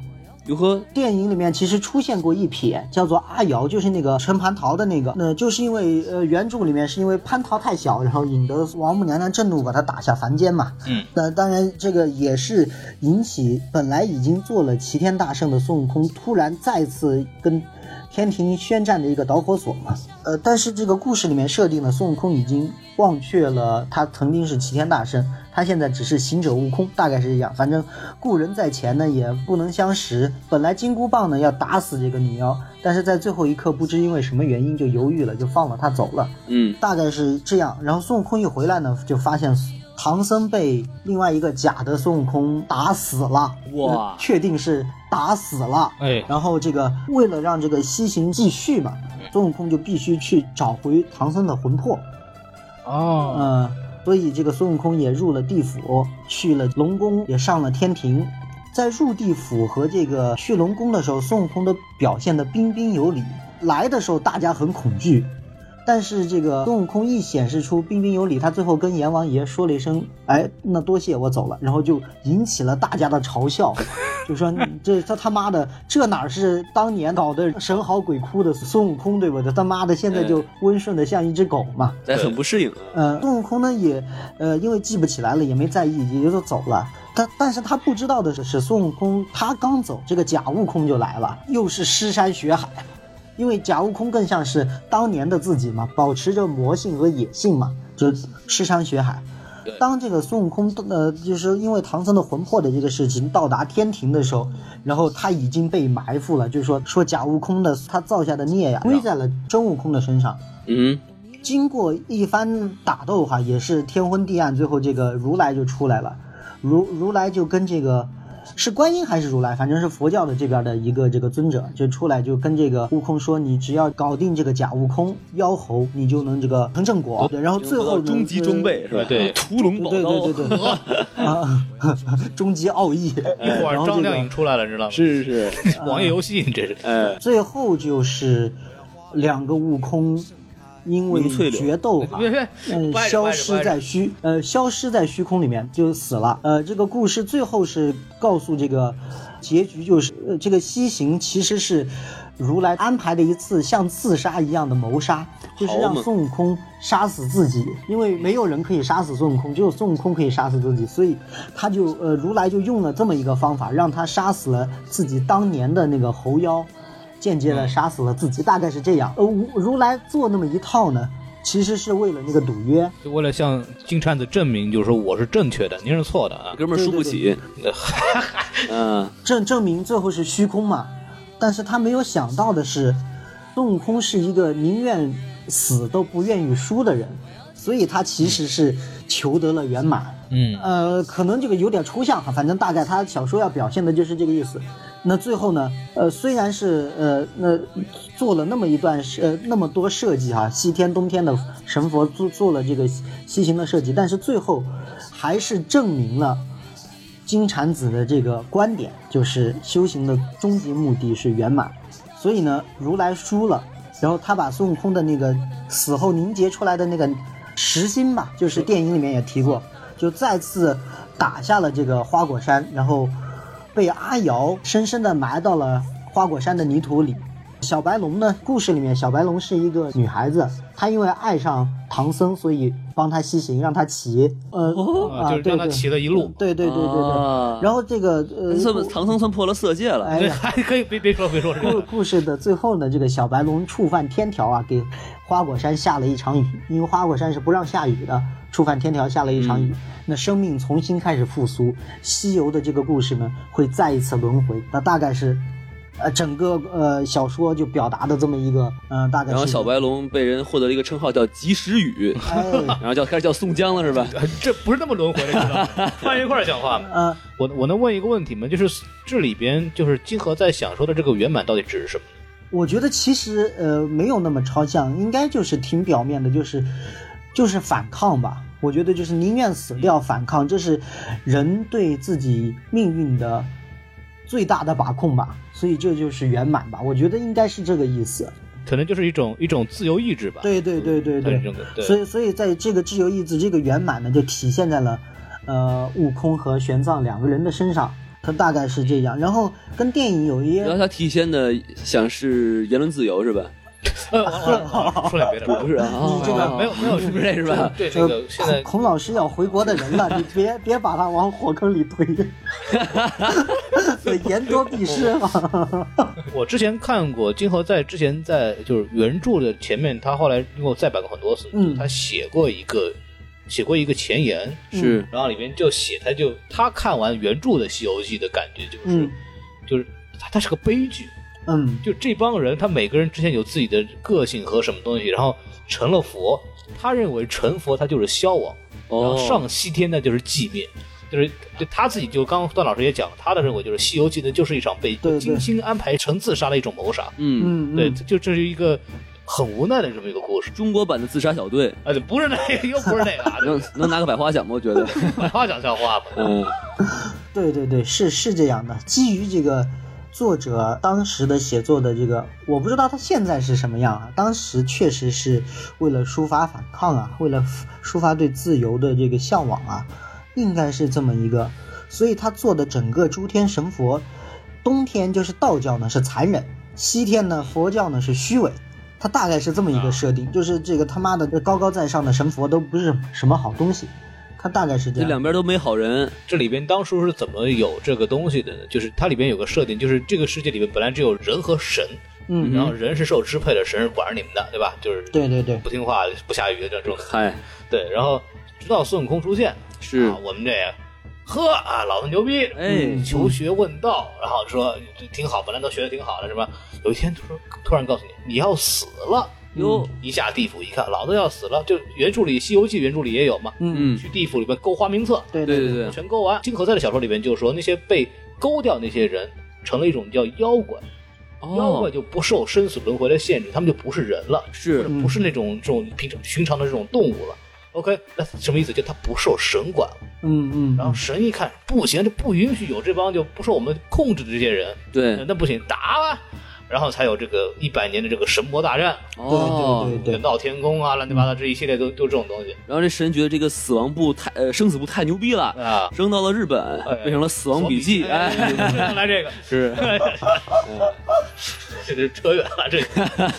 Speaker 3: 如何
Speaker 1: 电影里面其实出现过一撇，叫做阿瑶，就是那个陈蟠桃的那个。那就是因为呃原著里面是因为蟠桃太小，然后引得王母娘娘震怒，把她打下凡间嘛。
Speaker 2: 嗯，
Speaker 1: 那当然这个也是引起本来已经做了齐天大圣的孙悟空，突然再次跟天庭宣战的一个导火索嘛。呃，但是这个故事里面设定了孙悟空已经忘却了他曾经是齐天大圣，他现在只是行者悟空，大概是这样。反正故人在前呢，也不能相识。本来金箍棒呢要打死这个女妖，但是在最后一刻不知因为什么原因就犹豫了，就放了她走了。
Speaker 3: 嗯
Speaker 1: 大概是这样。然后孙悟空一回来呢，就发现唐僧被另外一个假的孙悟空打死了，呃
Speaker 3: 哇
Speaker 1: 确定是打死了。
Speaker 2: 哎，
Speaker 1: 然后这个为了让这个西行继续嘛，孙悟空就必须去找回唐僧的魂魄。
Speaker 2: 哦，
Speaker 1: 嗯，所以这个孙悟空也入了地府，去了龙宫，也上了天庭。在入地府和这个去龙宫的时候，孙悟空的表现的彬彬有礼。来的时候大家很恐惧，但是这个孙悟空一显示出彬彬有礼，他最后跟阎王爷说了一声：“哎，那多谢，我走了。”然后就引起了大家的嘲笑，就说你这他他妈的这哪是当年搞得神嚎鬼哭的孙悟空对吧？他他妈的现在就温顺的像一只狗嘛。
Speaker 3: 咱很不适应。
Speaker 1: 呃，孙悟空呢也，呃，因为记不起来了，也没在意，也就走了。但但是他不知道的是，孙悟空他刚走，这个假悟空就来了，又是尸山血海。因为假悟空更像是当年的自己嘛，保持着魔性和野性嘛，就是尸山血海
Speaker 2: 对。
Speaker 1: 当这个孙悟空呃，就是因为唐僧的魂魄的这个事情到达天庭的时候，然后他已经被埋伏了，就是说说假悟空的他造下的孽呀，归在了真悟空的身上。
Speaker 3: 嗯
Speaker 1: 经过一番打斗哈，也是天昏地暗，最后这个如来就出来了。如如来就跟这个是观音还是如来，反正是佛教的这边的一个这个尊者，就出来就跟这个悟空说：“你只要搞定这个假悟空妖猴，你就能这个成正
Speaker 2: 哦
Speaker 1: 果。”对然后最后呢
Speaker 3: 终极装备是吧？
Speaker 2: 对
Speaker 3: 屠龙宝
Speaker 1: 对
Speaker 3: 刀
Speaker 1: 对对对对 啊，终极奥义。
Speaker 2: 一会儿
Speaker 1: 然后这
Speaker 2: 张
Speaker 1: 个
Speaker 2: 靓颖出来了，知道吗？
Speaker 3: 是是是，
Speaker 2: 网页游戏，你这是
Speaker 3: 哎，
Speaker 1: 最后就是两个悟空因为
Speaker 3: 明翠柳
Speaker 1: 决斗哈，
Speaker 2: 别别
Speaker 1: 嗯，
Speaker 2: 歪着
Speaker 1: 消
Speaker 2: 歪着
Speaker 1: 失
Speaker 2: 歪着
Speaker 1: 在虚呃消失在虚空里面就死了。呃，这个故事最后是告诉这个结局，就是、呃、这个西行其实是如来安排的一次像刺杀一样的谋杀，就是
Speaker 3: 好
Speaker 1: 让
Speaker 3: 嘛
Speaker 1: 孙悟空杀死自己，因为没有人可以杀死孙悟空，只有孙悟空可以杀死自己，所以他就呃如来就用了这么一个方法，让他杀死了自己当年的那个猴妖。间接
Speaker 3: 嗯
Speaker 1: 的杀死了自己，大概是这样。呃，如如来做那么一套呢，其实是为了那个赌约，
Speaker 2: 就为了向金蝉子证明，就是说我是正确的，您是错的啊。
Speaker 3: 哥们儿输不起。嗯，
Speaker 1: 证证明最后是虚空嘛。但是他没有想到的是，孙悟空是一个宁愿死都不愿意输的人，所以他其实是求得了圆满。
Speaker 2: 嗯，
Speaker 1: 呃，可能这个有点抽象哈，反正大概他小说要表现的就是这个意思。那最后呢，呃，虽然是呃，那做了那么一段是呃那么多设计哈、西天东天的神佛做做了这个西西行的设计，但是最后还是证明了金蝉子的这个观点，就是修行的终极目的是圆满。所以呢，如来输了，然后他把孙悟空的那个死后凝结出来的那个石心吧，就是电影里面也提过，就再次打下了这个花果山，然后被阿瑶深深的埋到了花果山的泥土里。小白龙呢？故事里面，小白龙是一个女孩子，她因为爱上唐僧，所以帮他西行，让他骑，呃，
Speaker 2: 啊就是
Speaker 1: 对
Speaker 2: 让他
Speaker 1: 对
Speaker 2: 骑了一路。
Speaker 1: 对对对对对。
Speaker 3: 啊
Speaker 1: 然后这个呃，
Speaker 3: 算不
Speaker 1: 故
Speaker 3: 唐僧算破了色戒了。
Speaker 1: 哎
Speaker 2: 对，
Speaker 1: 呀，
Speaker 2: 还可以，别别说，别说这
Speaker 1: 故
Speaker 2: 个。
Speaker 1: 故事的最后呢，这个小白龙触犯天条啊，给花果山下了一场雨，因为花果山是不让下雨的，触犯天条下了一场雨，
Speaker 3: 嗯
Speaker 1: 那生命重新开始复苏。西游的这个故事呢，会再一次轮回。那大概是，呃，整个呃小说就表达的这么一个，嗯、大概是。
Speaker 3: 然后小，白龙被人获得了一个称号叫及 时雨，
Speaker 1: 哎，
Speaker 3: 然后叫开始叫宋江了是吧？
Speaker 2: 这不是那么轮回的，知道吗？ 放一块儿讲话嘛。
Speaker 1: 呃，
Speaker 2: 我我能问一个问题吗？就是这里边就是金河在想说的这个圆满到底指的是什么？
Speaker 1: 我觉得其实呃没有那么超像，应该就是挺表面的，就是就是反抗吧。我觉得就是宁愿死掉反抗，这是人对自己命运的最大的把控吧。所以这就是圆满吧。我觉得应该是这个意思。
Speaker 2: 可能就是一种一种自由意志吧。
Speaker 1: 对对对对
Speaker 2: 嗯它是
Speaker 1: 对
Speaker 2: 这。个对，
Speaker 1: 所以，所以在这个自由意志这个圆满呢，就体现在了，呃，悟空和玄奘两个人的身上。它大概是这样。然后跟电影有一
Speaker 3: 然后他体现的想是言论自由是吧？
Speaker 2: 呃，完了完了说点别的，
Speaker 3: 不是啊，哦
Speaker 2: 这个没有没有，
Speaker 3: 不是这是吧？
Speaker 2: 对这
Speaker 1: 呃
Speaker 2: 个现在
Speaker 1: 孔孔老师要回国的人 了，你别别把他往火坑里推，言多必失嘛。
Speaker 2: 我之前看过，金河在之前在就是原著的前面，他后来因为我再版过很多次，
Speaker 1: 嗯
Speaker 2: 他写过一个写过一个前言，
Speaker 3: 是
Speaker 2: 然后里面就写他就他看完原著的《西游记》的感觉就是、
Speaker 1: 嗯
Speaker 2: 就是他他是个悲剧，
Speaker 1: 嗯，
Speaker 2: 就这帮人他每个人之前有自己的个性和什么东西，然后成了佛，他认为成佛他就是消亡，然后
Speaker 3: 哦，
Speaker 2: 上西天呢就是寂灭，就是就他自己就刚刚段老师也讲了，他的认为就是《西游记》呢就是一场被
Speaker 1: 对对
Speaker 2: 精心安排成自杀的一种谋杀，
Speaker 3: 嗯，
Speaker 1: 嗯，
Speaker 2: 对，
Speaker 1: 嗯
Speaker 2: 就这是一个很无奈的这么一个故事。
Speaker 3: 中国版的自杀小队，
Speaker 2: 啊，对，不是那个，又不是那个啊，
Speaker 3: 能能拿个百花奖吗？我觉得，
Speaker 2: 百花讲笑话吧。
Speaker 3: 嗯，
Speaker 1: 对对对，是是这样的。基于这个作者当时的写作的这个，我不知道他现在是什么样啊。当时确实是为了抒发反抗啊，为了抒发对自由的这个向往啊，应该是这么一个。所以他做的整个诸天神佛，冬天就是道教呢是残忍，西天呢佛教呢是虚伪。他大概是这么一个设定，就是这个他妈的这高高在上的神佛都不是什么好东西，他大概是这
Speaker 3: 这
Speaker 1: 样。
Speaker 3: 两边都没好人，
Speaker 2: 这里边当初是怎么有这个东西的呢？就是它里边有个设定，就是这个世界里边本来只有人和神，
Speaker 1: 嗯，
Speaker 2: 然后人是受支配的，神是管着你们的，对吧？就是
Speaker 1: 对对对，
Speaker 2: 不听话不下雨的这种。
Speaker 3: 嗨，
Speaker 2: 对，然后直到孙悟空出现，
Speaker 3: 是
Speaker 2: 啊，，我们这呵啊，老子牛逼，
Speaker 3: 哎
Speaker 2: 嗯求学问道，然后说这挺好，本来都学的挺好的，什么，有一天就说突然告诉你你要死了，
Speaker 3: 哟，
Speaker 2: 一下地府一看，老子要死了，就原著里《西游记》原著里也有嘛，
Speaker 3: 嗯，
Speaker 2: 去地府里边勾花名册，
Speaker 1: 对
Speaker 3: 对
Speaker 1: 对
Speaker 3: 对对，
Speaker 2: 全勾啊完。金口在的小说里边就说那些被勾掉那些人。成了一种叫妖怪，妖怪
Speaker 3: 哦，
Speaker 2: 就不受生死轮回的限制，他们就不是人了，
Speaker 3: 是
Speaker 2: 不是那种这种平常寻常的这种动物了。OK，那什么意思？就他不受神管了。
Speaker 1: 嗯嗯，
Speaker 2: 然后神一看不行，这不允许有这帮就不受我们控制的这些人，
Speaker 3: 对，
Speaker 2: 那不行，打吧。然后才有这个一百年的这个神魔大战，
Speaker 3: 哦，
Speaker 1: 对对对对
Speaker 2: 闹天宫啊，乱七八糟这一系列都都这种东西
Speaker 3: 然后这神觉得这个死亡簿太呃生死簿太牛逼了，
Speaker 2: 啊。
Speaker 3: 扔到了日本
Speaker 2: 哎，
Speaker 3: 变成了哎 死亡笔记，哎，
Speaker 2: 哎， 来这个，
Speaker 3: 是，
Speaker 2: 这就扯远了，这个。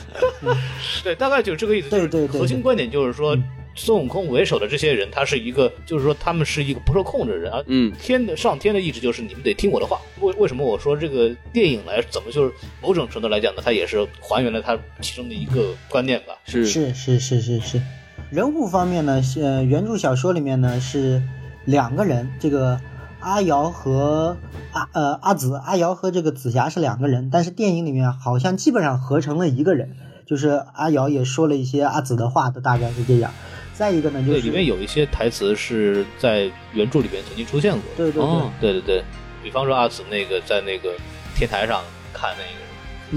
Speaker 2: 对，大概就是这个意思。
Speaker 1: 对对对
Speaker 2: 就是核心观点就是说，孙悟空为首的这些人，他是一个，就是说他们是一个不受控制的人啊。
Speaker 3: 嗯，
Speaker 2: 天的上天的意志就是你们得听我的话。为为什么我说这个电影来怎么就是某种程度来讲呢？它也是还原了它其中的一个观念吧。
Speaker 3: 是，
Speaker 1: 是是是是是。人物方面呢，是呃，原著小说里面呢是两个人，这个阿瑶和阿呃阿紫，阿瑶和这个紫霞是两个人，但是电影里面好像基本上合成了一个人，就是阿瑶也说了一些阿紫的话的，大概是这样。再一个呢，就
Speaker 2: 对，
Speaker 1: 是
Speaker 2: 里面有一些台词是在原著里面曾经出现过的。
Speaker 1: 对对对，
Speaker 3: 哦，
Speaker 2: 对对对，比方说阿紫那个在那个天台上看那个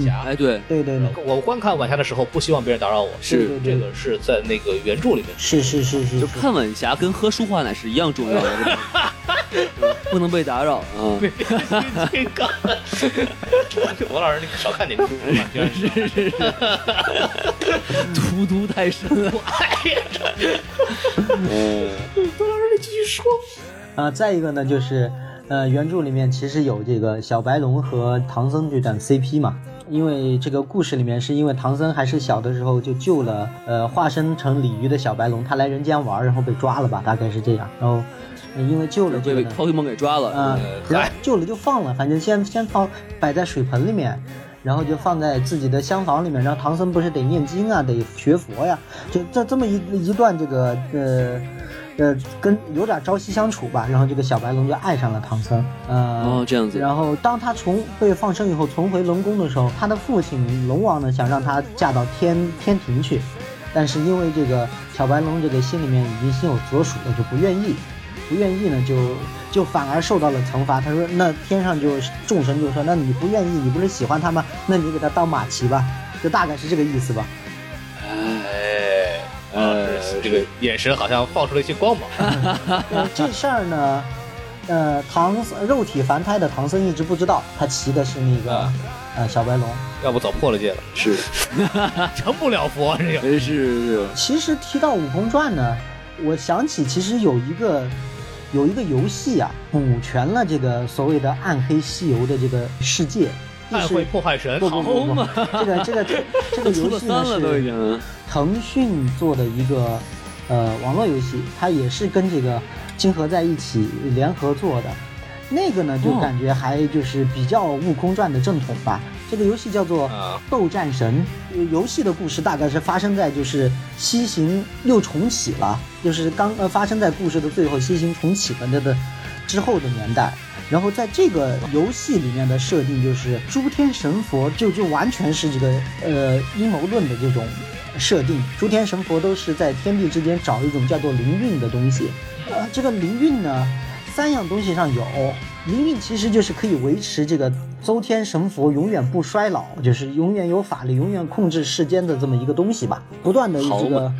Speaker 1: 嗯
Speaker 2: 紫霞，
Speaker 3: 哎，对，
Speaker 1: 对对对，
Speaker 2: 我观看晚霞的时候不希望别人打扰我。
Speaker 3: 是
Speaker 1: 对对
Speaker 2: 这
Speaker 1: 对
Speaker 2: 个是在那个原著里面。
Speaker 1: 是是是是，
Speaker 3: 就是看晚霞跟喝舒化奶是一样重要的， 不能被打扰啊。
Speaker 2: 这个，王老师，你少看点书吧。就是
Speaker 3: 荼毒太深了。
Speaker 1: 啊，再一个呢，就是，呃，原著里面其实有这个小白龙和唐僧这段 CP 嘛，因为这个故事里面是因为唐僧还是小的时候就救了，呃，化身成鲤鱼的小白龙，他来人间玩儿，然后被抓了吧，大概是这样，然后、呃因为救了这
Speaker 3: 被
Speaker 1: 个
Speaker 3: 被
Speaker 1: 呢，
Speaker 3: 韬黑梦给抓了，
Speaker 1: 啊，然后救了就放了，反正先先放摆在水盆里面，然后就放在自己的厢房里面。然后唐僧不是得念经啊，得学佛呀，就这这么一一段这个呃呃跟有点朝夕相处吧。然后这个小白龙就爱上了唐僧，呃，
Speaker 3: 哦，这样子，
Speaker 1: 然后当他重被放生以后重回龙宫的时候，他的父亲龙王呢想让他嫁到天天庭去，但是因为这个小白龙这个心里面已经心有所属了，就不愿意，不愿意呢就就反而受到了惩罚。他说那天上就众神就说那你不愿意，你不是喜欢他吗？那你给他当马骑吧，就大概是这个意思吧。
Speaker 2: 哎，呃，这个眼神好像放出了一些光芒。
Speaker 1: 呃，这事儿呢，呃，唐僧肉体凡胎的唐僧一直不知道，他骑的是那个
Speaker 2: 啊
Speaker 1: 呃小白龙。
Speaker 2: 要不早破了戒了，
Speaker 3: 是，
Speaker 2: 成不了佛这个。
Speaker 3: 哎是是，
Speaker 1: 其实提到《武功传》呢，我想起其实有一个有一个游戏啊，补全了这个所谓的暗黑西游的这个世界。就
Speaker 2: 暗
Speaker 1: 是
Speaker 2: 会破坏神，
Speaker 1: 不不不不
Speaker 2: 嘛，，
Speaker 1: 这个这个 这这个
Speaker 3: 出
Speaker 1: 游
Speaker 3: 了
Speaker 1: 戏呢
Speaker 3: 三了都已
Speaker 1: 是
Speaker 3: 经。嗯
Speaker 1: 腾讯做的一个呃网络游戏，它也是跟这个金河在一起联合做的。那个呢，就
Speaker 3: 哦
Speaker 1: 感觉还就是比较《悟空传》的正统吧。这个游戏叫做
Speaker 2: 啊
Speaker 1: 《斗战神》，呃游戏的故事大概是发生在就是西行又重启了，就是刚呃发生在故事的最后，西行重启了那的之后的年代。然后在这个游戏里面的设定就是诸天神佛就就完全是这个呃阴谋论的这种设定，诸天神佛都是在天地之间找一种叫做灵韵的东西，呃，这个灵韵呢，三样东西上有。灵韵其实就是可以维持这个周天神佛永远不衰老，就是永远有法力、永远控制世间的这么一个东西吧，不断的
Speaker 3: 好
Speaker 1: 这
Speaker 3: 嘛
Speaker 1: 个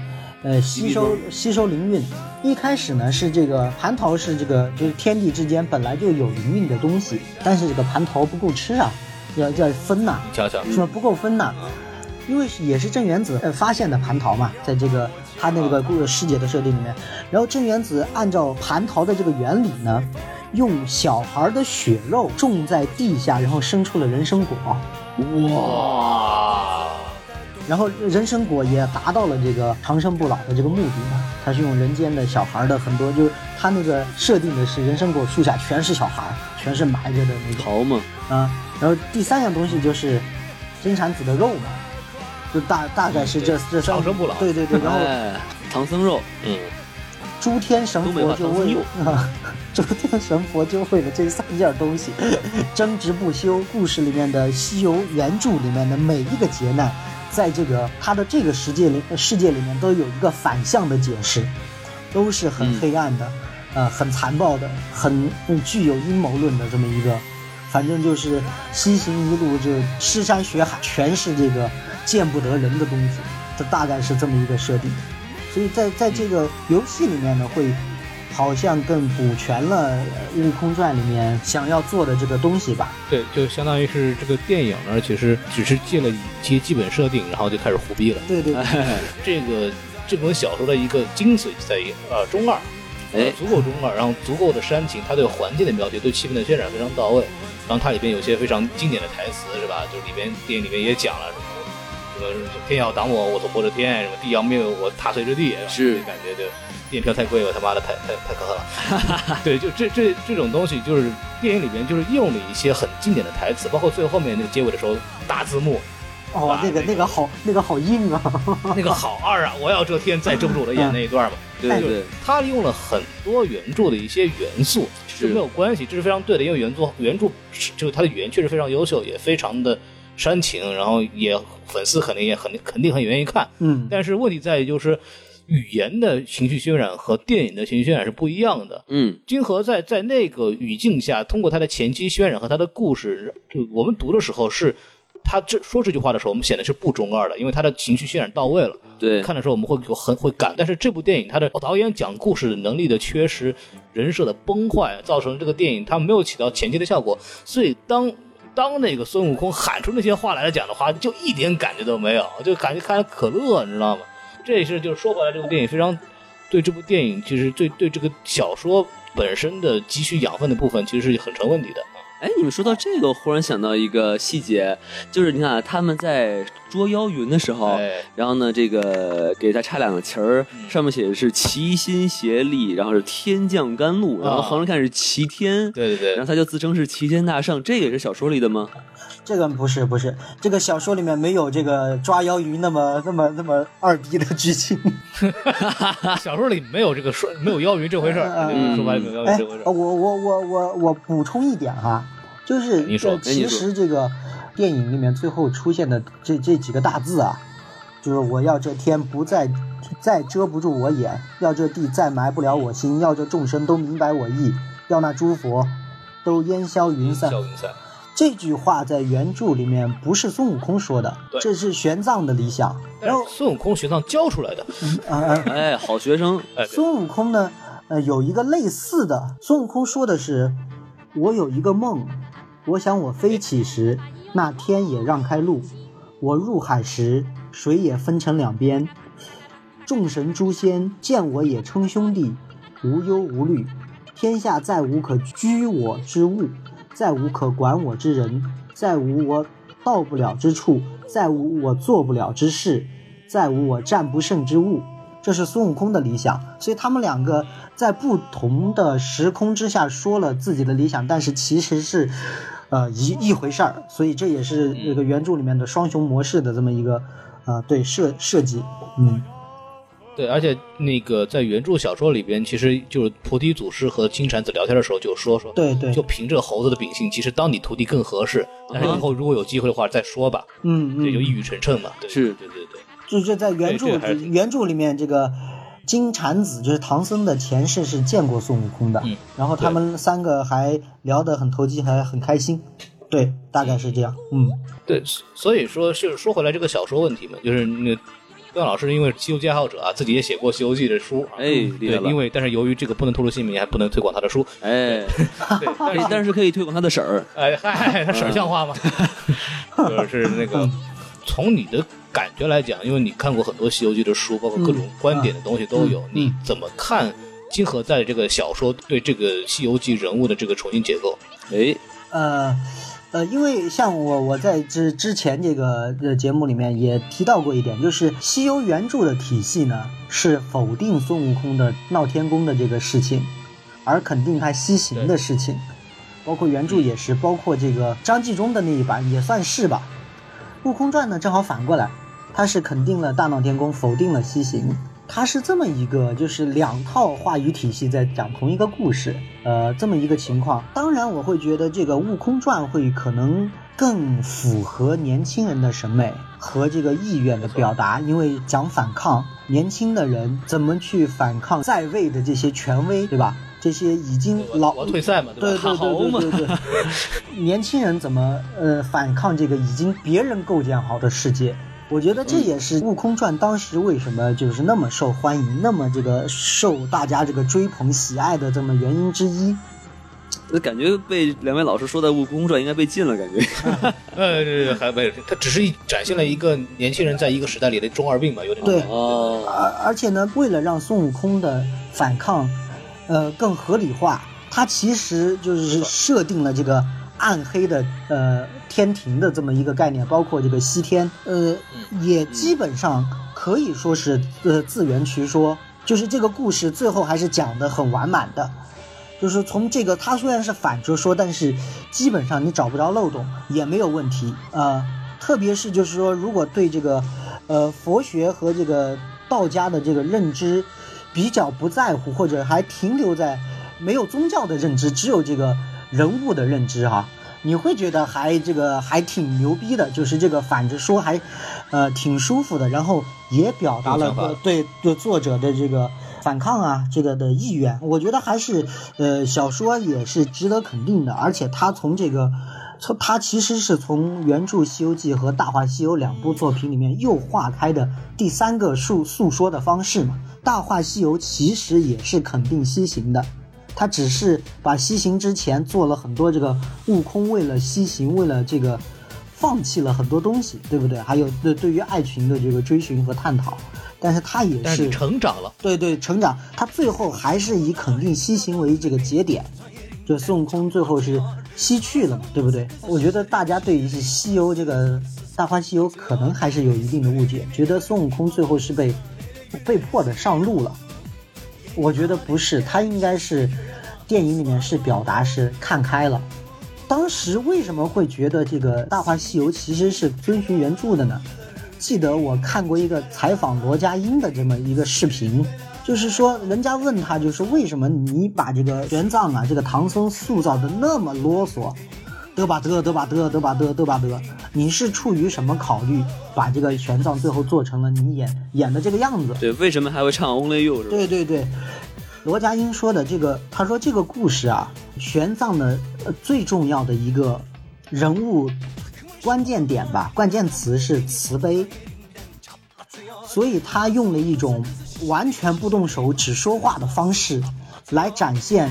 Speaker 1: 呃吸收
Speaker 3: 地
Speaker 1: 吸收灵韵。一开始呢是这个蟠桃是这个就是天地之间本来就有灵韵的东西，但是这个蟠桃不够吃啊，要要分呐、
Speaker 2: 你瞧瞧，
Speaker 1: 是吧？不够分呐、因为也是郑元子呃发现的蟠桃嘛，在这个他那个故世界的设定里面，然后郑元子按照蟠桃的这个原理呢，用小孩的血肉种在地下，然后生出了人参果，
Speaker 2: 哇，
Speaker 1: 然后人参果也达到了这个长生不老的这个目的嘛。他是用人间的小孩的很多，就是他那个设定的是人参果树下全是小孩，全是埋着的那种。
Speaker 3: 桃嘛，
Speaker 1: 啊，然后第三样东西就是金蝉子的肉嘛，就大大概是这、这三
Speaker 2: 嗯长生不老
Speaker 1: 对对对，然后
Speaker 3: 哎，唐僧肉，嗯，
Speaker 1: 诸天神佛就
Speaker 3: 东北话唐僧
Speaker 1: 为
Speaker 3: 肉
Speaker 1: 啊， 诸天神佛就为了这三件东西争执不休。故事里面的《西游原著》里面的每一个劫难，在这个它的这个世界里世界里面都有一个反向的解释，都是很黑暗的，呃，很残暴的，很嗯具有阴谋论的这么一个。反正就是西行一路，就尸山血海，全是这个见不得人的东西，这大概是这么一个设定。所以在在这个游戏里面呢，会好像更补全了呃《悟空传》里面想要做的这个东西吧。
Speaker 2: 对，就相当于是这个电影呢，其实只是借了一些基本设定，然后就开始胡逼了。
Speaker 1: 对对对，
Speaker 2: 这个这本小说的一个精髓就在于呃中二，
Speaker 3: 哎
Speaker 2: 足够中二，然后足够的煽情，它对环境的描写、对气氛的渲染非常到位。然后它里边有些非常经典的台词是吧？就是里边电影里面也讲了什么什么天要挡我，我头破着天；什么地要灭我，我踏碎这地。吧
Speaker 3: 是
Speaker 2: 就感觉就电影票太贵，我他妈的太太太可恨 了。对，就这这这种东西，就是电影里边就是用了一些很经典的台词，包括最后面那个结尾的时候大字幕，
Speaker 1: 哦
Speaker 2: 哇，
Speaker 1: 那个
Speaker 2: 那个
Speaker 1: 那个好，那个好硬啊！
Speaker 2: 那个好二啊，我要遮天再遮不住我的眼那一段嘛，
Speaker 3: 对
Speaker 1: 哎
Speaker 3: 嗯对对，
Speaker 2: 他用了很多原著的一些元素，这
Speaker 3: 是
Speaker 2: 没有关系，这是非常对的，因为原作原著是就是他的语言确实非常优秀，也非常的煽情，然后也粉丝肯定也很肯定很愿意看，
Speaker 1: 嗯，
Speaker 2: 但是问题在于就是语言的情绪渲染和电影的情绪渲染是不一样的。
Speaker 3: 嗯，
Speaker 2: 金河在在那个语境下，通过他的前期渲染和他的故事，就我们读的时候是，他这说这句话的时候，我们显得是不中二的，因为他的情绪渲染到位了。
Speaker 3: 对，
Speaker 2: 看的时候我们会有很会感，但是这部电影它的哦导演讲故事能力的缺失、人设的崩坏，造成这个电影它没有起到前期的效果，所以当。当那个孙悟空喊出那些话来讲的话，就一点感觉都没有，就感觉看可乐，你知道吗？这也是就是说回来，这部电影非常对这部电影，其实对对这个小说本身的汲取养分的部分，其实是很成问题的。
Speaker 3: 哎，你们说到这个，我忽然想到一个细节，就是你看啊他们在捉妖云的时候，
Speaker 2: 哎，嗯
Speaker 3: 然后呢，这个给他插两个旗儿，上面写的是齐心协力，然后是天降甘露，然后横着看是齐天，
Speaker 2: 啊对对
Speaker 3: 然后
Speaker 2: 对，
Speaker 3: 他就自称是齐天大圣，这也是小说里的吗？
Speaker 1: 这个不是不是，这个小说里面没有这个抓妖鱼那么那么那么二逼的剧情。
Speaker 2: 小说里没有这个说没有妖云这回事儿，
Speaker 1: 嗯
Speaker 2: 说白了没有妖云
Speaker 1: 哎
Speaker 2: 这回事，
Speaker 1: 我
Speaker 2: 儿。
Speaker 1: 我我我我补充一点哈，就是
Speaker 2: 你说
Speaker 1: 呃
Speaker 3: 哎你
Speaker 1: 其
Speaker 3: 说
Speaker 1: 实这个电影里面最后出现的这这几个大字啊，就是我要这天不再再遮不住我眼，要这地再埋不了我心，要这众生都明白我意，要那诸佛都烟消云散。
Speaker 2: 笑云散。
Speaker 1: 这句话在原著里面不是孙悟空说的
Speaker 2: 对，
Speaker 1: 这是玄奘的理想。
Speaker 2: 但
Speaker 1: 然后
Speaker 2: 是孙悟空学堂教出来的，
Speaker 1: 啊啊，
Speaker 3: 哎，好学生，
Speaker 2: 哎，对
Speaker 1: 孙悟空呢，呃，有一个类似的。孙悟空说的是：“我有一个梦，我想我飞起时，那天也让开路；我入海时，水也分成两边。众神诸仙见我也称兄弟，无忧无虑。天下再无可居我之物，再无可管我之人，再无我到不了之处，再无我做不了之事，再无我战不胜之物。”这是孙悟空的理想，所以他们两个在不同的时空之下说了自己的理想，但是其实是，呃一一回事儿，所以这也是那个原著里面的双雄模式的这么一个，呃对设设计，嗯，
Speaker 2: 对，而且那个在原著小说里边，其实就是菩提祖师和金蝉子聊天的时候就说说，
Speaker 1: 对对，
Speaker 2: 就凭着猴子的秉性，其实当你徒弟更合适，但是以后如果有机会的话再说吧，
Speaker 1: 嗯嗯，
Speaker 2: 这就一语成谶嘛。对
Speaker 3: 是
Speaker 2: 对对对，
Speaker 1: 就就在原著
Speaker 2: 对这个还是挺
Speaker 1: 原著里面，这个金蝉子就是唐僧的前世是见过孙悟空的，
Speaker 2: 嗯
Speaker 1: 然后他们三个还聊得很投机，还很开心，对，大概是这样，嗯，
Speaker 2: 对，所以说就是说回来这个小说问题嘛，就是那个段老师因为《西游记》爱好者啊，自己也写过《西游记》的书啊，
Speaker 3: 哎厉
Speaker 2: 对
Speaker 3: 害，了
Speaker 2: 因为但是由于这个不能透露姓名，还不能推广他的书，
Speaker 3: 哎，
Speaker 2: 对，但是
Speaker 3: 哎但是可以推广他的婶儿，
Speaker 2: 哎嗨，
Speaker 1: 嗯
Speaker 2: 他婶儿像 话吗？就是那个，从你的感觉来讲，因为你看过很多《西游记》的
Speaker 1: 嗯
Speaker 2: 书，包括各种观点的东西都有，你怎么看金河在这个小说对这个《西游记》人物的这个重新结构？
Speaker 3: 哎，
Speaker 1: 呃，呃，因为像我我在之之前这个呃节目里面也提到过一点，就是西游原著的体系呢是否定孙悟空的闹天宫的这个事情，而肯定他西行的事情，包括原著也是，包括这个张纪中的那一版也算是吧。《悟空传》呢正好反过来，它是肯定了大闹天宫，否定了西行。它是这么一个，就是两套话语体系在讲同一个故事，呃，这么一个情况。当然，我会觉得这个《悟空传》会可能更符合年轻人的审美和这个意愿的表达，因为讲反抗，年轻的人怎么去反抗在位的这些权威，对吧？这些已经老
Speaker 2: 我退赛嘛，
Speaker 1: 对
Speaker 2: 吧？卡
Speaker 1: 对
Speaker 2: 豪
Speaker 1: 对
Speaker 2: 嘛，
Speaker 1: 对对对， 年轻人怎么呃反抗这个已经别人构建好的世界？我觉得这也是《悟空传》当时为什么就是那么受欢迎，那么这个受大家这个追捧喜爱的这么原因之一。
Speaker 3: 我感觉被两位老师说的《悟空传》应该被禁了，感觉。
Speaker 2: 呃，对对还没，他只是一展现了一个年轻人在一个时代里的中二病吧，有点
Speaker 1: 对
Speaker 3: 哦，
Speaker 1: 而而且呢，为了让孙悟空的反抗，呃，更合理化，他其实就是设定了这个暗黑的呃天庭的这么一个概念，包括这个西天，呃，也基本上可以说是呃自圆其说，就是这个故事最后还是讲的很完满的。就是从这个，它虽然是反着说，但是基本上你找不着漏洞也没有问题。呃，特别是就是说，如果对这个，呃，佛学和这个道家的这个认知比较不在乎，或者还停留在没有宗教的认知，只有这个人物的认知哈、你会觉得还这个还挺牛逼的，就是这个反着说还，呃，挺舒服的，然后也表达了
Speaker 2: 有想法
Speaker 1: 个呃对对作者的这个反抗啊，这个的意愿，我觉得还是呃小说也是值得肯定的，而且他从这个。从他其实是从原著《西游记》和《大话西游》两部作品里面又化开的第三个诉诉说的方式嘛，《大话西游》其实也是肯定西行的，他只是把西行之前做了很多这个悟空为了西行，为了这个放弃了很多东西，对不对？还有对对于爱情的这个追寻和探讨，但是他也
Speaker 2: 但是你成长了，
Speaker 1: 对对，成长，他最后还是以肯定西行为这个节点，就孙悟空最后是西去了嘛，对不对？我觉得大家对于西游这个大话西游可能还是有一定的误解，觉得孙悟空最后是被被迫的上路了。我觉得不是，他应该是电影里面是表达是看开了。当时为什么会觉得这个《大话西游》其实是遵循原著的呢？记得我看过一个采访罗家英的这么一个视频，就是说人家问他，就是为什么你把这个玄奘啊，这个唐僧塑造的那么啰嗦，嘚吧嘚嘚吧嘚嘚吧嘚嘚吧嘚，你是出于什么考虑把这个玄奘最后做成了你演演的这个样子？
Speaker 3: 对，为什么还会唱 Only You 是吧？
Speaker 1: 对对对，罗家英说的这个，他说这个故事啊，玄奘的、呃、最重要的一个人物关键点吧，关键词是慈悲，所以他用了一种完全不动手只说话的方式来展现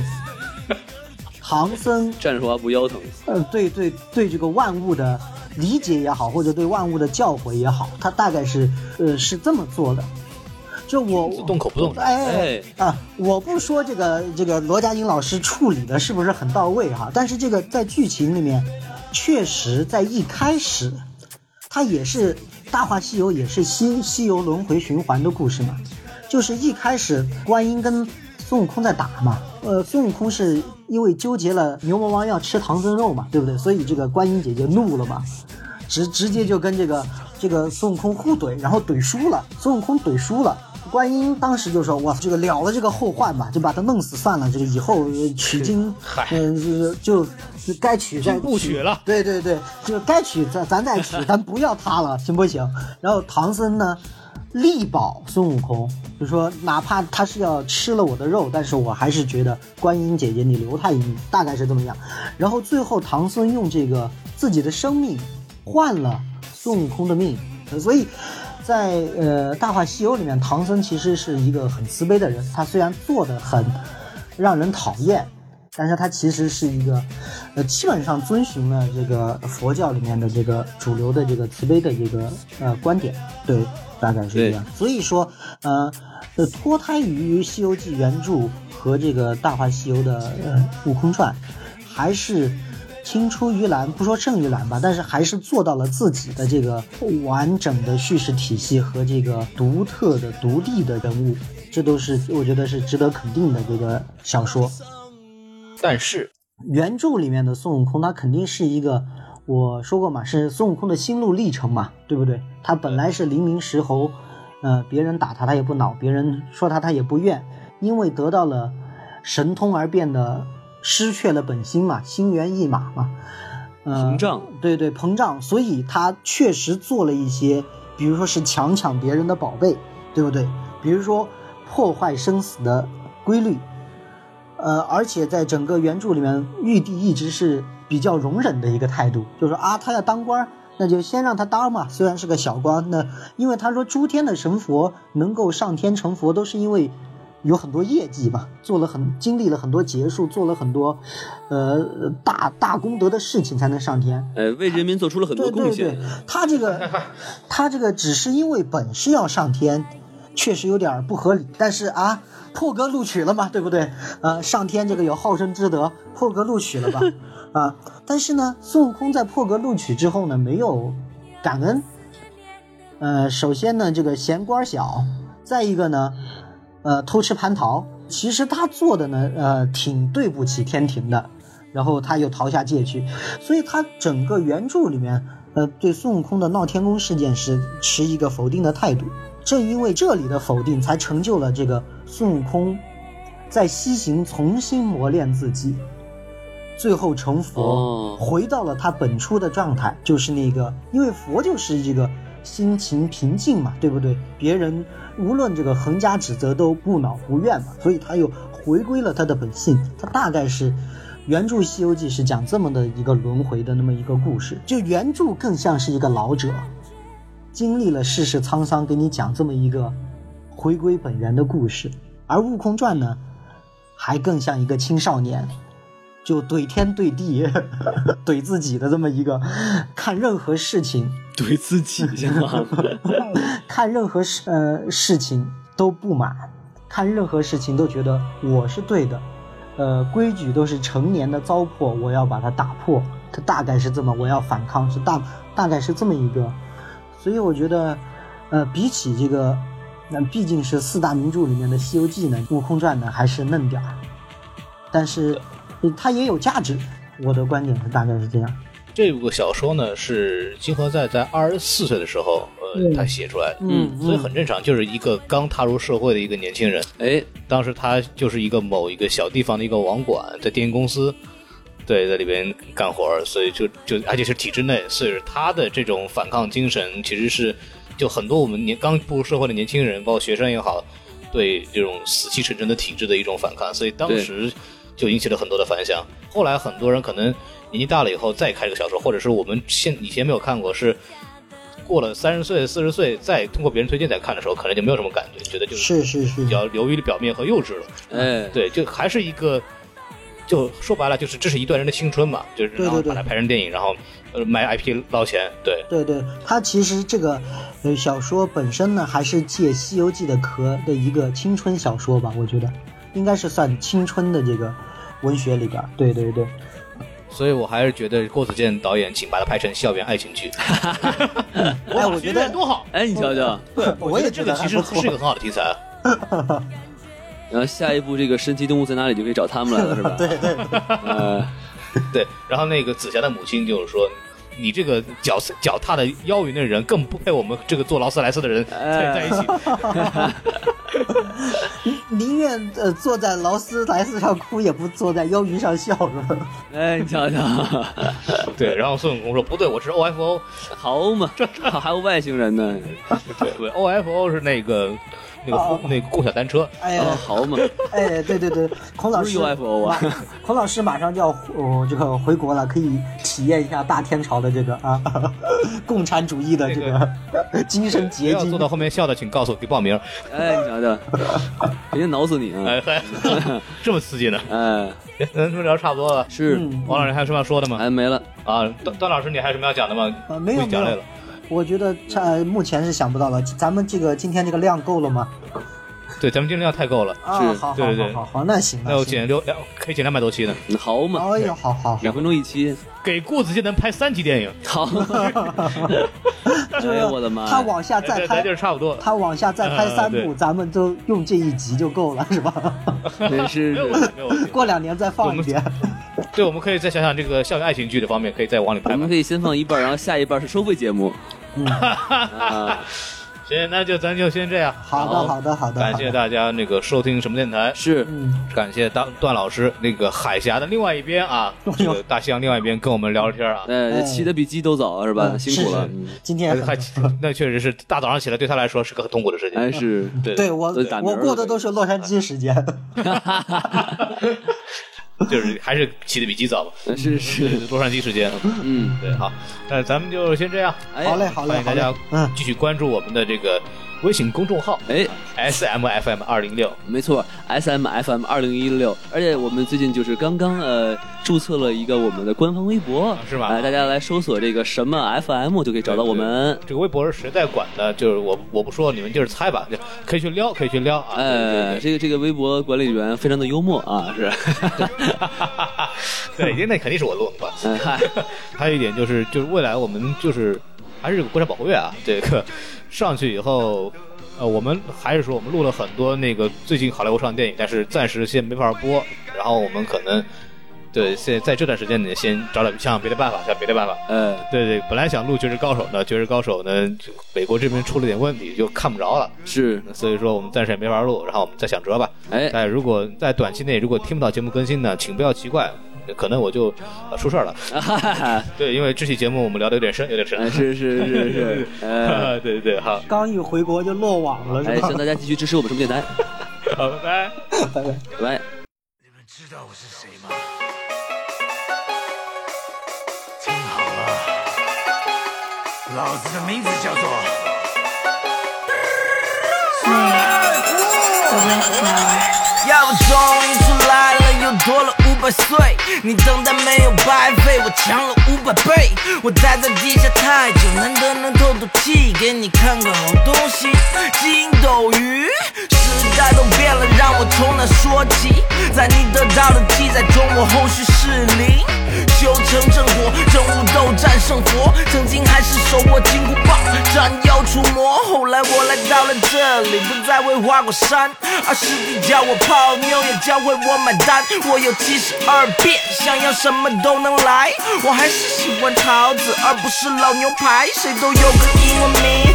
Speaker 1: 唐僧
Speaker 3: 站着说话不腰疼。
Speaker 1: 呃，对对对，这个万物的理解也好，或者对万物的教诲也好，他大概是呃是这么做的。就我
Speaker 2: 君子动口不动手
Speaker 1: 哎
Speaker 3: 哎
Speaker 1: 啊，我不说这个这个罗家英老师处理的是不是很到位哈、但是这个在剧情里面，确实在一开始，它也是《大话西游》也是西西游轮回循环的故事嘛，就是一开始观音跟孙悟空在打嘛，呃，孙悟空是因为纠结了牛魔王要吃唐僧肉嘛，对不对？所以这个观音姐姐怒了嘛，直直接就跟这个这个孙悟空互怼，然后怼输了，孙悟空怼输了。观音当时就说：“我这个了了这个后患吧，就把他弄死算了。这个以后呃取经，嗯、就是就就该取再
Speaker 2: 不取了
Speaker 1: 对对对，就该取咱咱再取，咱不要他了，行不行？然后唐僧呢，力保孙悟空，就说哪怕他是要吃了我的肉，但是我还是觉得观音姐姐你留他一命，大概是这么样。然后最后唐僧用这个自己的生命换了孙悟空的命，呃所以。在呃《大话西游》里面，唐僧其实是一个很慈悲的人。他虽然做的很让人讨厌，但是他其实是一个，呃，基本上遵循了这个佛教里面的这个主流的这个慈悲的这个呃观点，对，大概是这样。所以说，呃，呃，脱胎于《西游记》原著和这个《大话西游》的呃《悟空传》，还是青出于蓝，不说胜于蓝吧，但是还是做到了自己的这个完整的叙事体系和这个独特的、独立的人物，这都是我觉得是值得肯定的这个小说。
Speaker 2: 但是
Speaker 1: 原著里面的孙悟空，他肯定是一个，我说过嘛，是孙悟空的心路历程嘛，对不对？他本来是黎明石猴，呃，别人打他他也不恼，别人说他他也不怨，因为得到了神通而变得失去了本心嘛，心猿意马嘛，呃，
Speaker 3: 膨胀，
Speaker 1: 对对，膨胀，所以他确实做了一些，比如说是强抢别人的宝贝，对不对？比如说破坏生死的规律，呃，而且在整个原著里面，玉帝一直是比较容忍的一个态度，就是啊，他要当官儿，那就先让他当嘛，虽然是个小官，那因为他说诸天的神佛能够上天成佛，都是因为有很多业绩嘛，做了很经历了很多劫数，做了很多，呃大大功德的事情才能上天。
Speaker 3: 哎，为人民做出了很多
Speaker 1: 对
Speaker 3: 贡
Speaker 1: 对
Speaker 3: 献。
Speaker 1: 对，他这 个他这个只是因为本是要上天，确实有点儿不合理，但是啊。破格录取了嘛，对不对？呃，上天这个有好生之德，破格录取了 吧？啊，但是呢，孙悟空在破格录取之后呢，没有感恩。呃，首先呢，这个嫌官儿小，再一个呢，呃，偷吃蟠桃。其实他做的呢，呃，挺对不起天庭的。然后他又逃下界去，所以他整个原著里面，呃，对孙悟空的闹天宫事件是持一个否定的态度。正因为这里的否定，才成就了这个孙悟空在西行重新磨练自己，最后成佛，
Speaker 3: 哦
Speaker 1: 回到了他本初的状态，就是那个，因为佛就是这个心情平静嘛，对不对？别人无论这个横加指责都不恼不怨嘛，所以他又回归了他的本性。他大概是原著《西游记》是讲这么的一个轮回的那么一个故事，就原著更像是一个老者，经历了世事沧桑，给你讲这么一个回归本源的故事。而《悟空传》呢，还更像一个青少年，就怼天怼地、 怼自己的这么一个，看任何事情，
Speaker 3: 怼自己行 吗？
Speaker 1: 看任何事呃事情都不满，看任何事情都觉得我是对的，呃，规矩都是成年的糟粕，我要把它打破。它大概是这么，呃我要反抗，是大大概是这么一个。所以我觉得，呃，比起这个，那、毕竟是四大名著里面的《西游记》呢，《悟空传》呢还是嫩点儿，但是嗯它也有价值。我的观点是大概是这样。
Speaker 2: 这部小说呢是金河在在二十四岁的时候，呃，他写出来的，
Speaker 3: 嗯
Speaker 2: 所以很正常，就是一个刚踏入社会的一个年轻人。
Speaker 3: 哎，
Speaker 2: 当时他就是一个某一个小地方的一个网管，在电影公司，对，在里边干活儿，所以就就而且是体制内，所以他的这种反抗精神其实是就很多我们年刚步入社会的年轻人，包括学生也好，对这种死气沉沉的体制的一种反抗，所以当
Speaker 3: 对
Speaker 2: 时就引起了很多的反响。后来很多人可能年纪大了以后再看这个小说，或者是我们现以前没有看过是。过了三十岁、四十岁，再通过别人推荐再看的时候，可能就没有什么感觉，觉得就是
Speaker 1: 是是
Speaker 2: 比，较流于的表面和幼稚了。
Speaker 3: 哎，
Speaker 2: 对，就还是一个就说白了就是这是一段人的青春嘛，就是
Speaker 1: 对
Speaker 2: 然后
Speaker 1: 对
Speaker 2: 把它拍成电影，然后呃卖 IP 捞钱，对，
Speaker 1: 对对，它其实这个呃小说本身呢，还是借《西游记》的壳的一个青春小说吧，我觉得应该是算青春的这个文学里边儿。对对对，
Speaker 2: 所以我还是觉得郭子健导演请把它拍成校园爱 情剧，
Speaker 1: 哎，我觉得
Speaker 2: 多好，
Speaker 3: 哎，你瞧瞧，
Speaker 1: 我也
Speaker 2: 这
Speaker 1: 觉
Speaker 2: 个
Speaker 1: 得
Speaker 2: 其
Speaker 1: 还
Speaker 2: 实
Speaker 1: 不
Speaker 2: 是一
Speaker 1: 错。
Speaker 2: 个很好的题材。啊
Speaker 3: 然后下一部这个神奇动物在哪里就可以找他们来了，是吧？对对，呃，
Speaker 2: 对，然后那个紫霞的母亲就是说，你这个脚脚踏的妖云的人，更不配我们这个做劳斯莱斯的人
Speaker 1: 哎
Speaker 2: 在在一起。
Speaker 1: 宁愿呃坐在劳斯莱斯上哭，也不坐在妖云上笑，是吧？
Speaker 3: 哎，你瞧瞧，
Speaker 2: 对，然后孙悟空说不对，我是 OFO。
Speaker 3: 好嘛，好还有外星人呢，
Speaker 2: 对对，OFO 是那个那个、
Speaker 1: 哦
Speaker 2: 那个共享单车。
Speaker 1: 哎
Speaker 3: 啊，
Speaker 1: 呀，
Speaker 3: 好嘛，
Speaker 1: 哎，对对对，孔老师
Speaker 3: 不是 UFO 啊
Speaker 1: 马 孔老师马上就要哦这个回国了，可以体验一下大天朝的这个啊， 共产主义的这个 精神
Speaker 2: 不
Speaker 1: 结
Speaker 2: 要
Speaker 1: 晶
Speaker 2: 坐。到后面笑的，请告诉我，给报名。
Speaker 3: 哎，你瞧瞧，人家挠死你啊，
Speaker 2: 哎，哎这么刺激呢？
Speaker 3: 哎，
Speaker 2: 哎咱们聊差不多了。
Speaker 3: 是，
Speaker 1: 嗯
Speaker 2: 王老师还有什么要说的吗？
Speaker 3: 哎，没了，
Speaker 2: 啊，段段老师，你还有什么要讲的吗？
Speaker 1: 呃没有
Speaker 2: 不讲
Speaker 1: 没有
Speaker 2: 累了。
Speaker 1: 我觉得这、呃目前是想不到了，咱们这个今天这个量够了吗？
Speaker 2: 对，咱们尽量太够了。
Speaker 1: 啊，
Speaker 3: 是
Speaker 1: 好好好
Speaker 2: 对对
Speaker 1: 好
Speaker 2: 对
Speaker 1: 好好，那行
Speaker 2: 那
Speaker 1: 那
Speaker 2: 我
Speaker 1: 行。
Speaker 2: 剪六两，可以剪两百多期呢。
Speaker 3: 好嘛，
Speaker 1: 哎呦，好好好，
Speaker 3: 两分钟一期，
Speaker 2: 给顾子健能拍三集电影，
Speaker 3: 好， 哎呦我的妈呀，
Speaker 1: 他往下
Speaker 2: 咱
Speaker 1: 再
Speaker 2: 咱
Speaker 1: 啊拍
Speaker 2: 就，是差不多。
Speaker 1: 他往下再拍三
Speaker 2: 嗯
Speaker 1: 部，
Speaker 2: 对
Speaker 1: 咱们就用这一集就够了，是 吧？
Speaker 3: 真 是
Speaker 2: 没有问题，没有问题。
Speaker 1: 过两年再放一遍。
Speaker 2: 对，我们可以再想想这个校园爱情剧的方面，可以再往里拍
Speaker 3: 我
Speaker 2: 吧
Speaker 3: 们可。以先放一半，然后下一半是收费节目。
Speaker 1: 嗯，
Speaker 3: 啊，
Speaker 2: 行，那就咱就先这样。
Speaker 1: 好
Speaker 3: 好
Speaker 1: 的好的好的，
Speaker 2: 感
Speaker 1: 好
Speaker 2: 谢
Speaker 1: 的
Speaker 2: 大家那个收听什么电台，
Speaker 3: 是
Speaker 1: 嗯，
Speaker 2: 感谢段段老师那个海峡的另外一边啊，
Speaker 1: 哎
Speaker 2: 这个大西洋另外一边跟我们聊聊天啊。
Speaker 3: 呃，骑得比鸡都早是吧？
Speaker 1: 嗯
Speaker 3: 辛苦了
Speaker 1: 是，
Speaker 3: 嗯
Speaker 1: 今天啊
Speaker 2: 还那确实是大早上起来对他来说是个很痛苦的事
Speaker 3: 哎
Speaker 2: 情。
Speaker 3: 是，
Speaker 2: 对
Speaker 1: 对我
Speaker 3: 都打鸣
Speaker 1: 我
Speaker 3: 儿
Speaker 1: 过
Speaker 3: 了
Speaker 1: 的都是洛杉矶时间。
Speaker 2: 就是还是起得比鸡早嘛，
Speaker 3: 呃是是，
Speaker 2: 洛杉矶时间。
Speaker 3: 嗯，
Speaker 2: 对，好，那咱们就先这样，
Speaker 3: 哎
Speaker 1: 好嘞好
Speaker 2: 欢
Speaker 1: 嘞
Speaker 2: 迎
Speaker 1: 好
Speaker 2: 大
Speaker 1: 嘞
Speaker 2: 家，
Speaker 1: 嗯，
Speaker 2: 继续关注我们的这个微信公众号
Speaker 3: 哎，
Speaker 2: S M F M 二零六。
Speaker 3: 没错，S M F M 二零一六，而且我们最近就是刚刚呃注册了一个我们的官方微博，
Speaker 2: 啊是吧
Speaker 3: 哎，大家来搜索这个什么 F M 就可以找到我们。
Speaker 2: 这个微博是谁在管的？就是我我不说，你们就是猜吧，就可以去撩，可以去撩啊。
Speaker 3: 哎，这个这个微博管理员非常的幽默啊，是，
Speaker 2: 对，因为那肯定是我录的。
Speaker 3: 哎嗨，
Speaker 2: 还有一点就是，就是未来我们就是还是有个国产保护月啊，这个上去以后。呃，我们还是说，我们录了很多那个最近好莱坞上的电影，但是暂时先没法播。然后我们可能，对，现在这段时间呢，先找点想想别的办法，想别的办法。
Speaker 3: 呃，
Speaker 2: 对对，本来想录《绝世高手》呢，《绝世高手》呢，就美国这边出了点问题，就看不着了。
Speaker 3: 是，
Speaker 2: 所以说我们暂时也没法录，然后我们再想辙吧。
Speaker 3: 哎，
Speaker 2: 但如果在短期内如果听不到节目更新呢，请不要奇怪，可能我就、呃出事儿了。
Speaker 3: 哈哈，
Speaker 2: 对，因为这期节目我们聊的有点深，有点深。
Speaker 3: 哎是是 是是，呃。
Speaker 2: 对对对，好，
Speaker 1: 刚一回国就落网了，
Speaker 3: 哎，
Speaker 1: 是吧
Speaker 3: 向？大家继续支持我们什么电台，
Speaker 2: 好，拜拜。
Speaker 1: 拜拜。
Speaker 3: 拜拜。
Speaker 6: 你们知道我是谁吗？听好了，老子的名字叫做。
Speaker 7: 要我终于出来了，又多了五百岁。你等待没有白费，我强了五百倍。我待在地下太久，难得能透透气，给你看看好东西。金斗鱼，时代都变了，让我从哪说起？在你得到的记载中，我后续是零。修成正果，正悟斗战胜佛。曾经还是手握金箍棒，斩妖除魔。后来我来到了这里，不再为花果山，而师弟教我泡妞，也教会我买单。我有七十二变，想要什么都能来。我还是喜欢桃子，而不是老牛排。谁都有个英文名，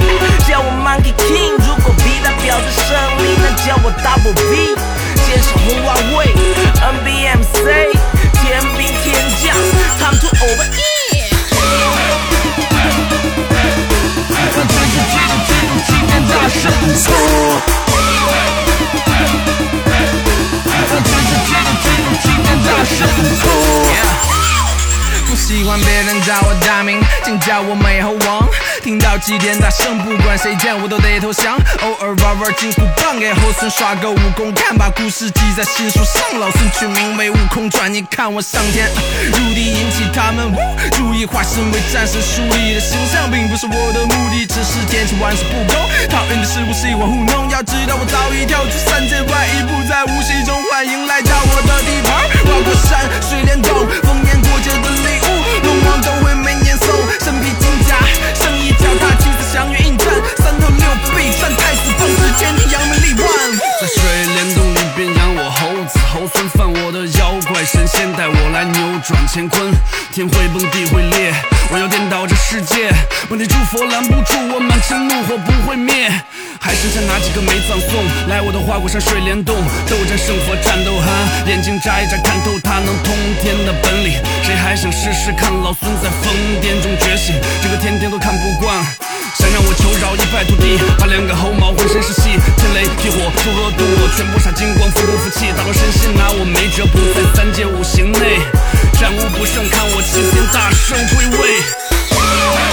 Speaker 7: 叫我 Monkey King。如果 V 代表着胜利，那叫我 Double V。接上红花会，NBMC，天兵天将，Time to over in。我只是记住记住今天大胜出。我只是记住记住今天大胜出。不喜欢别人叫我大名，请叫我美猴王。听到几点大声，不管谁见我都得投降。偶尔玩玩金箍棒，给后孙耍个武功，看把故事记在新书上。老孙取名为《悟空传》，你看我上天入地，引起他们呜注意，化身为战神，树立的形象并不是我的目的，只是天气玩世不恭。讨厌的是我喜欢糊弄，要知道我早已跳出三界外，一步在无形中欢迎来到我的地盘。跨过山水帘洞，逢年过节的礼物，龙王都会每年送，身披金甲，生意脚踏七次祥云应战，三头六臂战太子奉旨，天地扬名立万。在水帘洞里边养我猴子，猴孙犯我的妖怪，神仙带我来扭转乾坤，天会崩地会裂，我要颠倒这世界，问题诸佛拦不住我满腔怒火不会灭，还剩下哪几个没葬送？来我的花果山水帘洞，斗战胜佛战斗哈，眼睛眨一眨看透他能通天的本领，谁还想试试看？老孙在疯癫中觉醒，这个天天都看不惯。想让我求饶一败涂地，拔两个猴毛，浑身是血，天雷劈火，诸恶毒我全部杀精光，服不服气？打乱身心，拿我没辙，不在三界五行内，战无不胜，看我齐天大圣归位。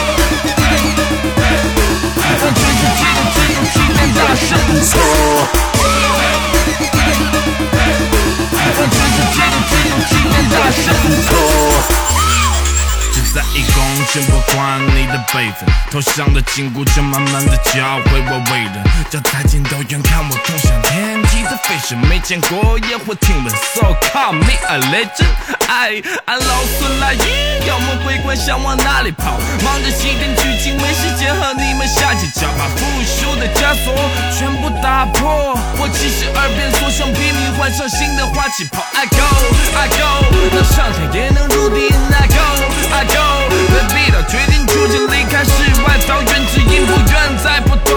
Speaker 8: 只在一公斤不管你的辈分，投降的禁锢就慢慢的教会我为人，叫再见都远看我通向天际的飞升，没见过烟火听闻，so call me a legend，哎，俺老孙来也，妖魔鬼怪想往哪里跑？忙着西天取经，没时间和你们下起脚，把腐朽的枷锁全部打破。我七十二变，所向披靡，换上新的花旗袍。I go, I go，能上天也能入地。I go, I go，没必要决定逐渐离开室外草原，只因不愿再不动，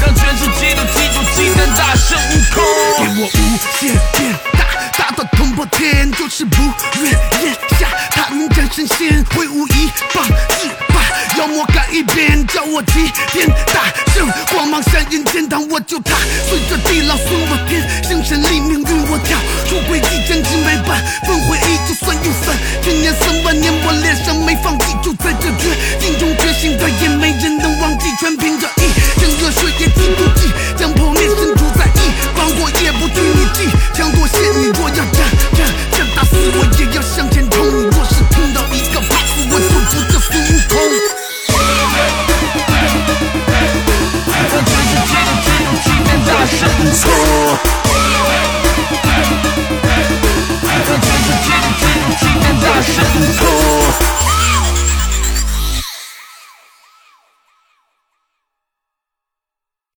Speaker 8: 让全世界都记住齐天大圣悟空。给我无限变大。大到捅破天，就是不愿咽下，他能战神仙，挥舞一棒制霸妖魔改一边，叫我齐天大圣，光芒闪人天堂我就踏，随着地老孙我天，星辰立命运我跳，出轨一真情为伴，峰回依旧算又散，千年三万年我脸上没放弃，就在这绝境